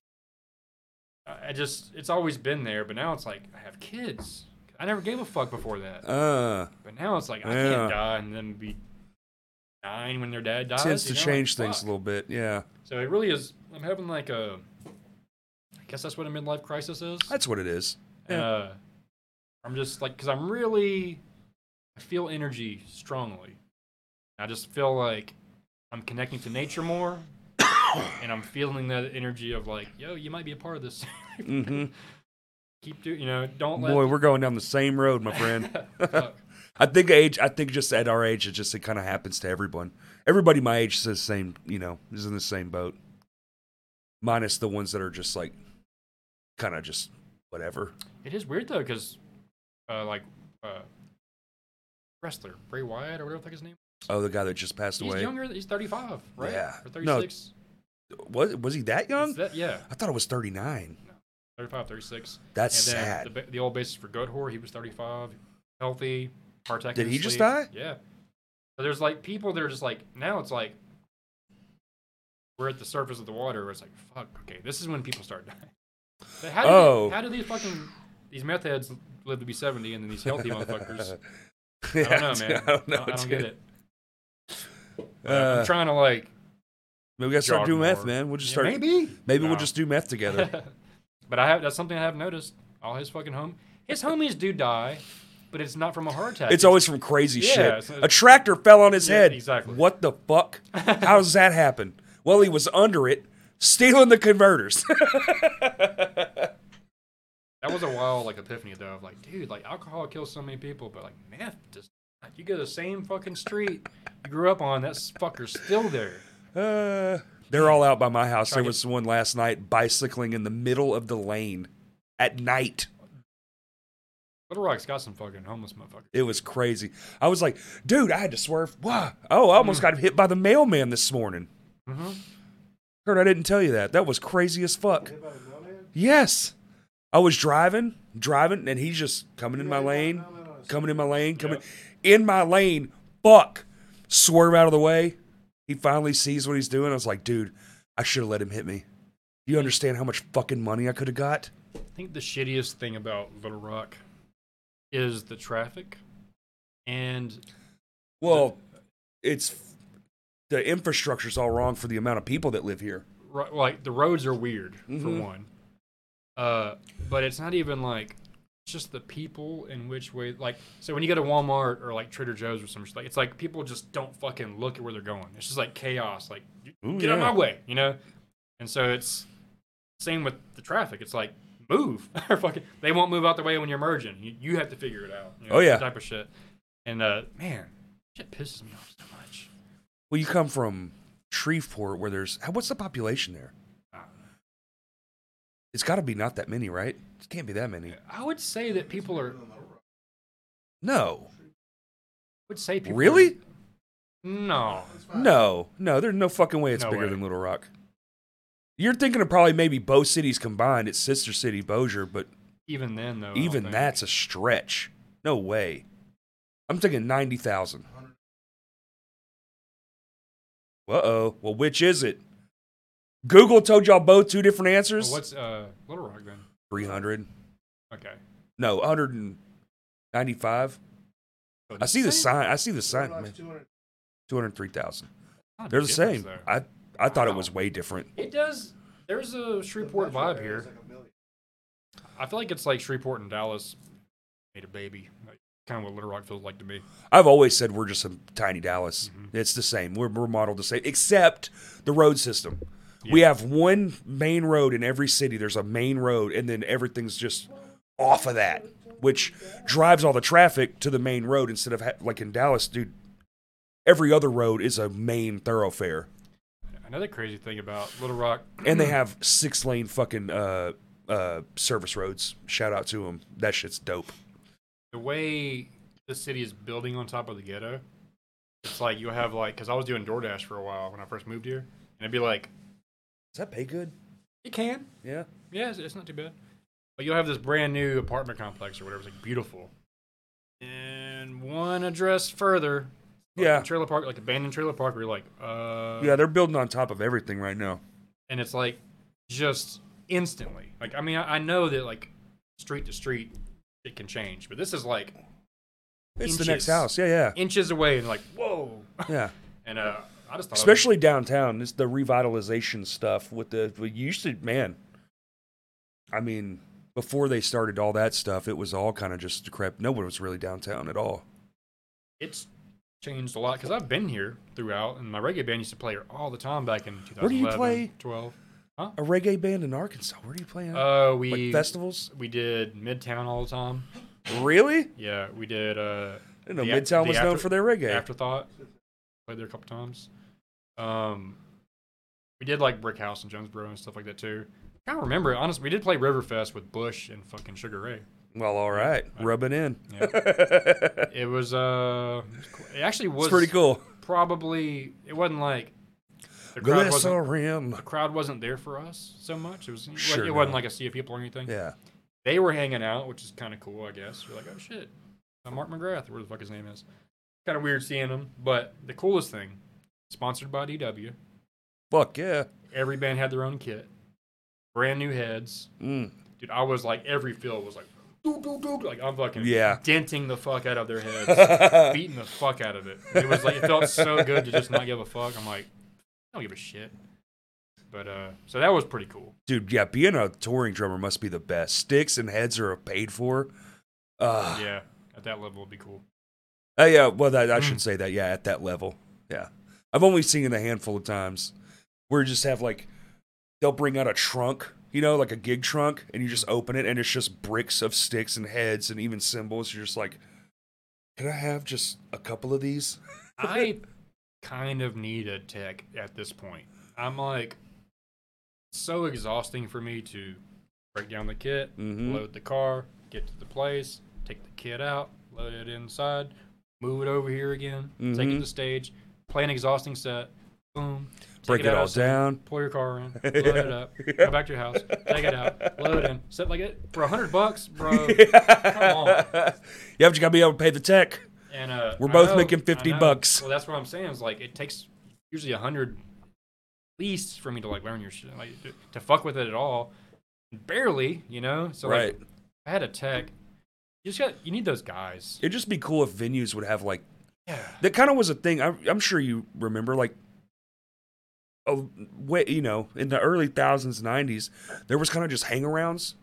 Speaker 2: I I just, it's always been there, but now it's like I have kids. I never gave a fuck before that,
Speaker 1: uh,
Speaker 2: but now it's like I
Speaker 1: Yeah.
Speaker 2: can't die and then be nine when their dad dies.
Speaker 1: tends to
Speaker 2: you know? Like,
Speaker 1: change things
Speaker 2: fuck.
Speaker 1: a little bit. Yeah,
Speaker 2: So it really is. I'm having like a. I guess that's what a midlife crisis is.
Speaker 1: that's what it is.
Speaker 2: And, uh, I'm just like, because I'm really. I feel energy strongly. I just feel like I'm connecting to nature more. and I'm feeling that energy of like, yo, you might be a part of this.
Speaker 1: hmm
Speaker 2: Keep doing, you know, don't let. Uh,
Speaker 1: Boy, we're going down the same road, my friend.
Speaker 2: Fuck.
Speaker 1: I think age. I think just at our age, it just it kind of happens to everyone. Everybody my age says the same. You know, is in the same boat. Minus the ones that are just like, kind of just whatever.
Speaker 2: It is weird though, because uh, like uh, wrestler Bray Wyatt or whatever the fuck his name.
Speaker 1: Oh, the guy that just passed
Speaker 2: He's
Speaker 1: away.
Speaker 2: younger. He's thirty five, right?
Speaker 1: Yeah.
Speaker 2: Or
Speaker 1: No,
Speaker 2: thirty six.
Speaker 1: Was was he that young?
Speaker 2: that, yeah,
Speaker 1: I thought it was 39.
Speaker 2: 35, 36.
Speaker 1: That's
Speaker 2: and then
Speaker 1: sad.
Speaker 2: The, ba- the old basis for Goat Whore, he was 35, healthy, partaking.
Speaker 1: Did
Speaker 2: in
Speaker 1: he just
Speaker 2: sleep.
Speaker 1: die?
Speaker 2: Yeah. But there's like people that are just like, now it's like, we're at the surface of the water where it's like, fuck, okay, this is when people start dying. But how do,
Speaker 1: Oh.
Speaker 2: how do these fucking, these meth heads live to be 70 and then these healthy motherfuckers? I
Speaker 1: Yeah,
Speaker 2: don't know, man.
Speaker 1: I don't know.
Speaker 2: get
Speaker 1: dude.
Speaker 2: it. But
Speaker 1: Uh,
Speaker 2: I'm trying to like,
Speaker 1: maybe we gotta start
Speaker 2: jog
Speaker 1: doing meth,
Speaker 2: more.
Speaker 1: man. We'll just
Speaker 2: yeah,
Speaker 1: start. Maybe,
Speaker 2: maybe.
Speaker 1: we'll
Speaker 2: No.
Speaker 1: just do meth together.
Speaker 2: but I have that's something I have noticed. All his fucking home his homies do die, but it's not from a heart attack.
Speaker 1: it's always from crazy
Speaker 2: Yeah,
Speaker 1: shit.
Speaker 2: it's-
Speaker 1: a tractor fell on his
Speaker 2: Yeah,
Speaker 1: head.
Speaker 2: exactly.
Speaker 1: What the fuck? How does that happen? Well, he was under it, stealing the converters.
Speaker 2: that was a wild like epiphany though of like, dude, like alcohol kills so many people, but like meth does not. You go to the same fucking street you grew up on, that fucker's still there.
Speaker 1: Uh, they're all out by my house.
Speaker 2: Try
Speaker 1: There
Speaker 2: to-
Speaker 1: was one last night bicycling in the middle of the lane at night.
Speaker 2: Little Rock's got some fucking homeless motherfuckers.
Speaker 1: It was crazy. I was like, dude, I had to swerve. Wow. Oh, I
Speaker 2: Mm.
Speaker 1: almost got hit by the mailman this morning.
Speaker 2: Mm-hmm.
Speaker 1: Heard I didn't tell you that. That was crazy as fuck. Yes. I was driving, driving, and he's just coming in my lane, coming in my lane, coming in my lane. Fuck. Swerve out of the way. He finally sees what he's doing. I was like, dude, I should have let him hit me. You understand how much fucking money I could have got?
Speaker 2: I think the shittiest thing about Little Rock is the traffic and
Speaker 1: Well, it's the infrastructure's all wrong for the amount of people that live here.
Speaker 2: ro- like the roads are weird for
Speaker 1: Mhm.
Speaker 2: one uh but it's not even like it's just the people in which way like so when you go to walmart or like trader joe's or some shit like it's like people just don't fucking look at where they're going it's just like chaos like you-
Speaker 1: Ooh,
Speaker 2: get out of
Speaker 1: Oh, yeah.
Speaker 2: my way you know and so it's same with the traffic it's like move or fucking they won't move out the way when you're merging you, you have to figure it out you know,
Speaker 1: Oh, yeah.
Speaker 2: type of shit and uh man shit pisses me off so much
Speaker 1: Well, you come from Shreveport, where there's what's the population there?
Speaker 2: I don't know.
Speaker 1: It's got to be not that many, right? It can't be that many.
Speaker 2: i would say that people are
Speaker 1: No,
Speaker 2: would say people are-
Speaker 1: really?
Speaker 2: No.
Speaker 1: No, no. There's no fucking way it's
Speaker 2: No
Speaker 1: bigger
Speaker 2: way.
Speaker 1: than Little Rock. You're thinking of probably maybe both cities combined. It's sister city Bossier, but
Speaker 2: Even then, though. I don't
Speaker 1: even
Speaker 2: think.
Speaker 1: that's a stretch. No way. I'm thinking ninety thousand. Uh oh. Well, which is it? Google told y'all both two different
Speaker 2: Well,
Speaker 1: answers.
Speaker 2: what's uh, Little Rock then?
Speaker 1: three hundred?
Speaker 2: Okay.
Speaker 1: No, 195.
Speaker 2: So
Speaker 1: I see the
Speaker 2: same-
Speaker 1: sign. I see the sign. man. 203,000.
Speaker 2: not
Speaker 1: They're the
Speaker 2: difference,
Speaker 1: same.
Speaker 2: though.
Speaker 1: I I thought it
Speaker 2: Wow.
Speaker 1: was way different.
Speaker 2: It does. There's a Shreveport vibe here. I feel like it's like Shreveport and Dallas made a baby. Like, kind of what Little Rock feels like to me.
Speaker 1: I've always said we're just a tiny Dallas.
Speaker 2: Mm-hmm.
Speaker 1: It's the same. We're, we're modeled the same, except the road system. We have one main road in every city. There's a main road, and then everything's just off of that, which drives all the traffic to the main road instead of ha- like in Dallas, dude. Every other road is a main thoroughfare.
Speaker 2: Another crazy thing about Little Rock.
Speaker 1: and they have six lane fucking uh uh service roads. Shout out to them. That shit's dope.
Speaker 2: the way the city is building on top of the ghetto, it's like you have like, because I was doing DoorDash for a while when I first moved here, and it'd be like,
Speaker 1: Does that pay good?
Speaker 2: it can.
Speaker 1: Yeah.
Speaker 2: Yeah, it's, it's not too bad. But you'll have this brand new apartment complex or whatever. It's like beautiful. And one address further, like
Speaker 1: Yeah.
Speaker 2: a trailer park, like abandoned trailer park, where you're like, uh,
Speaker 1: Yeah, they're building on top of everything right now.
Speaker 2: and it's like just instantly. Like, I mean, I, I know that like street to street it can change, but this is like
Speaker 1: It's the next
Speaker 2: Inches.
Speaker 1: house. Yeah, yeah.
Speaker 2: inches away and like, whoa.
Speaker 1: Yeah.
Speaker 2: And uh, I just thought, it was-
Speaker 1: Especially downtown. It's the revitalization stuff with the we used to man. I mean, before they started all that stuff, it was all kind of just decrepit. No one was really downtown at all.
Speaker 2: it's changed a lot because I've been here throughout, and my reggae band used to play here all the time back in 2011,
Speaker 1: do you play?
Speaker 2: 12.
Speaker 1: A reggae band in Arkansas. Where do you play at?
Speaker 2: Uh,
Speaker 1: like
Speaker 2: we
Speaker 1: festivals?
Speaker 2: We did Midtown all the time.
Speaker 1: Really?
Speaker 2: Yeah, we did. Uh,
Speaker 1: I didn't know
Speaker 2: the a-
Speaker 1: Midtown
Speaker 2: the
Speaker 1: was known
Speaker 2: after-
Speaker 1: for their reggae.
Speaker 2: Afterthought. Played there a couple times. Um, we did like Brick House and Jonesboro and stuff like that too. I don't remember. Honestly, we did play Riverfest with Bush and fucking Sugar Ray.
Speaker 1: Well, all right, rub it in.
Speaker 2: Yeah. it was uh, it was cool. it actually was
Speaker 1: It's pretty cool.
Speaker 2: Probably it wasn't like the crowd wasn't,
Speaker 1: Glycerin.
Speaker 2: the crowd wasn't there for us so much. It was like,
Speaker 1: Sure
Speaker 2: it wasn't
Speaker 1: not.
Speaker 2: like a sea of people or anything.
Speaker 1: Yeah,
Speaker 2: They were hanging out, which is kind of cool, I guess. You're like, oh shit, Uh, Mark McGrath, where the fuck his name is. Kind of weird seeing him, but the coolest thing, sponsored by DW.
Speaker 1: fuck yeah.
Speaker 2: Every band had their own kit, brand new heads.
Speaker 1: Mm.
Speaker 2: Dude, I was like, every field was like, doo, doo, doo, like I'm fucking
Speaker 1: Yeah.
Speaker 2: denting the fuck out of their heads, beating the fuck out of it. It was like, it felt so good to just not give a fuck. I'm like, I don't give a shit. But, uh, so that was pretty cool.
Speaker 1: Dude, yeah, being a touring drummer must be the best. Sticks and heads are paid for. Uh,
Speaker 2: Yeah, at that level, it'd be cool.
Speaker 1: uh, yeah, well, that,
Speaker 2: Mm.
Speaker 1: I should say that, yeah, at that level. Yeah. I've only seen it a handful of times where you just have like, they'll bring out a trunk, you know, like a gig trunk, and you just open it and it's just bricks of sticks and heads and even symbols. You're just like, can I have just a couple of these?
Speaker 2: I kind of need a tech at this point. I'm like, so exhausting for me to break down the kit,
Speaker 1: Mhm.
Speaker 2: load the car, get to the place, take the kit out, load it inside, move it over here again, take it to
Speaker 1: Mhm.
Speaker 2: the stage, play an exhausting set, boom, take
Speaker 1: Break it
Speaker 2: out
Speaker 1: all
Speaker 2: outside,
Speaker 1: down.
Speaker 2: pull your car in, load it up, go back to your house, take it out, load it in, set like it for a hundred bucks, bro. Come on.
Speaker 1: Yeah, but you got to be able to pay the tech.
Speaker 2: And uh,
Speaker 1: We're
Speaker 2: I
Speaker 1: both
Speaker 2: know-
Speaker 1: making
Speaker 2: I
Speaker 1: 50
Speaker 2: know.
Speaker 1: bucks.
Speaker 2: Well, that's what I'm saying. Is like it takes usually a hundred least for me to like learn your shit, like to, to fuck with it at all. Barely, you know. So like,
Speaker 1: Right.
Speaker 2: if I had a tech. You just got you need those guys.
Speaker 1: It'd just be cool if venues would have like
Speaker 2: Yeah.
Speaker 1: that kind of was a thing. I'm, I'm sure you remember, like, a way, you know, in the early thousands, nineties, there was kind of just hangarounds.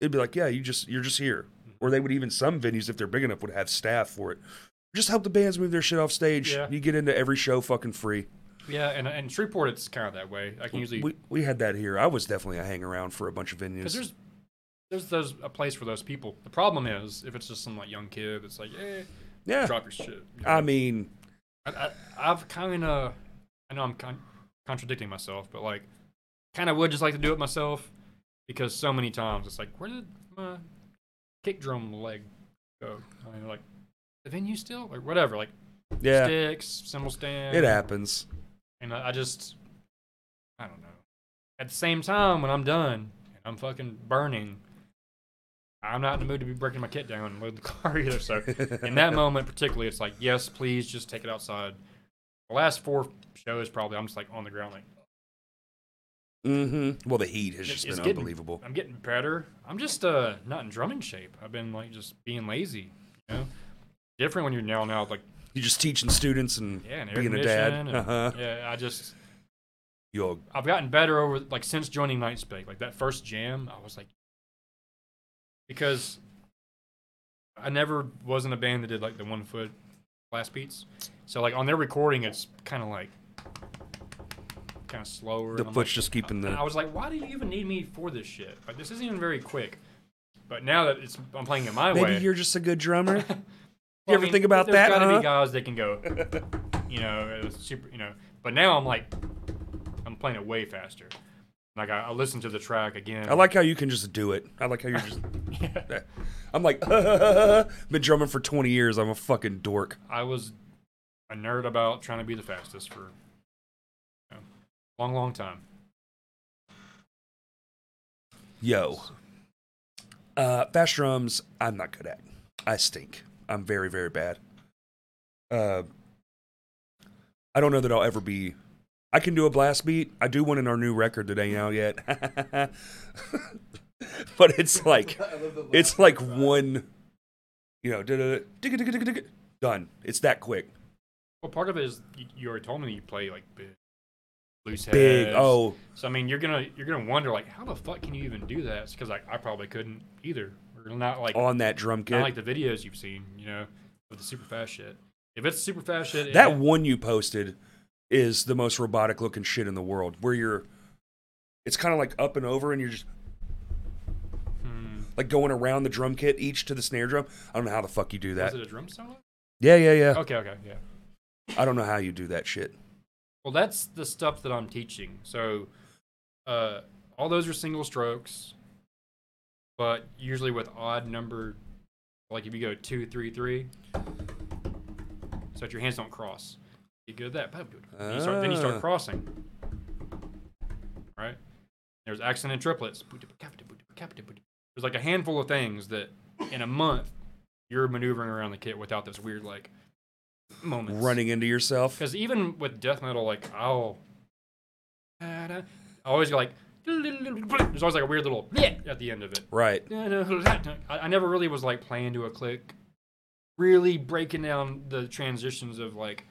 Speaker 1: It'd be like, yeah, you just you're just here, or they would even some venues, if they're big enough, would have staff for it. Just help the bands move their shit off stage.
Speaker 2: Yeah.
Speaker 1: You get into every show fucking free.
Speaker 2: Yeah, and and Shreveport it's kind of that way. I can usually
Speaker 1: We we had that here. I was definitely a hangaround for a bunch of
Speaker 2: because
Speaker 1: venues.
Speaker 2: there's there's those a place for those people. The problem is if it's just some like young kid that's like, eh,
Speaker 1: Yeah,
Speaker 2: drop your shit. you know?
Speaker 1: I mean,
Speaker 2: I, I, I've kind of, I know I'm con- contradicting myself, but like, kind of would just like to do it myself because so many times it's like, where did my kick drum leg go? I mean, like, the venue still or whatever, like
Speaker 1: yeah,
Speaker 2: sticks, cymbal stand.
Speaker 1: it happens.
Speaker 2: And I, I just, I don't know. At the same time, when I'm done and I'm fucking burning, I'm not in the mood to be breaking my kit down and load the car either. So in that moment, particularly, it's like, yes, please just take it outside. The last four shows, probably, I'm just like on the ground, like,
Speaker 1: hmm Well, the heat has just
Speaker 2: it's
Speaker 1: been
Speaker 2: getting-
Speaker 1: unbelievable.
Speaker 2: I'm getting better. I'm just uh not in drumming shape. I've been like just being lazy. You know, different when you're now now like
Speaker 1: You're just teaching students and,
Speaker 2: yeah, and air
Speaker 1: being a dad.
Speaker 2: conditioning and-
Speaker 1: Uh-huh.
Speaker 2: Yeah, I just
Speaker 1: You'll
Speaker 2: I've gotten better over like since joining Nightspeak. Like that first jam, I was like, because I never was in a band that did like the one foot blast beats. So like on their recording, it's kind of like kind of slower.
Speaker 1: the
Speaker 2: and I'm
Speaker 1: foot's
Speaker 2: like-
Speaker 1: just keeping the.
Speaker 2: and I was like, why do you even need me for this shit? Like this isn't even very quick. But now that it's I'm playing it my
Speaker 1: Maybe
Speaker 2: way.
Speaker 1: you're just a good drummer.
Speaker 2: Well,
Speaker 1: You ever think about that,
Speaker 2: There's gotta
Speaker 1: huh?
Speaker 2: be guys that can go, you know, it was super, you know. But now I'm like, I'm playing it way faster. Like I, I listen to the track again.
Speaker 1: I like how you can just do it. I like how you're just.
Speaker 2: Yeah.
Speaker 1: I'm like, been drumming for 20 years. I'm a fucking dork.
Speaker 2: I was a nerd about trying to be the fastest for you know, long, long time.
Speaker 1: Yo. Uh, fast drums, I'm not good at. I stink. I'm very, very bad. Uh, I don't know that I'll ever be. I can do a blast beat. I do one in our new record that ain't out yet. but it's like, it's like one, you know, da-da-da, digga, digga, digga, digga, done. It's that quick.
Speaker 2: Well, part of it is you, you already told me you play like big, loose heads.
Speaker 1: Big. Oh,
Speaker 2: So I mean, you're gonna you're gonna wonder like, how the fuck can you even do that? Because like I probably couldn't either. Or not like
Speaker 1: on that drum kit.
Speaker 2: not like the videos you've seen, you know, with the super fast shit. If it's super fast shit,
Speaker 1: That
Speaker 2: it,
Speaker 1: one you posted is the most robotic looking shit in the world. Where you're, it's kind of like up and over, and you're just
Speaker 2: hmm,
Speaker 1: like going around the drum kit, each to the snare drum. I don't know how the fuck you do
Speaker 2: was
Speaker 1: that.
Speaker 2: it a drum solo?
Speaker 1: Yeah, yeah, yeah.
Speaker 2: Okay, okay, yeah.
Speaker 1: I don't know how you do that shit.
Speaker 2: Well, that's the stuff that I'm teaching. So, uh, all those are single strokes, but usually with odd number, like if you go two, three, three, so that your hands don't cross. You go that, but you start, then you
Speaker 1: Ah.
Speaker 2: start crossing. Right? There's accent and triplets. There's like a handful of things that in a month you're maneuvering around the kit without this weird like moments.
Speaker 1: running into yourself.
Speaker 2: Because even with death metal, like I'll, I always go like there's always like a weird little at the end of it.
Speaker 1: Right.
Speaker 2: I, I never really was like playing to a click, really breaking down the transitions of like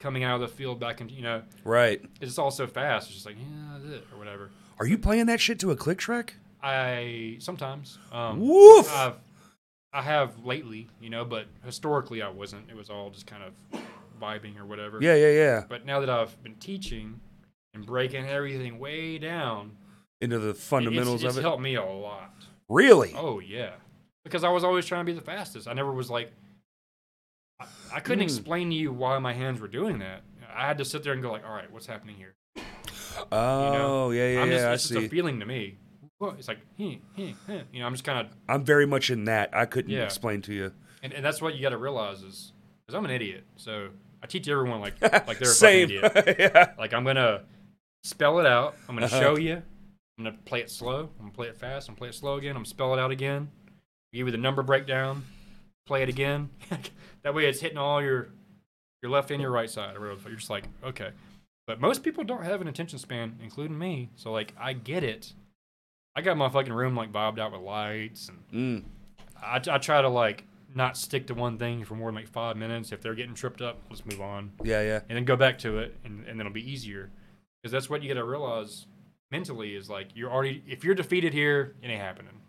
Speaker 2: coming out of the field back into you know
Speaker 1: Right.
Speaker 2: it's all so fast. It's just like yeah that's it," or whatever.
Speaker 1: Are you playing that shit to a click track?
Speaker 2: I sometimes um,
Speaker 1: Woof.
Speaker 2: I've, I have lately, you know, but historically I wasn't. It was all just kind of vibing or whatever.
Speaker 1: yeah, yeah, yeah.
Speaker 2: But now that I've been teaching and breaking everything way down,
Speaker 1: Into the
Speaker 2: it-
Speaker 1: fundamentals
Speaker 2: it's, it's
Speaker 1: of it.
Speaker 2: helped me a lot.
Speaker 1: Really?
Speaker 2: Oh yeah, because I was always trying to be the fastest. I never was like, I, I couldn't
Speaker 1: Hmm.
Speaker 2: explain to you why my hands were doing that. I had to sit there and go like, all right, what's happening here?
Speaker 1: Oh, yeah, yeah,
Speaker 2: I'm just,
Speaker 1: yeah. I
Speaker 2: it's just
Speaker 1: see.
Speaker 2: a feeling to me. Whoa, It's like, huh, huh, huh. you know, I'm just kind of,
Speaker 1: I'm very much in that. I couldn't
Speaker 2: Yeah.
Speaker 1: explain to you.
Speaker 2: and, and that's what you got to realize is, because I'm an idiot, so I teach everyone like, like they're a fucking
Speaker 1: Same.
Speaker 2: idiot.
Speaker 1: yeah.
Speaker 2: Like I'm gonna spell it out. I'm gonna
Speaker 1: Uh-huh.
Speaker 2: show you. I'm gonna play it slow. I'm gonna play it fast. I'm gonna play it slow again. I'm gonna spell it out again. Give you the number breakdown. Play it again. that way it's hitting all your your left and your right side. Or whatever. You're just like okay. But most people don't have an attention span, including me. So like I get it. I got my fucking room like bobbed out with lights, and
Speaker 1: Mm.
Speaker 2: I, I try to like not stick to one thing for more than like five minutes. If they're getting tripped up, let's move on
Speaker 1: Yeah, yeah.
Speaker 2: and then go back to it and, and then it'll be easier because that's what you gotta realize mentally is like you're already if you're defeated here it ain't happening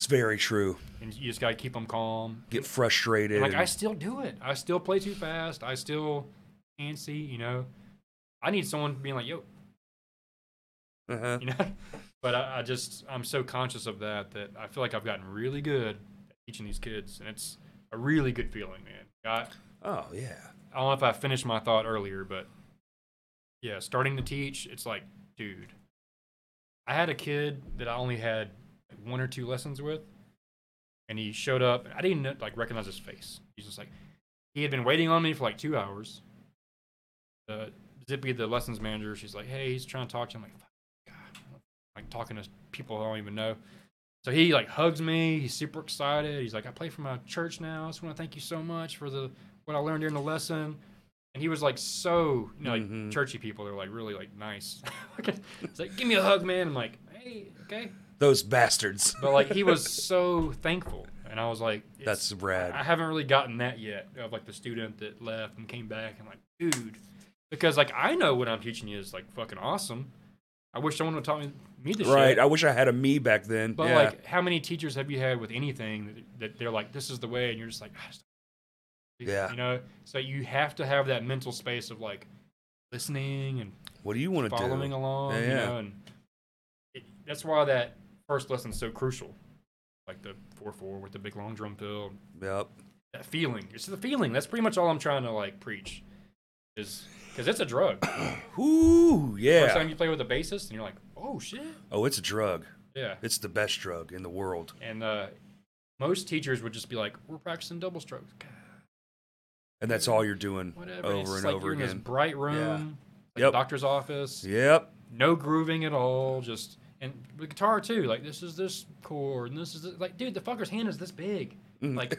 Speaker 1: It's very true.
Speaker 2: and you just gotta keep them calm
Speaker 1: Get frustrated.
Speaker 2: And, like i
Speaker 1: and-
Speaker 2: still do it i still play too fast i still antsy you know i need someone being like yo
Speaker 1: Uh-huh.
Speaker 2: you know but I, I just i'm so conscious of that that i feel like i've gotten really good at teaching these kids and it's a really good feeling man I,
Speaker 1: Oh, yeah.
Speaker 2: I don't know if I finished my thought earlier, but yeah, starting to teach, it's like, dude, I had a kid that I only had like, one or two lessons with, and he showed up, and I didn't know- like recognize his face. He's just like, he had been waiting on me for like two hours. Uh, Zippy, the lessons manager, she's like, hey, he's trying to talk to him. I'm like, "Fuck, God, like talking to people I don't even know. So he like hugs me. He's super excited. He's like, I play for my church now. I just want to thank you so much for the what I learned during the lesson. And he was like so, you know, like
Speaker 1: Mhm.
Speaker 2: churchy people. They're like really like nice. He's like, give me a hug, man. I'm like, hey, okay.
Speaker 1: Those bastards.
Speaker 2: But like he was so thankful, and I was like, it's-
Speaker 1: That's rad.
Speaker 2: I haven't really gotten that yet of like the student that left and came back and like, dude, because like I know what I'm teaching you is like fucking awesome. I wish someone would taught me me this
Speaker 1: Right.
Speaker 2: shit.
Speaker 1: I wish I had a me back then.
Speaker 2: But
Speaker 1: yeah.
Speaker 2: like, how many teachers have you had with anything that, that they're like, "This is the way," and you're just like, I just-
Speaker 1: Yeah.
Speaker 2: you know. So you have to have that mental space of like listening and
Speaker 1: what do you want to do?
Speaker 2: following along,
Speaker 1: Yeah,
Speaker 2: you
Speaker 1: yeah.
Speaker 2: know. And it, that's why that first lesson's so crucial, like the four four with the big long drum fill,
Speaker 1: Yep.
Speaker 2: that feeling. It's the feeling. That's pretty much all I'm trying to like preach, is because it's a drug.
Speaker 1: Ooh,
Speaker 2: First
Speaker 1: yeah.
Speaker 2: time you play with a bassist, and you're like, "Oh shit."
Speaker 1: Oh, it's a drug.
Speaker 2: Yeah,
Speaker 1: It's the best drug in the world.
Speaker 2: and uh, most teachers would just be like, "We're practicing double strokes." God,
Speaker 1: And that's all you're doing
Speaker 2: whatever. it's
Speaker 1: over
Speaker 2: just
Speaker 1: and
Speaker 2: like
Speaker 1: over
Speaker 2: you're In
Speaker 1: again.
Speaker 2: this bright room, like
Speaker 1: Yep.
Speaker 2: doctor's office,
Speaker 1: Yep.
Speaker 2: no grooving at all. Just and the guitar too. Like this is this chord, and this is this, like, dude, the fucker's hand is this big.
Speaker 1: Mm.
Speaker 2: Like,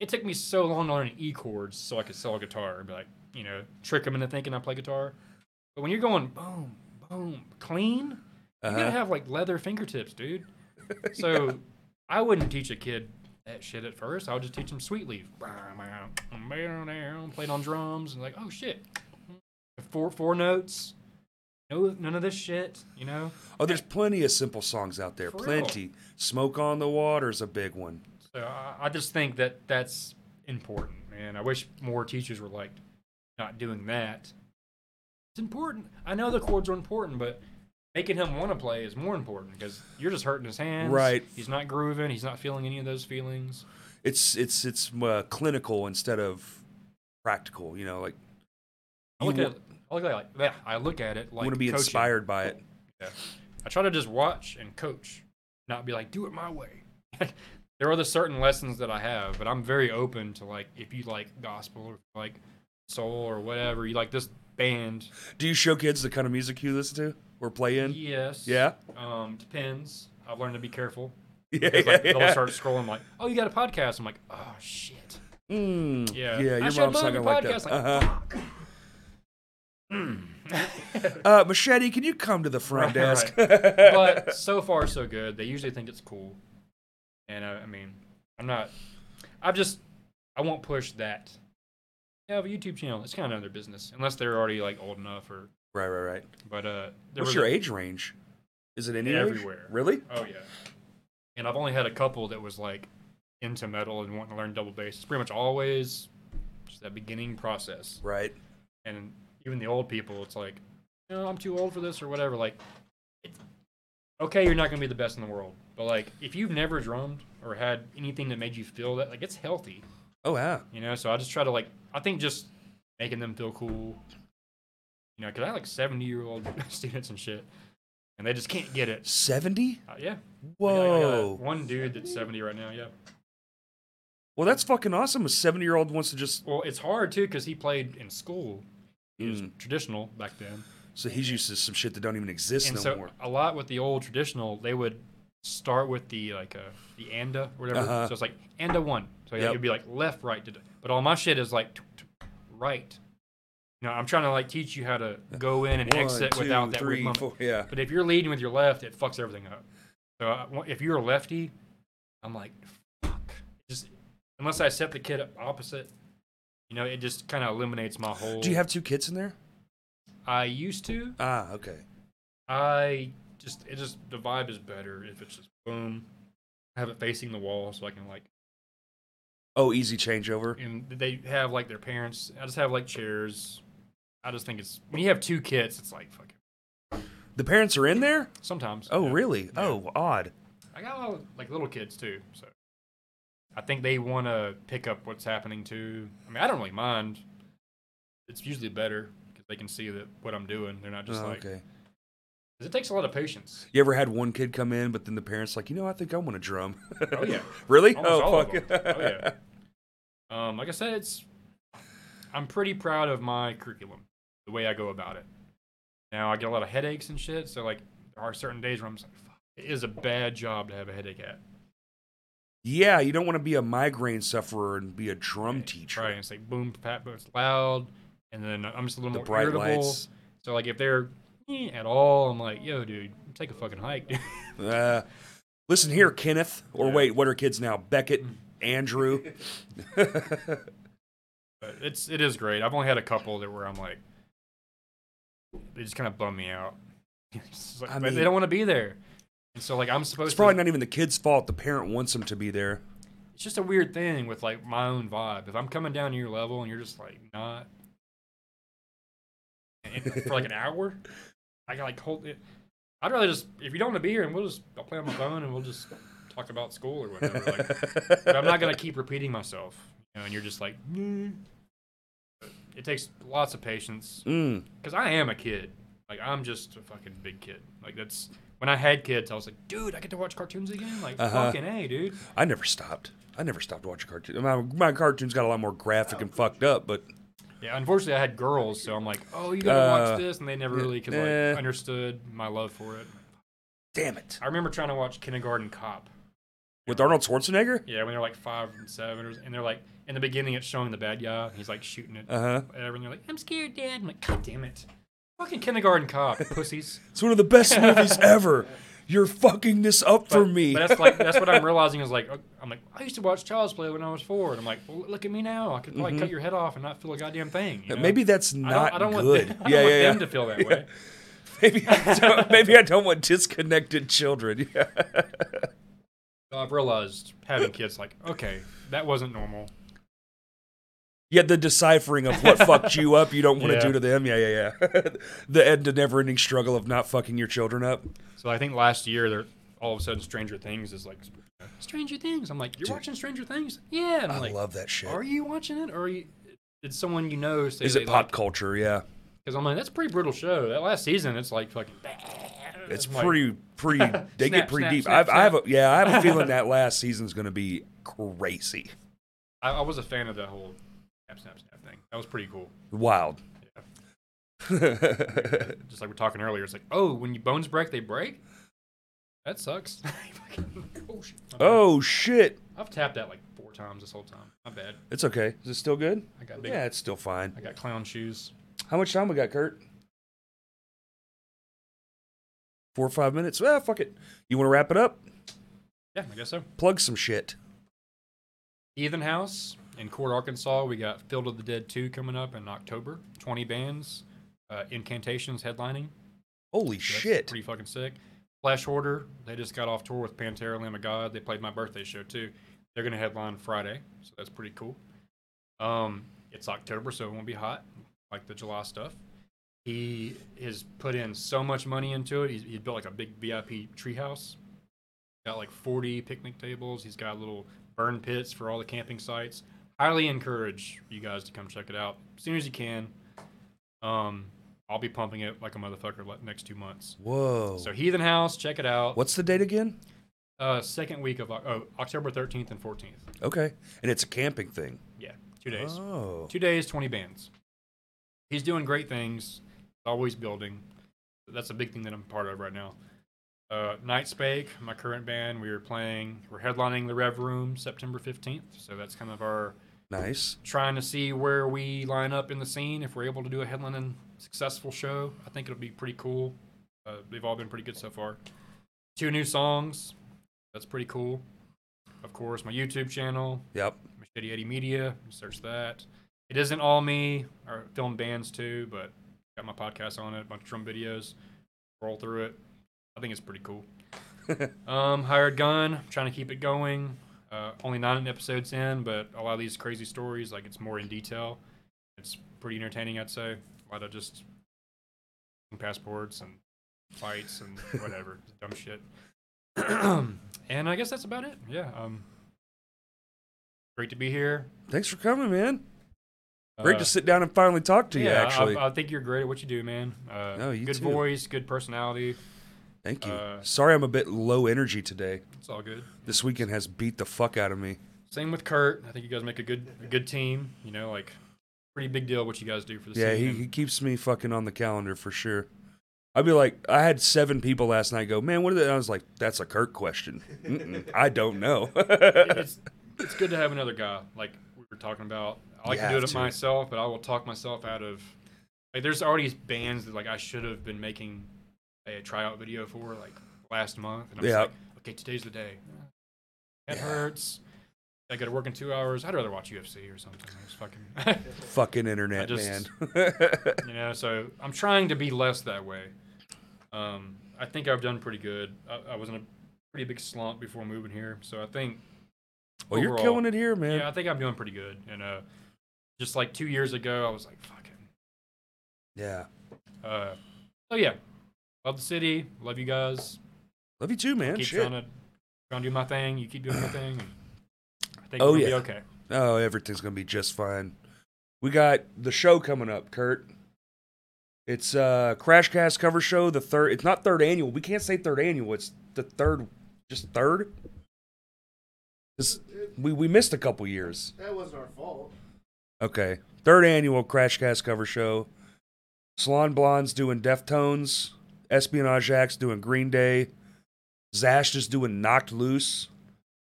Speaker 2: it took me so long to learn E chords so I could sell a guitar and be like, you know, trick them into thinking I play guitar. But when you're going boom, boom, clean, you
Speaker 1: Uh-huh.
Speaker 2: gotta have like leather fingertips, dude. So I wouldn't teach a kid that shit at first. I would just teach them sweet leaf. Played on drums and like, oh shit. Four four notes. No none of this shit, you know?
Speaker 1: Oh, there's plenty of simple songs out there.
Speaker 2: For real.
Speaker 1: Plenty. Smoke on the Water is a big one.
Speaker 2: So I, I just think that that's important, man. I wish more teachers were like not doing that. It's important. I know the chords are important, but making him want to play is more important because you're just hurting his hands.
Speaker 1: Right.
Speaker 2: He's not grooving. He's not feeling any of those feelings.
Speaker 1: It's it's it's uh, clinical instead of practical. You know, like
Speaker 2: I
Speaker 1: you
Speaker 2: look at it, I look at it like yeah, I look at it like
Speaker 1: want to be
Speaker 2: coaching.
Speaker 1: inspired by it.
Speaker 2: Yeah. I try to just watch and coach, not be like, do it my way. there are the certain lessons that I have, but I'm very open to like if you like gospel or like soul or whatever, you like this band.
Speaker 1: Do you show kids the kind of music you listen to or play in?
Speaker 2: Yes.
Speaker 1: Yeah.
Speaker 2: Um, depends. I've learned to be careful.
Speaker 1: Yeah.
Speaker 2: Because, like, They'll
Speaker 1: yeah.
Speaker 2: start scrolling like, oh, you got a podcast. I'm like, oh shit.
Speaker 1: Mm, yeah.
Speaker 2: Yeah. I
Speaker 1: Your mom's
Speaker 2: should
Speaker 1: not
Speaker 2: love
Speaker 1: gonna
Speaker 2: your
Speaker 1: like
Speaker 2: podcast,
Speaker 1: that.
Speaker 2: like,
Speaker 1: uh-huh. Uh, machete, can you come to the front
Speaker 2: Right,
Speaker 1: desk?
Speaker 2: but so far so good. They usually think it's cool, and I, I mean, I'm not. I just I won't push that. Yeah, have a YouTube channel. It's kind of their business, unless they're already like old enough or.
Speaker 1: right, right, right.
Speaker 2: But uh, there
Speaker 1: What's
Speaker 2: was
Speaker 1: your
Speaker 2: a-
Speaker 1: age range? Is it any age?
Speaker 2: Everywhere.
Speaker 1: Really?
Speaker 2: Oh yeah. And I've only had a couple that was like into metal and wanting to learn double bass. It's pretty much always just that beginning process.
Speaker 1: Right.
Speaker 2: And even the old people, it's like, no, I'm too old for this or whatever. Like, it's- okay, you're not gonna be the best in the world, but like, if you've never drummed or had anything that made you feel that, like, it's healthy,
Speaker 1: Oh yeah.
Speaker 2: you know. So I just try to like, I think just making them feel cool, you know, because I had like 70 year old students and shit, and they just can't get it.
Speaker 1: Seventy?
Speaker 2: Uh, yeah. I got- I got
Speaker 1: Whoa.
Speaker 2: one dude that's 70 right now, yeah.
Speaker 1: Well, that's fucking awesome. A seventy-year-old wants to just.
Speaker 2: Well, it's hard too because he played in school. He was
Speaker 1: Mm.
Speaker 2: traditional back then.
Speaker 1: So he's used to some shit that don't even exist
Speaker 2: and
Speaker 1: no
Speaker 2: so
Speaker 1: more.
Speaker 2: a lot with the old traditional, they would start with the like uh, the anda or whatever.
Speaker 1: Uh-huh.
Speaker 2: So it's like anda one. So
Speaker 1: Yep.
Speaker 2: it'd be like left, right. to d- But all my shit is like t- t- right. You know, I'm trying to like teach you how to go in and
Speaker 1: One,
Speaker 2: exit
Speaker 1: two,
Speaker 2: without that
Speaker 1: three,
Speaker 2: weird moment.
Speaker 1: four- Yeah.
Speaker 2: But if you're leading with your left, it fucks everything up. So I, wa- if you're a lefty, I'm like, fuck. Just unless I set the kid up opposite, you know, it just kind of eliminates my whole.
Speaker 1: Do you have two kids in there?
Speaker 2: I used to.
Speaker 1: Ah, okay.
Speaker 2: I just it just the vibe is better if it's just boom. I have it facing the wall so I can like
Speaker 1: Oh, easy changeover.
Speaker 2: and they have like their parents. I just have like chairs. I just think it's when you have two kids, it's like fuck it.
Speaker 1: The parents are in there.
Speaker 2: Sometimes.
Speaker 1: Oh,
Speaker 2: yeah.
Speaker 1: really?
Speaker 2: Yeah.
Speaker 1: Oh, odd.
Speaker 2: I got a lot of, like little kids too, so I think they want to pick up what's happening too. I mean, I don't really mind. It's usually better because they can see that what I'm doing. They're not just
Speaker 1: Oh,
Speaker 2: like 'cause
Speaker 1: okay.
Speaker 2: it takes a lot of patience.
Speaker 1: You ever had one kid come in, but then the parents like, you know, I think I want to drum.
Speaker 2: Oh yeah,
Speaker 1: really?
Speaker 2: Almost all
Speaker 1: oh
Speaker 2: of
Speaker 1: fuck.
Speaker 2: them. Oh, yeah. Um, like I said, it's I'm pretty proud of my curriculum, the way I go about it. Now I get a lot of headaches and shit, so like there are certain days where I'm just like, Fuck, it is a bad job to have a headache at.
Speaker 1: Yeah, you don't want to be a migraine sufferer and be a drum teacher.
Speaker 2: Right, and it's like boom, pat, but it's loud, and then I'm just a
Speaker 1: The
Speaker 2: little more
Speaker 1: bright
Speaker 2: irritable.
Speaker 1: lights.
Speaker 2: So like if they're eh, at all, I'm like, yo, dude, take a fucking hike, dude.
Speaker 1: Uh, listen here, Kenneth. Or
Speaker 2: Yeah.
Speaker 1: wait, what are kids now? Beckett, Andrew.
Speaker 2: But it's it is great. I've only had a couple that where I'm like, they just kind of bum me out. It's just like,
Speaker 1: I
Speaker 2: but
Speaker 1: mean-
Speaker 2: they don't want to be there, and so like I'm supposed
Speaker 1: It's probably
Speaker 2: to.
Speaker 1: not even the kid's fault. The parent wants them to be there.
Speaker 2: it's just a weird thing with like my own vibe. If I'm coming down to your level and you're just like not and for like an hour, I can like hold it. I'd rather just if you don't want to be here, and we'll just I'll play on my phone and we'll just talk about school or whatever. Like, but I'm not gonna keep repeating myself. You know, and you're just like, "Nah." it takes lots of patience
Speaker 1: Mm.
Speaker 2: because I am a kid. Like I'm just a fucking big kid. Like that's when I had kids, I was like, dude, I get to watch cartoons again. Like
Speaker 1: Uh-huh.
Speaker 2: fucking a, dude.
Speaker 1: I never stopped. I never stopped watching cartoons. My, my cartoons got a lot more
Speaker 2: Oh,
Speaker 1: graphic and fucked up, but
Speaker 2: Yeah, unfortunately, I had girls, so I'm like, oh, you gotta
Speaker 1: Uh,
Speaker 2: watch this, and they never really could
Speaker 1: eh.
Speaker 2: like understood my love for it.
Speaker 1: damn it.
Speaker 2: I remember trying to watch Kindergarten Cop.
Speaker 1: With Arnold Schwarzenegger?
Speaker 2: Yeah, when they're like five and seven, or, and they're like in the beginning, it's showing the bad guy, and he's like shooting it,
Speaker 1: Uh huh.
Speaker 2: whatever, and they're like, I'm scared, Dad. I'm like, God damn it, fucking Kindergarten Cop, pussies.
Speaker 1: It's one of the best movies ever. You're fucking this up for
Speaker 2: But-
Speaker 1: me.
Speaker 2: But that's like that's what I'm realizing is like uh, I'm like I used to watch Child's Play when I was four, and I'm like, well, look at me now. I could
Speaker 1: Mm-hmm.
Speaker 2: probably cut your head off and not feel a goddamn thing. you know?
Speaker 1: Maybe that's
Speaker 2: uh, I don't,
Speaker 1: not
Speaker 2: I don't want
Speaker 1: good.
Speaker 2: them, I don't
Speaker 1: yeah,
Speaker 2: want
Speaker 1: yeah,
Speaker 2: them
Speaker 1: yeah.
Speaker 2: to feel that way.
Speaker 1: Maybe I don't, maybe I don't want disconnected children. Yeah.
Speaker 2: So I've realized having kids, like, okay, that wasn't normal.
Speaker 1: Yeah, the deciphering of what fucked you up, you don't want to
Speaker 2: Yeah.
Speaker 1: do to them. Yeah, yeah, yeah. the end to never ending struggle of not fucking your children up.
Speaker 2: So I think last year, they're all of a sudden Stranger Things is like, Stranger Things. I'm like, you're watching Stranger Things? Yeah. And I'm
Speaker 1: I
Speaker 2: like,
Speaker 1: love that shit.
Speaker 2: are you watching it? Or are you, did someone you know say
Speaker 1: Is
Speaker 2: they
Speaker 1: it pop culture? Yeah.
Speaker 2: Because I'm like, that's a pretty brutal show. That last season, it's like fucking
Speaker 1: It's
Speaker 2: Like-
Speaker 1: pretty, pretty. They get
Speaker 2: Snap,
Speaker 1: pretty
Speaker 2: snap,
Speaker 1: deep. I've,
Speaker 2: snap,
Speaker 1: I have a yeah. I have a feeling that last season's going to be crazy,
Speaker 2: I, I was a fan of that whole snap, snap, snap thing. That was pretty cool.
Speaker 1: wild.
Speaker 2: Just like we are talking earlier, it's like, oh, when your bones break, they break. That sucks. oh, shit. My bad.
Speaker 1: oh shit!
Speaker 2: I've tapped that like four times this whole time. My bad.
Speaker 1: It's okay. Is it still good?
Speaker 2: I got big.
Speaker 1: Yeah, it's still fine.
Speaker 2: I got clown shoes.
Speaker 1: How much time we got, Kurt? Four or five minutes. Ah, fuck it. You want to wrap it up?
Speaker 2: Yeah, I guess so.
Speaker 1: Plug some shit.
Speaker 2: Ethan House in Court, Arkansas. We got Field of the Dead 2 coming up in October. 20 bands. Uh, Incantations headlining.
Speaker 1: Holy
Speaker 2: That's
Speaker 1: shit!
Speaker 2: Pretty fucking sick. Flash Order. They just got off tour with Pantera, Lamb of God. They played my birthday show too. They're gonna headline Friday, so that's pretty cool. Um, it's October, so it won't be hot like the July stuff. He has put in so much money into it. He's, he built like a big VIP treehouse. Got like 40 picnic tables. He's got little burn pits for all the camping sites. Highly encourage you guys to come check it out as soon as you can. Um, I'll be pumping it like a motherfucker like next two months.
Speaker 1: Whoa.
Speaker 2: So Heathen House, check it out.
Speaker 1: What's the date again?
Speaker 2: Uh, second week of Oc- oh, October 13th and 14th.
Speaker 1: Okay, and it's a camping thing.
Speaker 2: Yeah, two days.
Speaker 1: Oh,
Speaker 2: Two days, 20 bands. He's doing great things, always building. That's a big thing that I'm part of right now. Uh, Night Spake, my current band, we are playing, we're headlining the Rev Room September 15th. So that's kind of our
Speaker 1: nice.
Speaker 2: trying to see where we line up in the scene. If we're able to do a headlining successful show, I think it'll be pretty cool. Uh, they've all been pretty good so far. Two new songs. That's pretty cool. Of course, my YouTube channel,
Speaker 1: Yep.
Speaker 2: Machete Eddie Media. Search that. It isn't all me. Our film bands too, but got my podcast on it. A bunch of drum videos. Roll through it. I think it's pretty cool. um, hired gun. Trying to keep it going. Uh, only nine episodes in, but a lot of these crazy stories, like it's more in detail. It's pretty entertaining, I'd say. A lot of just passports and fights and whatever dumb shit. and I guess that's about it. Yeah. Um, great to be here.
Speaker 1: Thanks for coming, man. Great
Speaker 2: Uh,
Speaker 1: to sit down and finally talk to you.
Speaker 2: yeah, I-
Speaker 1: Actually,
Speaker 2: I, I think you're great at what you do, man. Uh,
Speaker 1: No, you
Speaker 2: good
Speaker 1: too.
Speaker 2: voice, good personality.
Speaker 1: thank you.
Speaker 2: uh,
Speaker 1: Sorry, I'm a bit low energy today.
Speaker 2: It's all good.
Speaker 1: This weekend has beat the fuck out of me.
Speaker 2: Same with Kurt. I think you guys make a good a good team. You know, like pretty big deal what you guys do for the
Speaker 1: Yeah, he,
Speaker 2: season.
Speaker 1: he keeps me fucking on the calendar for sure. I'd be like, I had seven people last night go, man, what are they? I was like, that's a Kirk question. Mm-mm, I don't know.
Speaker 2: it's it's good to have another guy like we were talking about. I like
Speaker 1: You
Speaker 2: to do
Speaker 1: have
Speaker 2: it
Speaker 1: to.
Speaker 2: myself, but I will talk myself out of like there's already bands that like I should have been making a tryout video for like last month, and I'm
Speaker 1: Yeah.
Speaker 2: just like, okay, today's the day. It hurts. I got to work in two hours. I'd rather watch UFC or something. It's fucking,
Speaker 1: fucking internet,
Speaker 2: just-
Speaker 1: man.
Speaker 2: you know. So I'm trying to be less that way. Um, I think I've done pretty good. I, I was in a pretty big slump before moving here, so I think
Speaker 1: well, you're
Speaker 2: overall-
Speaker 1: killing it here, man.
Speaker 2: yeah, I think I'm doing pretty good. And uh, just like two years ago, I was like, fucking.
Speaker 1: yeah.
Speaker 2: Uh, so yeah, love the city, love you guys.
Speaker 1: Love you too, man.
Speaker 2: keep
Speaker 1: Shit.
Speaker 2: trying to trying to do my thing. You keep doing your thing. And I think
Speaker 1: Oh,
Speaker 2: we'll be
Speaker 1: yeah.
Speaker 2: okay.
Speaker 1: Oh, everything's gonna be just fine. We got the show coming up, Kurt. It's uh Crashcast cover show, the third it's not third annual. We can't say third annual, it's the third just third. This- we, we missed a couple years.
Speaker 3: That wasn't our fault.
Speaker 1: Okay. Third annual Crashcast cover show. Salon Blonde's doing Deftones. Espionage Acts doing Green Day. Zash is doing Knocked Loose.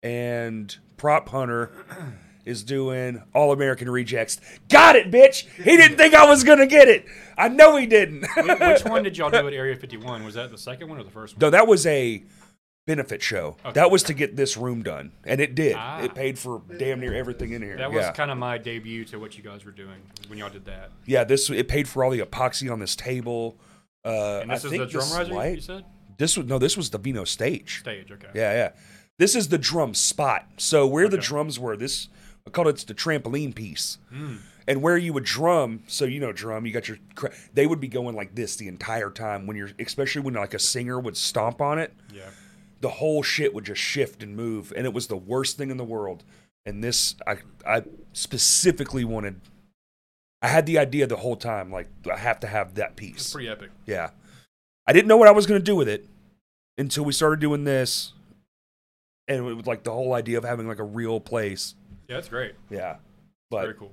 Speaker 1: And Prop Hunter is doing All American Rejects. Got it, bitch! He didn't think I was going to get it. I know he didn't.
Speaker 2: Wh- Which one did y'all do at Area 51? Was that the second one or the first one?
Speaker 1: no, that was a benefit show.
Speaker 2: Okay.
Speaker 1: That was to get this room done. And it did.
Speaker 2: Ah.
Speaker 1: It paid for damn near everything in here.
Speaker 2: That was
Speaker 1: yeah.
Speaker 2: kind of my debut to what you guys were doing when y'all did that.
Speaker 1: Yeah, this it paid for all the epoxy on this table. Uh,
Speaker 2: And this
Speaker 1: I
Speaker 2: is
Speaker 1: think
Speaker 2: the drum
Speaker 1: this
Speaker 2: riser you- you
Speaker 1: light-
Speaker 2: said?
Speaker 1: This was no, this was the Vino stage.
Speaker 2: Stage, okay.
Speaker 1: Yeah, yeah. This is the drum spot. So where the
Speaker 2: Okay.
Speaker 1: drums were, this I called it the trampoline piece.
Speaker 2: Hmm.
Speaker 1: And where you would drum, so you know drum, you got your. cra- They would be going like this the entire time when you're, especially when like a singer would stomp on it
Speaker 2: Yeah.
Speaker 1: the whole shit would just shift and move and it was the worst thing in the world and this i i specifically wanted i had the idea the whole time like i have to have that
Speaker 2: It's
Speaker 1: piece
Speaker 2: pretty epic.
Speaker 1: yeah I didn't know what I was going to do with it until we started doing this, and it was like the whole idea of having like a real place.
Speaker 2: Yeah, it's great.
Speaker 1: Yeah, but
Speaker 2: Very cool.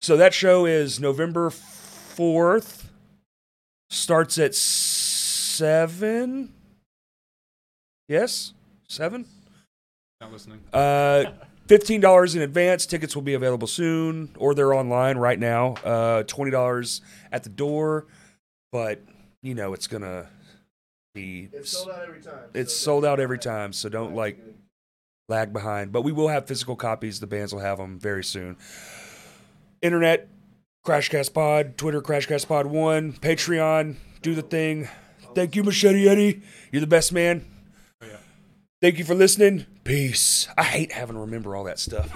Speaker 1: so that show is November 4th. Starts at 7. Yes? 7?
Speaker 2: Not listening.
Speaker 1: Uh, $15 in advance. Tickets will be available soon, or they're online right now. Uh, $20 at the door. But, you know, it's going to be.
Speaker 3: It's sold out every time.
Speaker 1: It's
Speaker 3: so
Speaker 1: sold out
Speaker 3: that's-
Speaker 1: every time, so don't like lag behind. But we will have physical copies. The bands will have them very soon. Internet, Crashcast Pod, Twitter, Crashcast Pod One, Patreon, do the thing. Thank you, Machete Eddie. You're the best man.
Speaker 2: Oh, yeah.
Speaker 1: Thank you for listening. Peace. I hate having to remember all that stuff.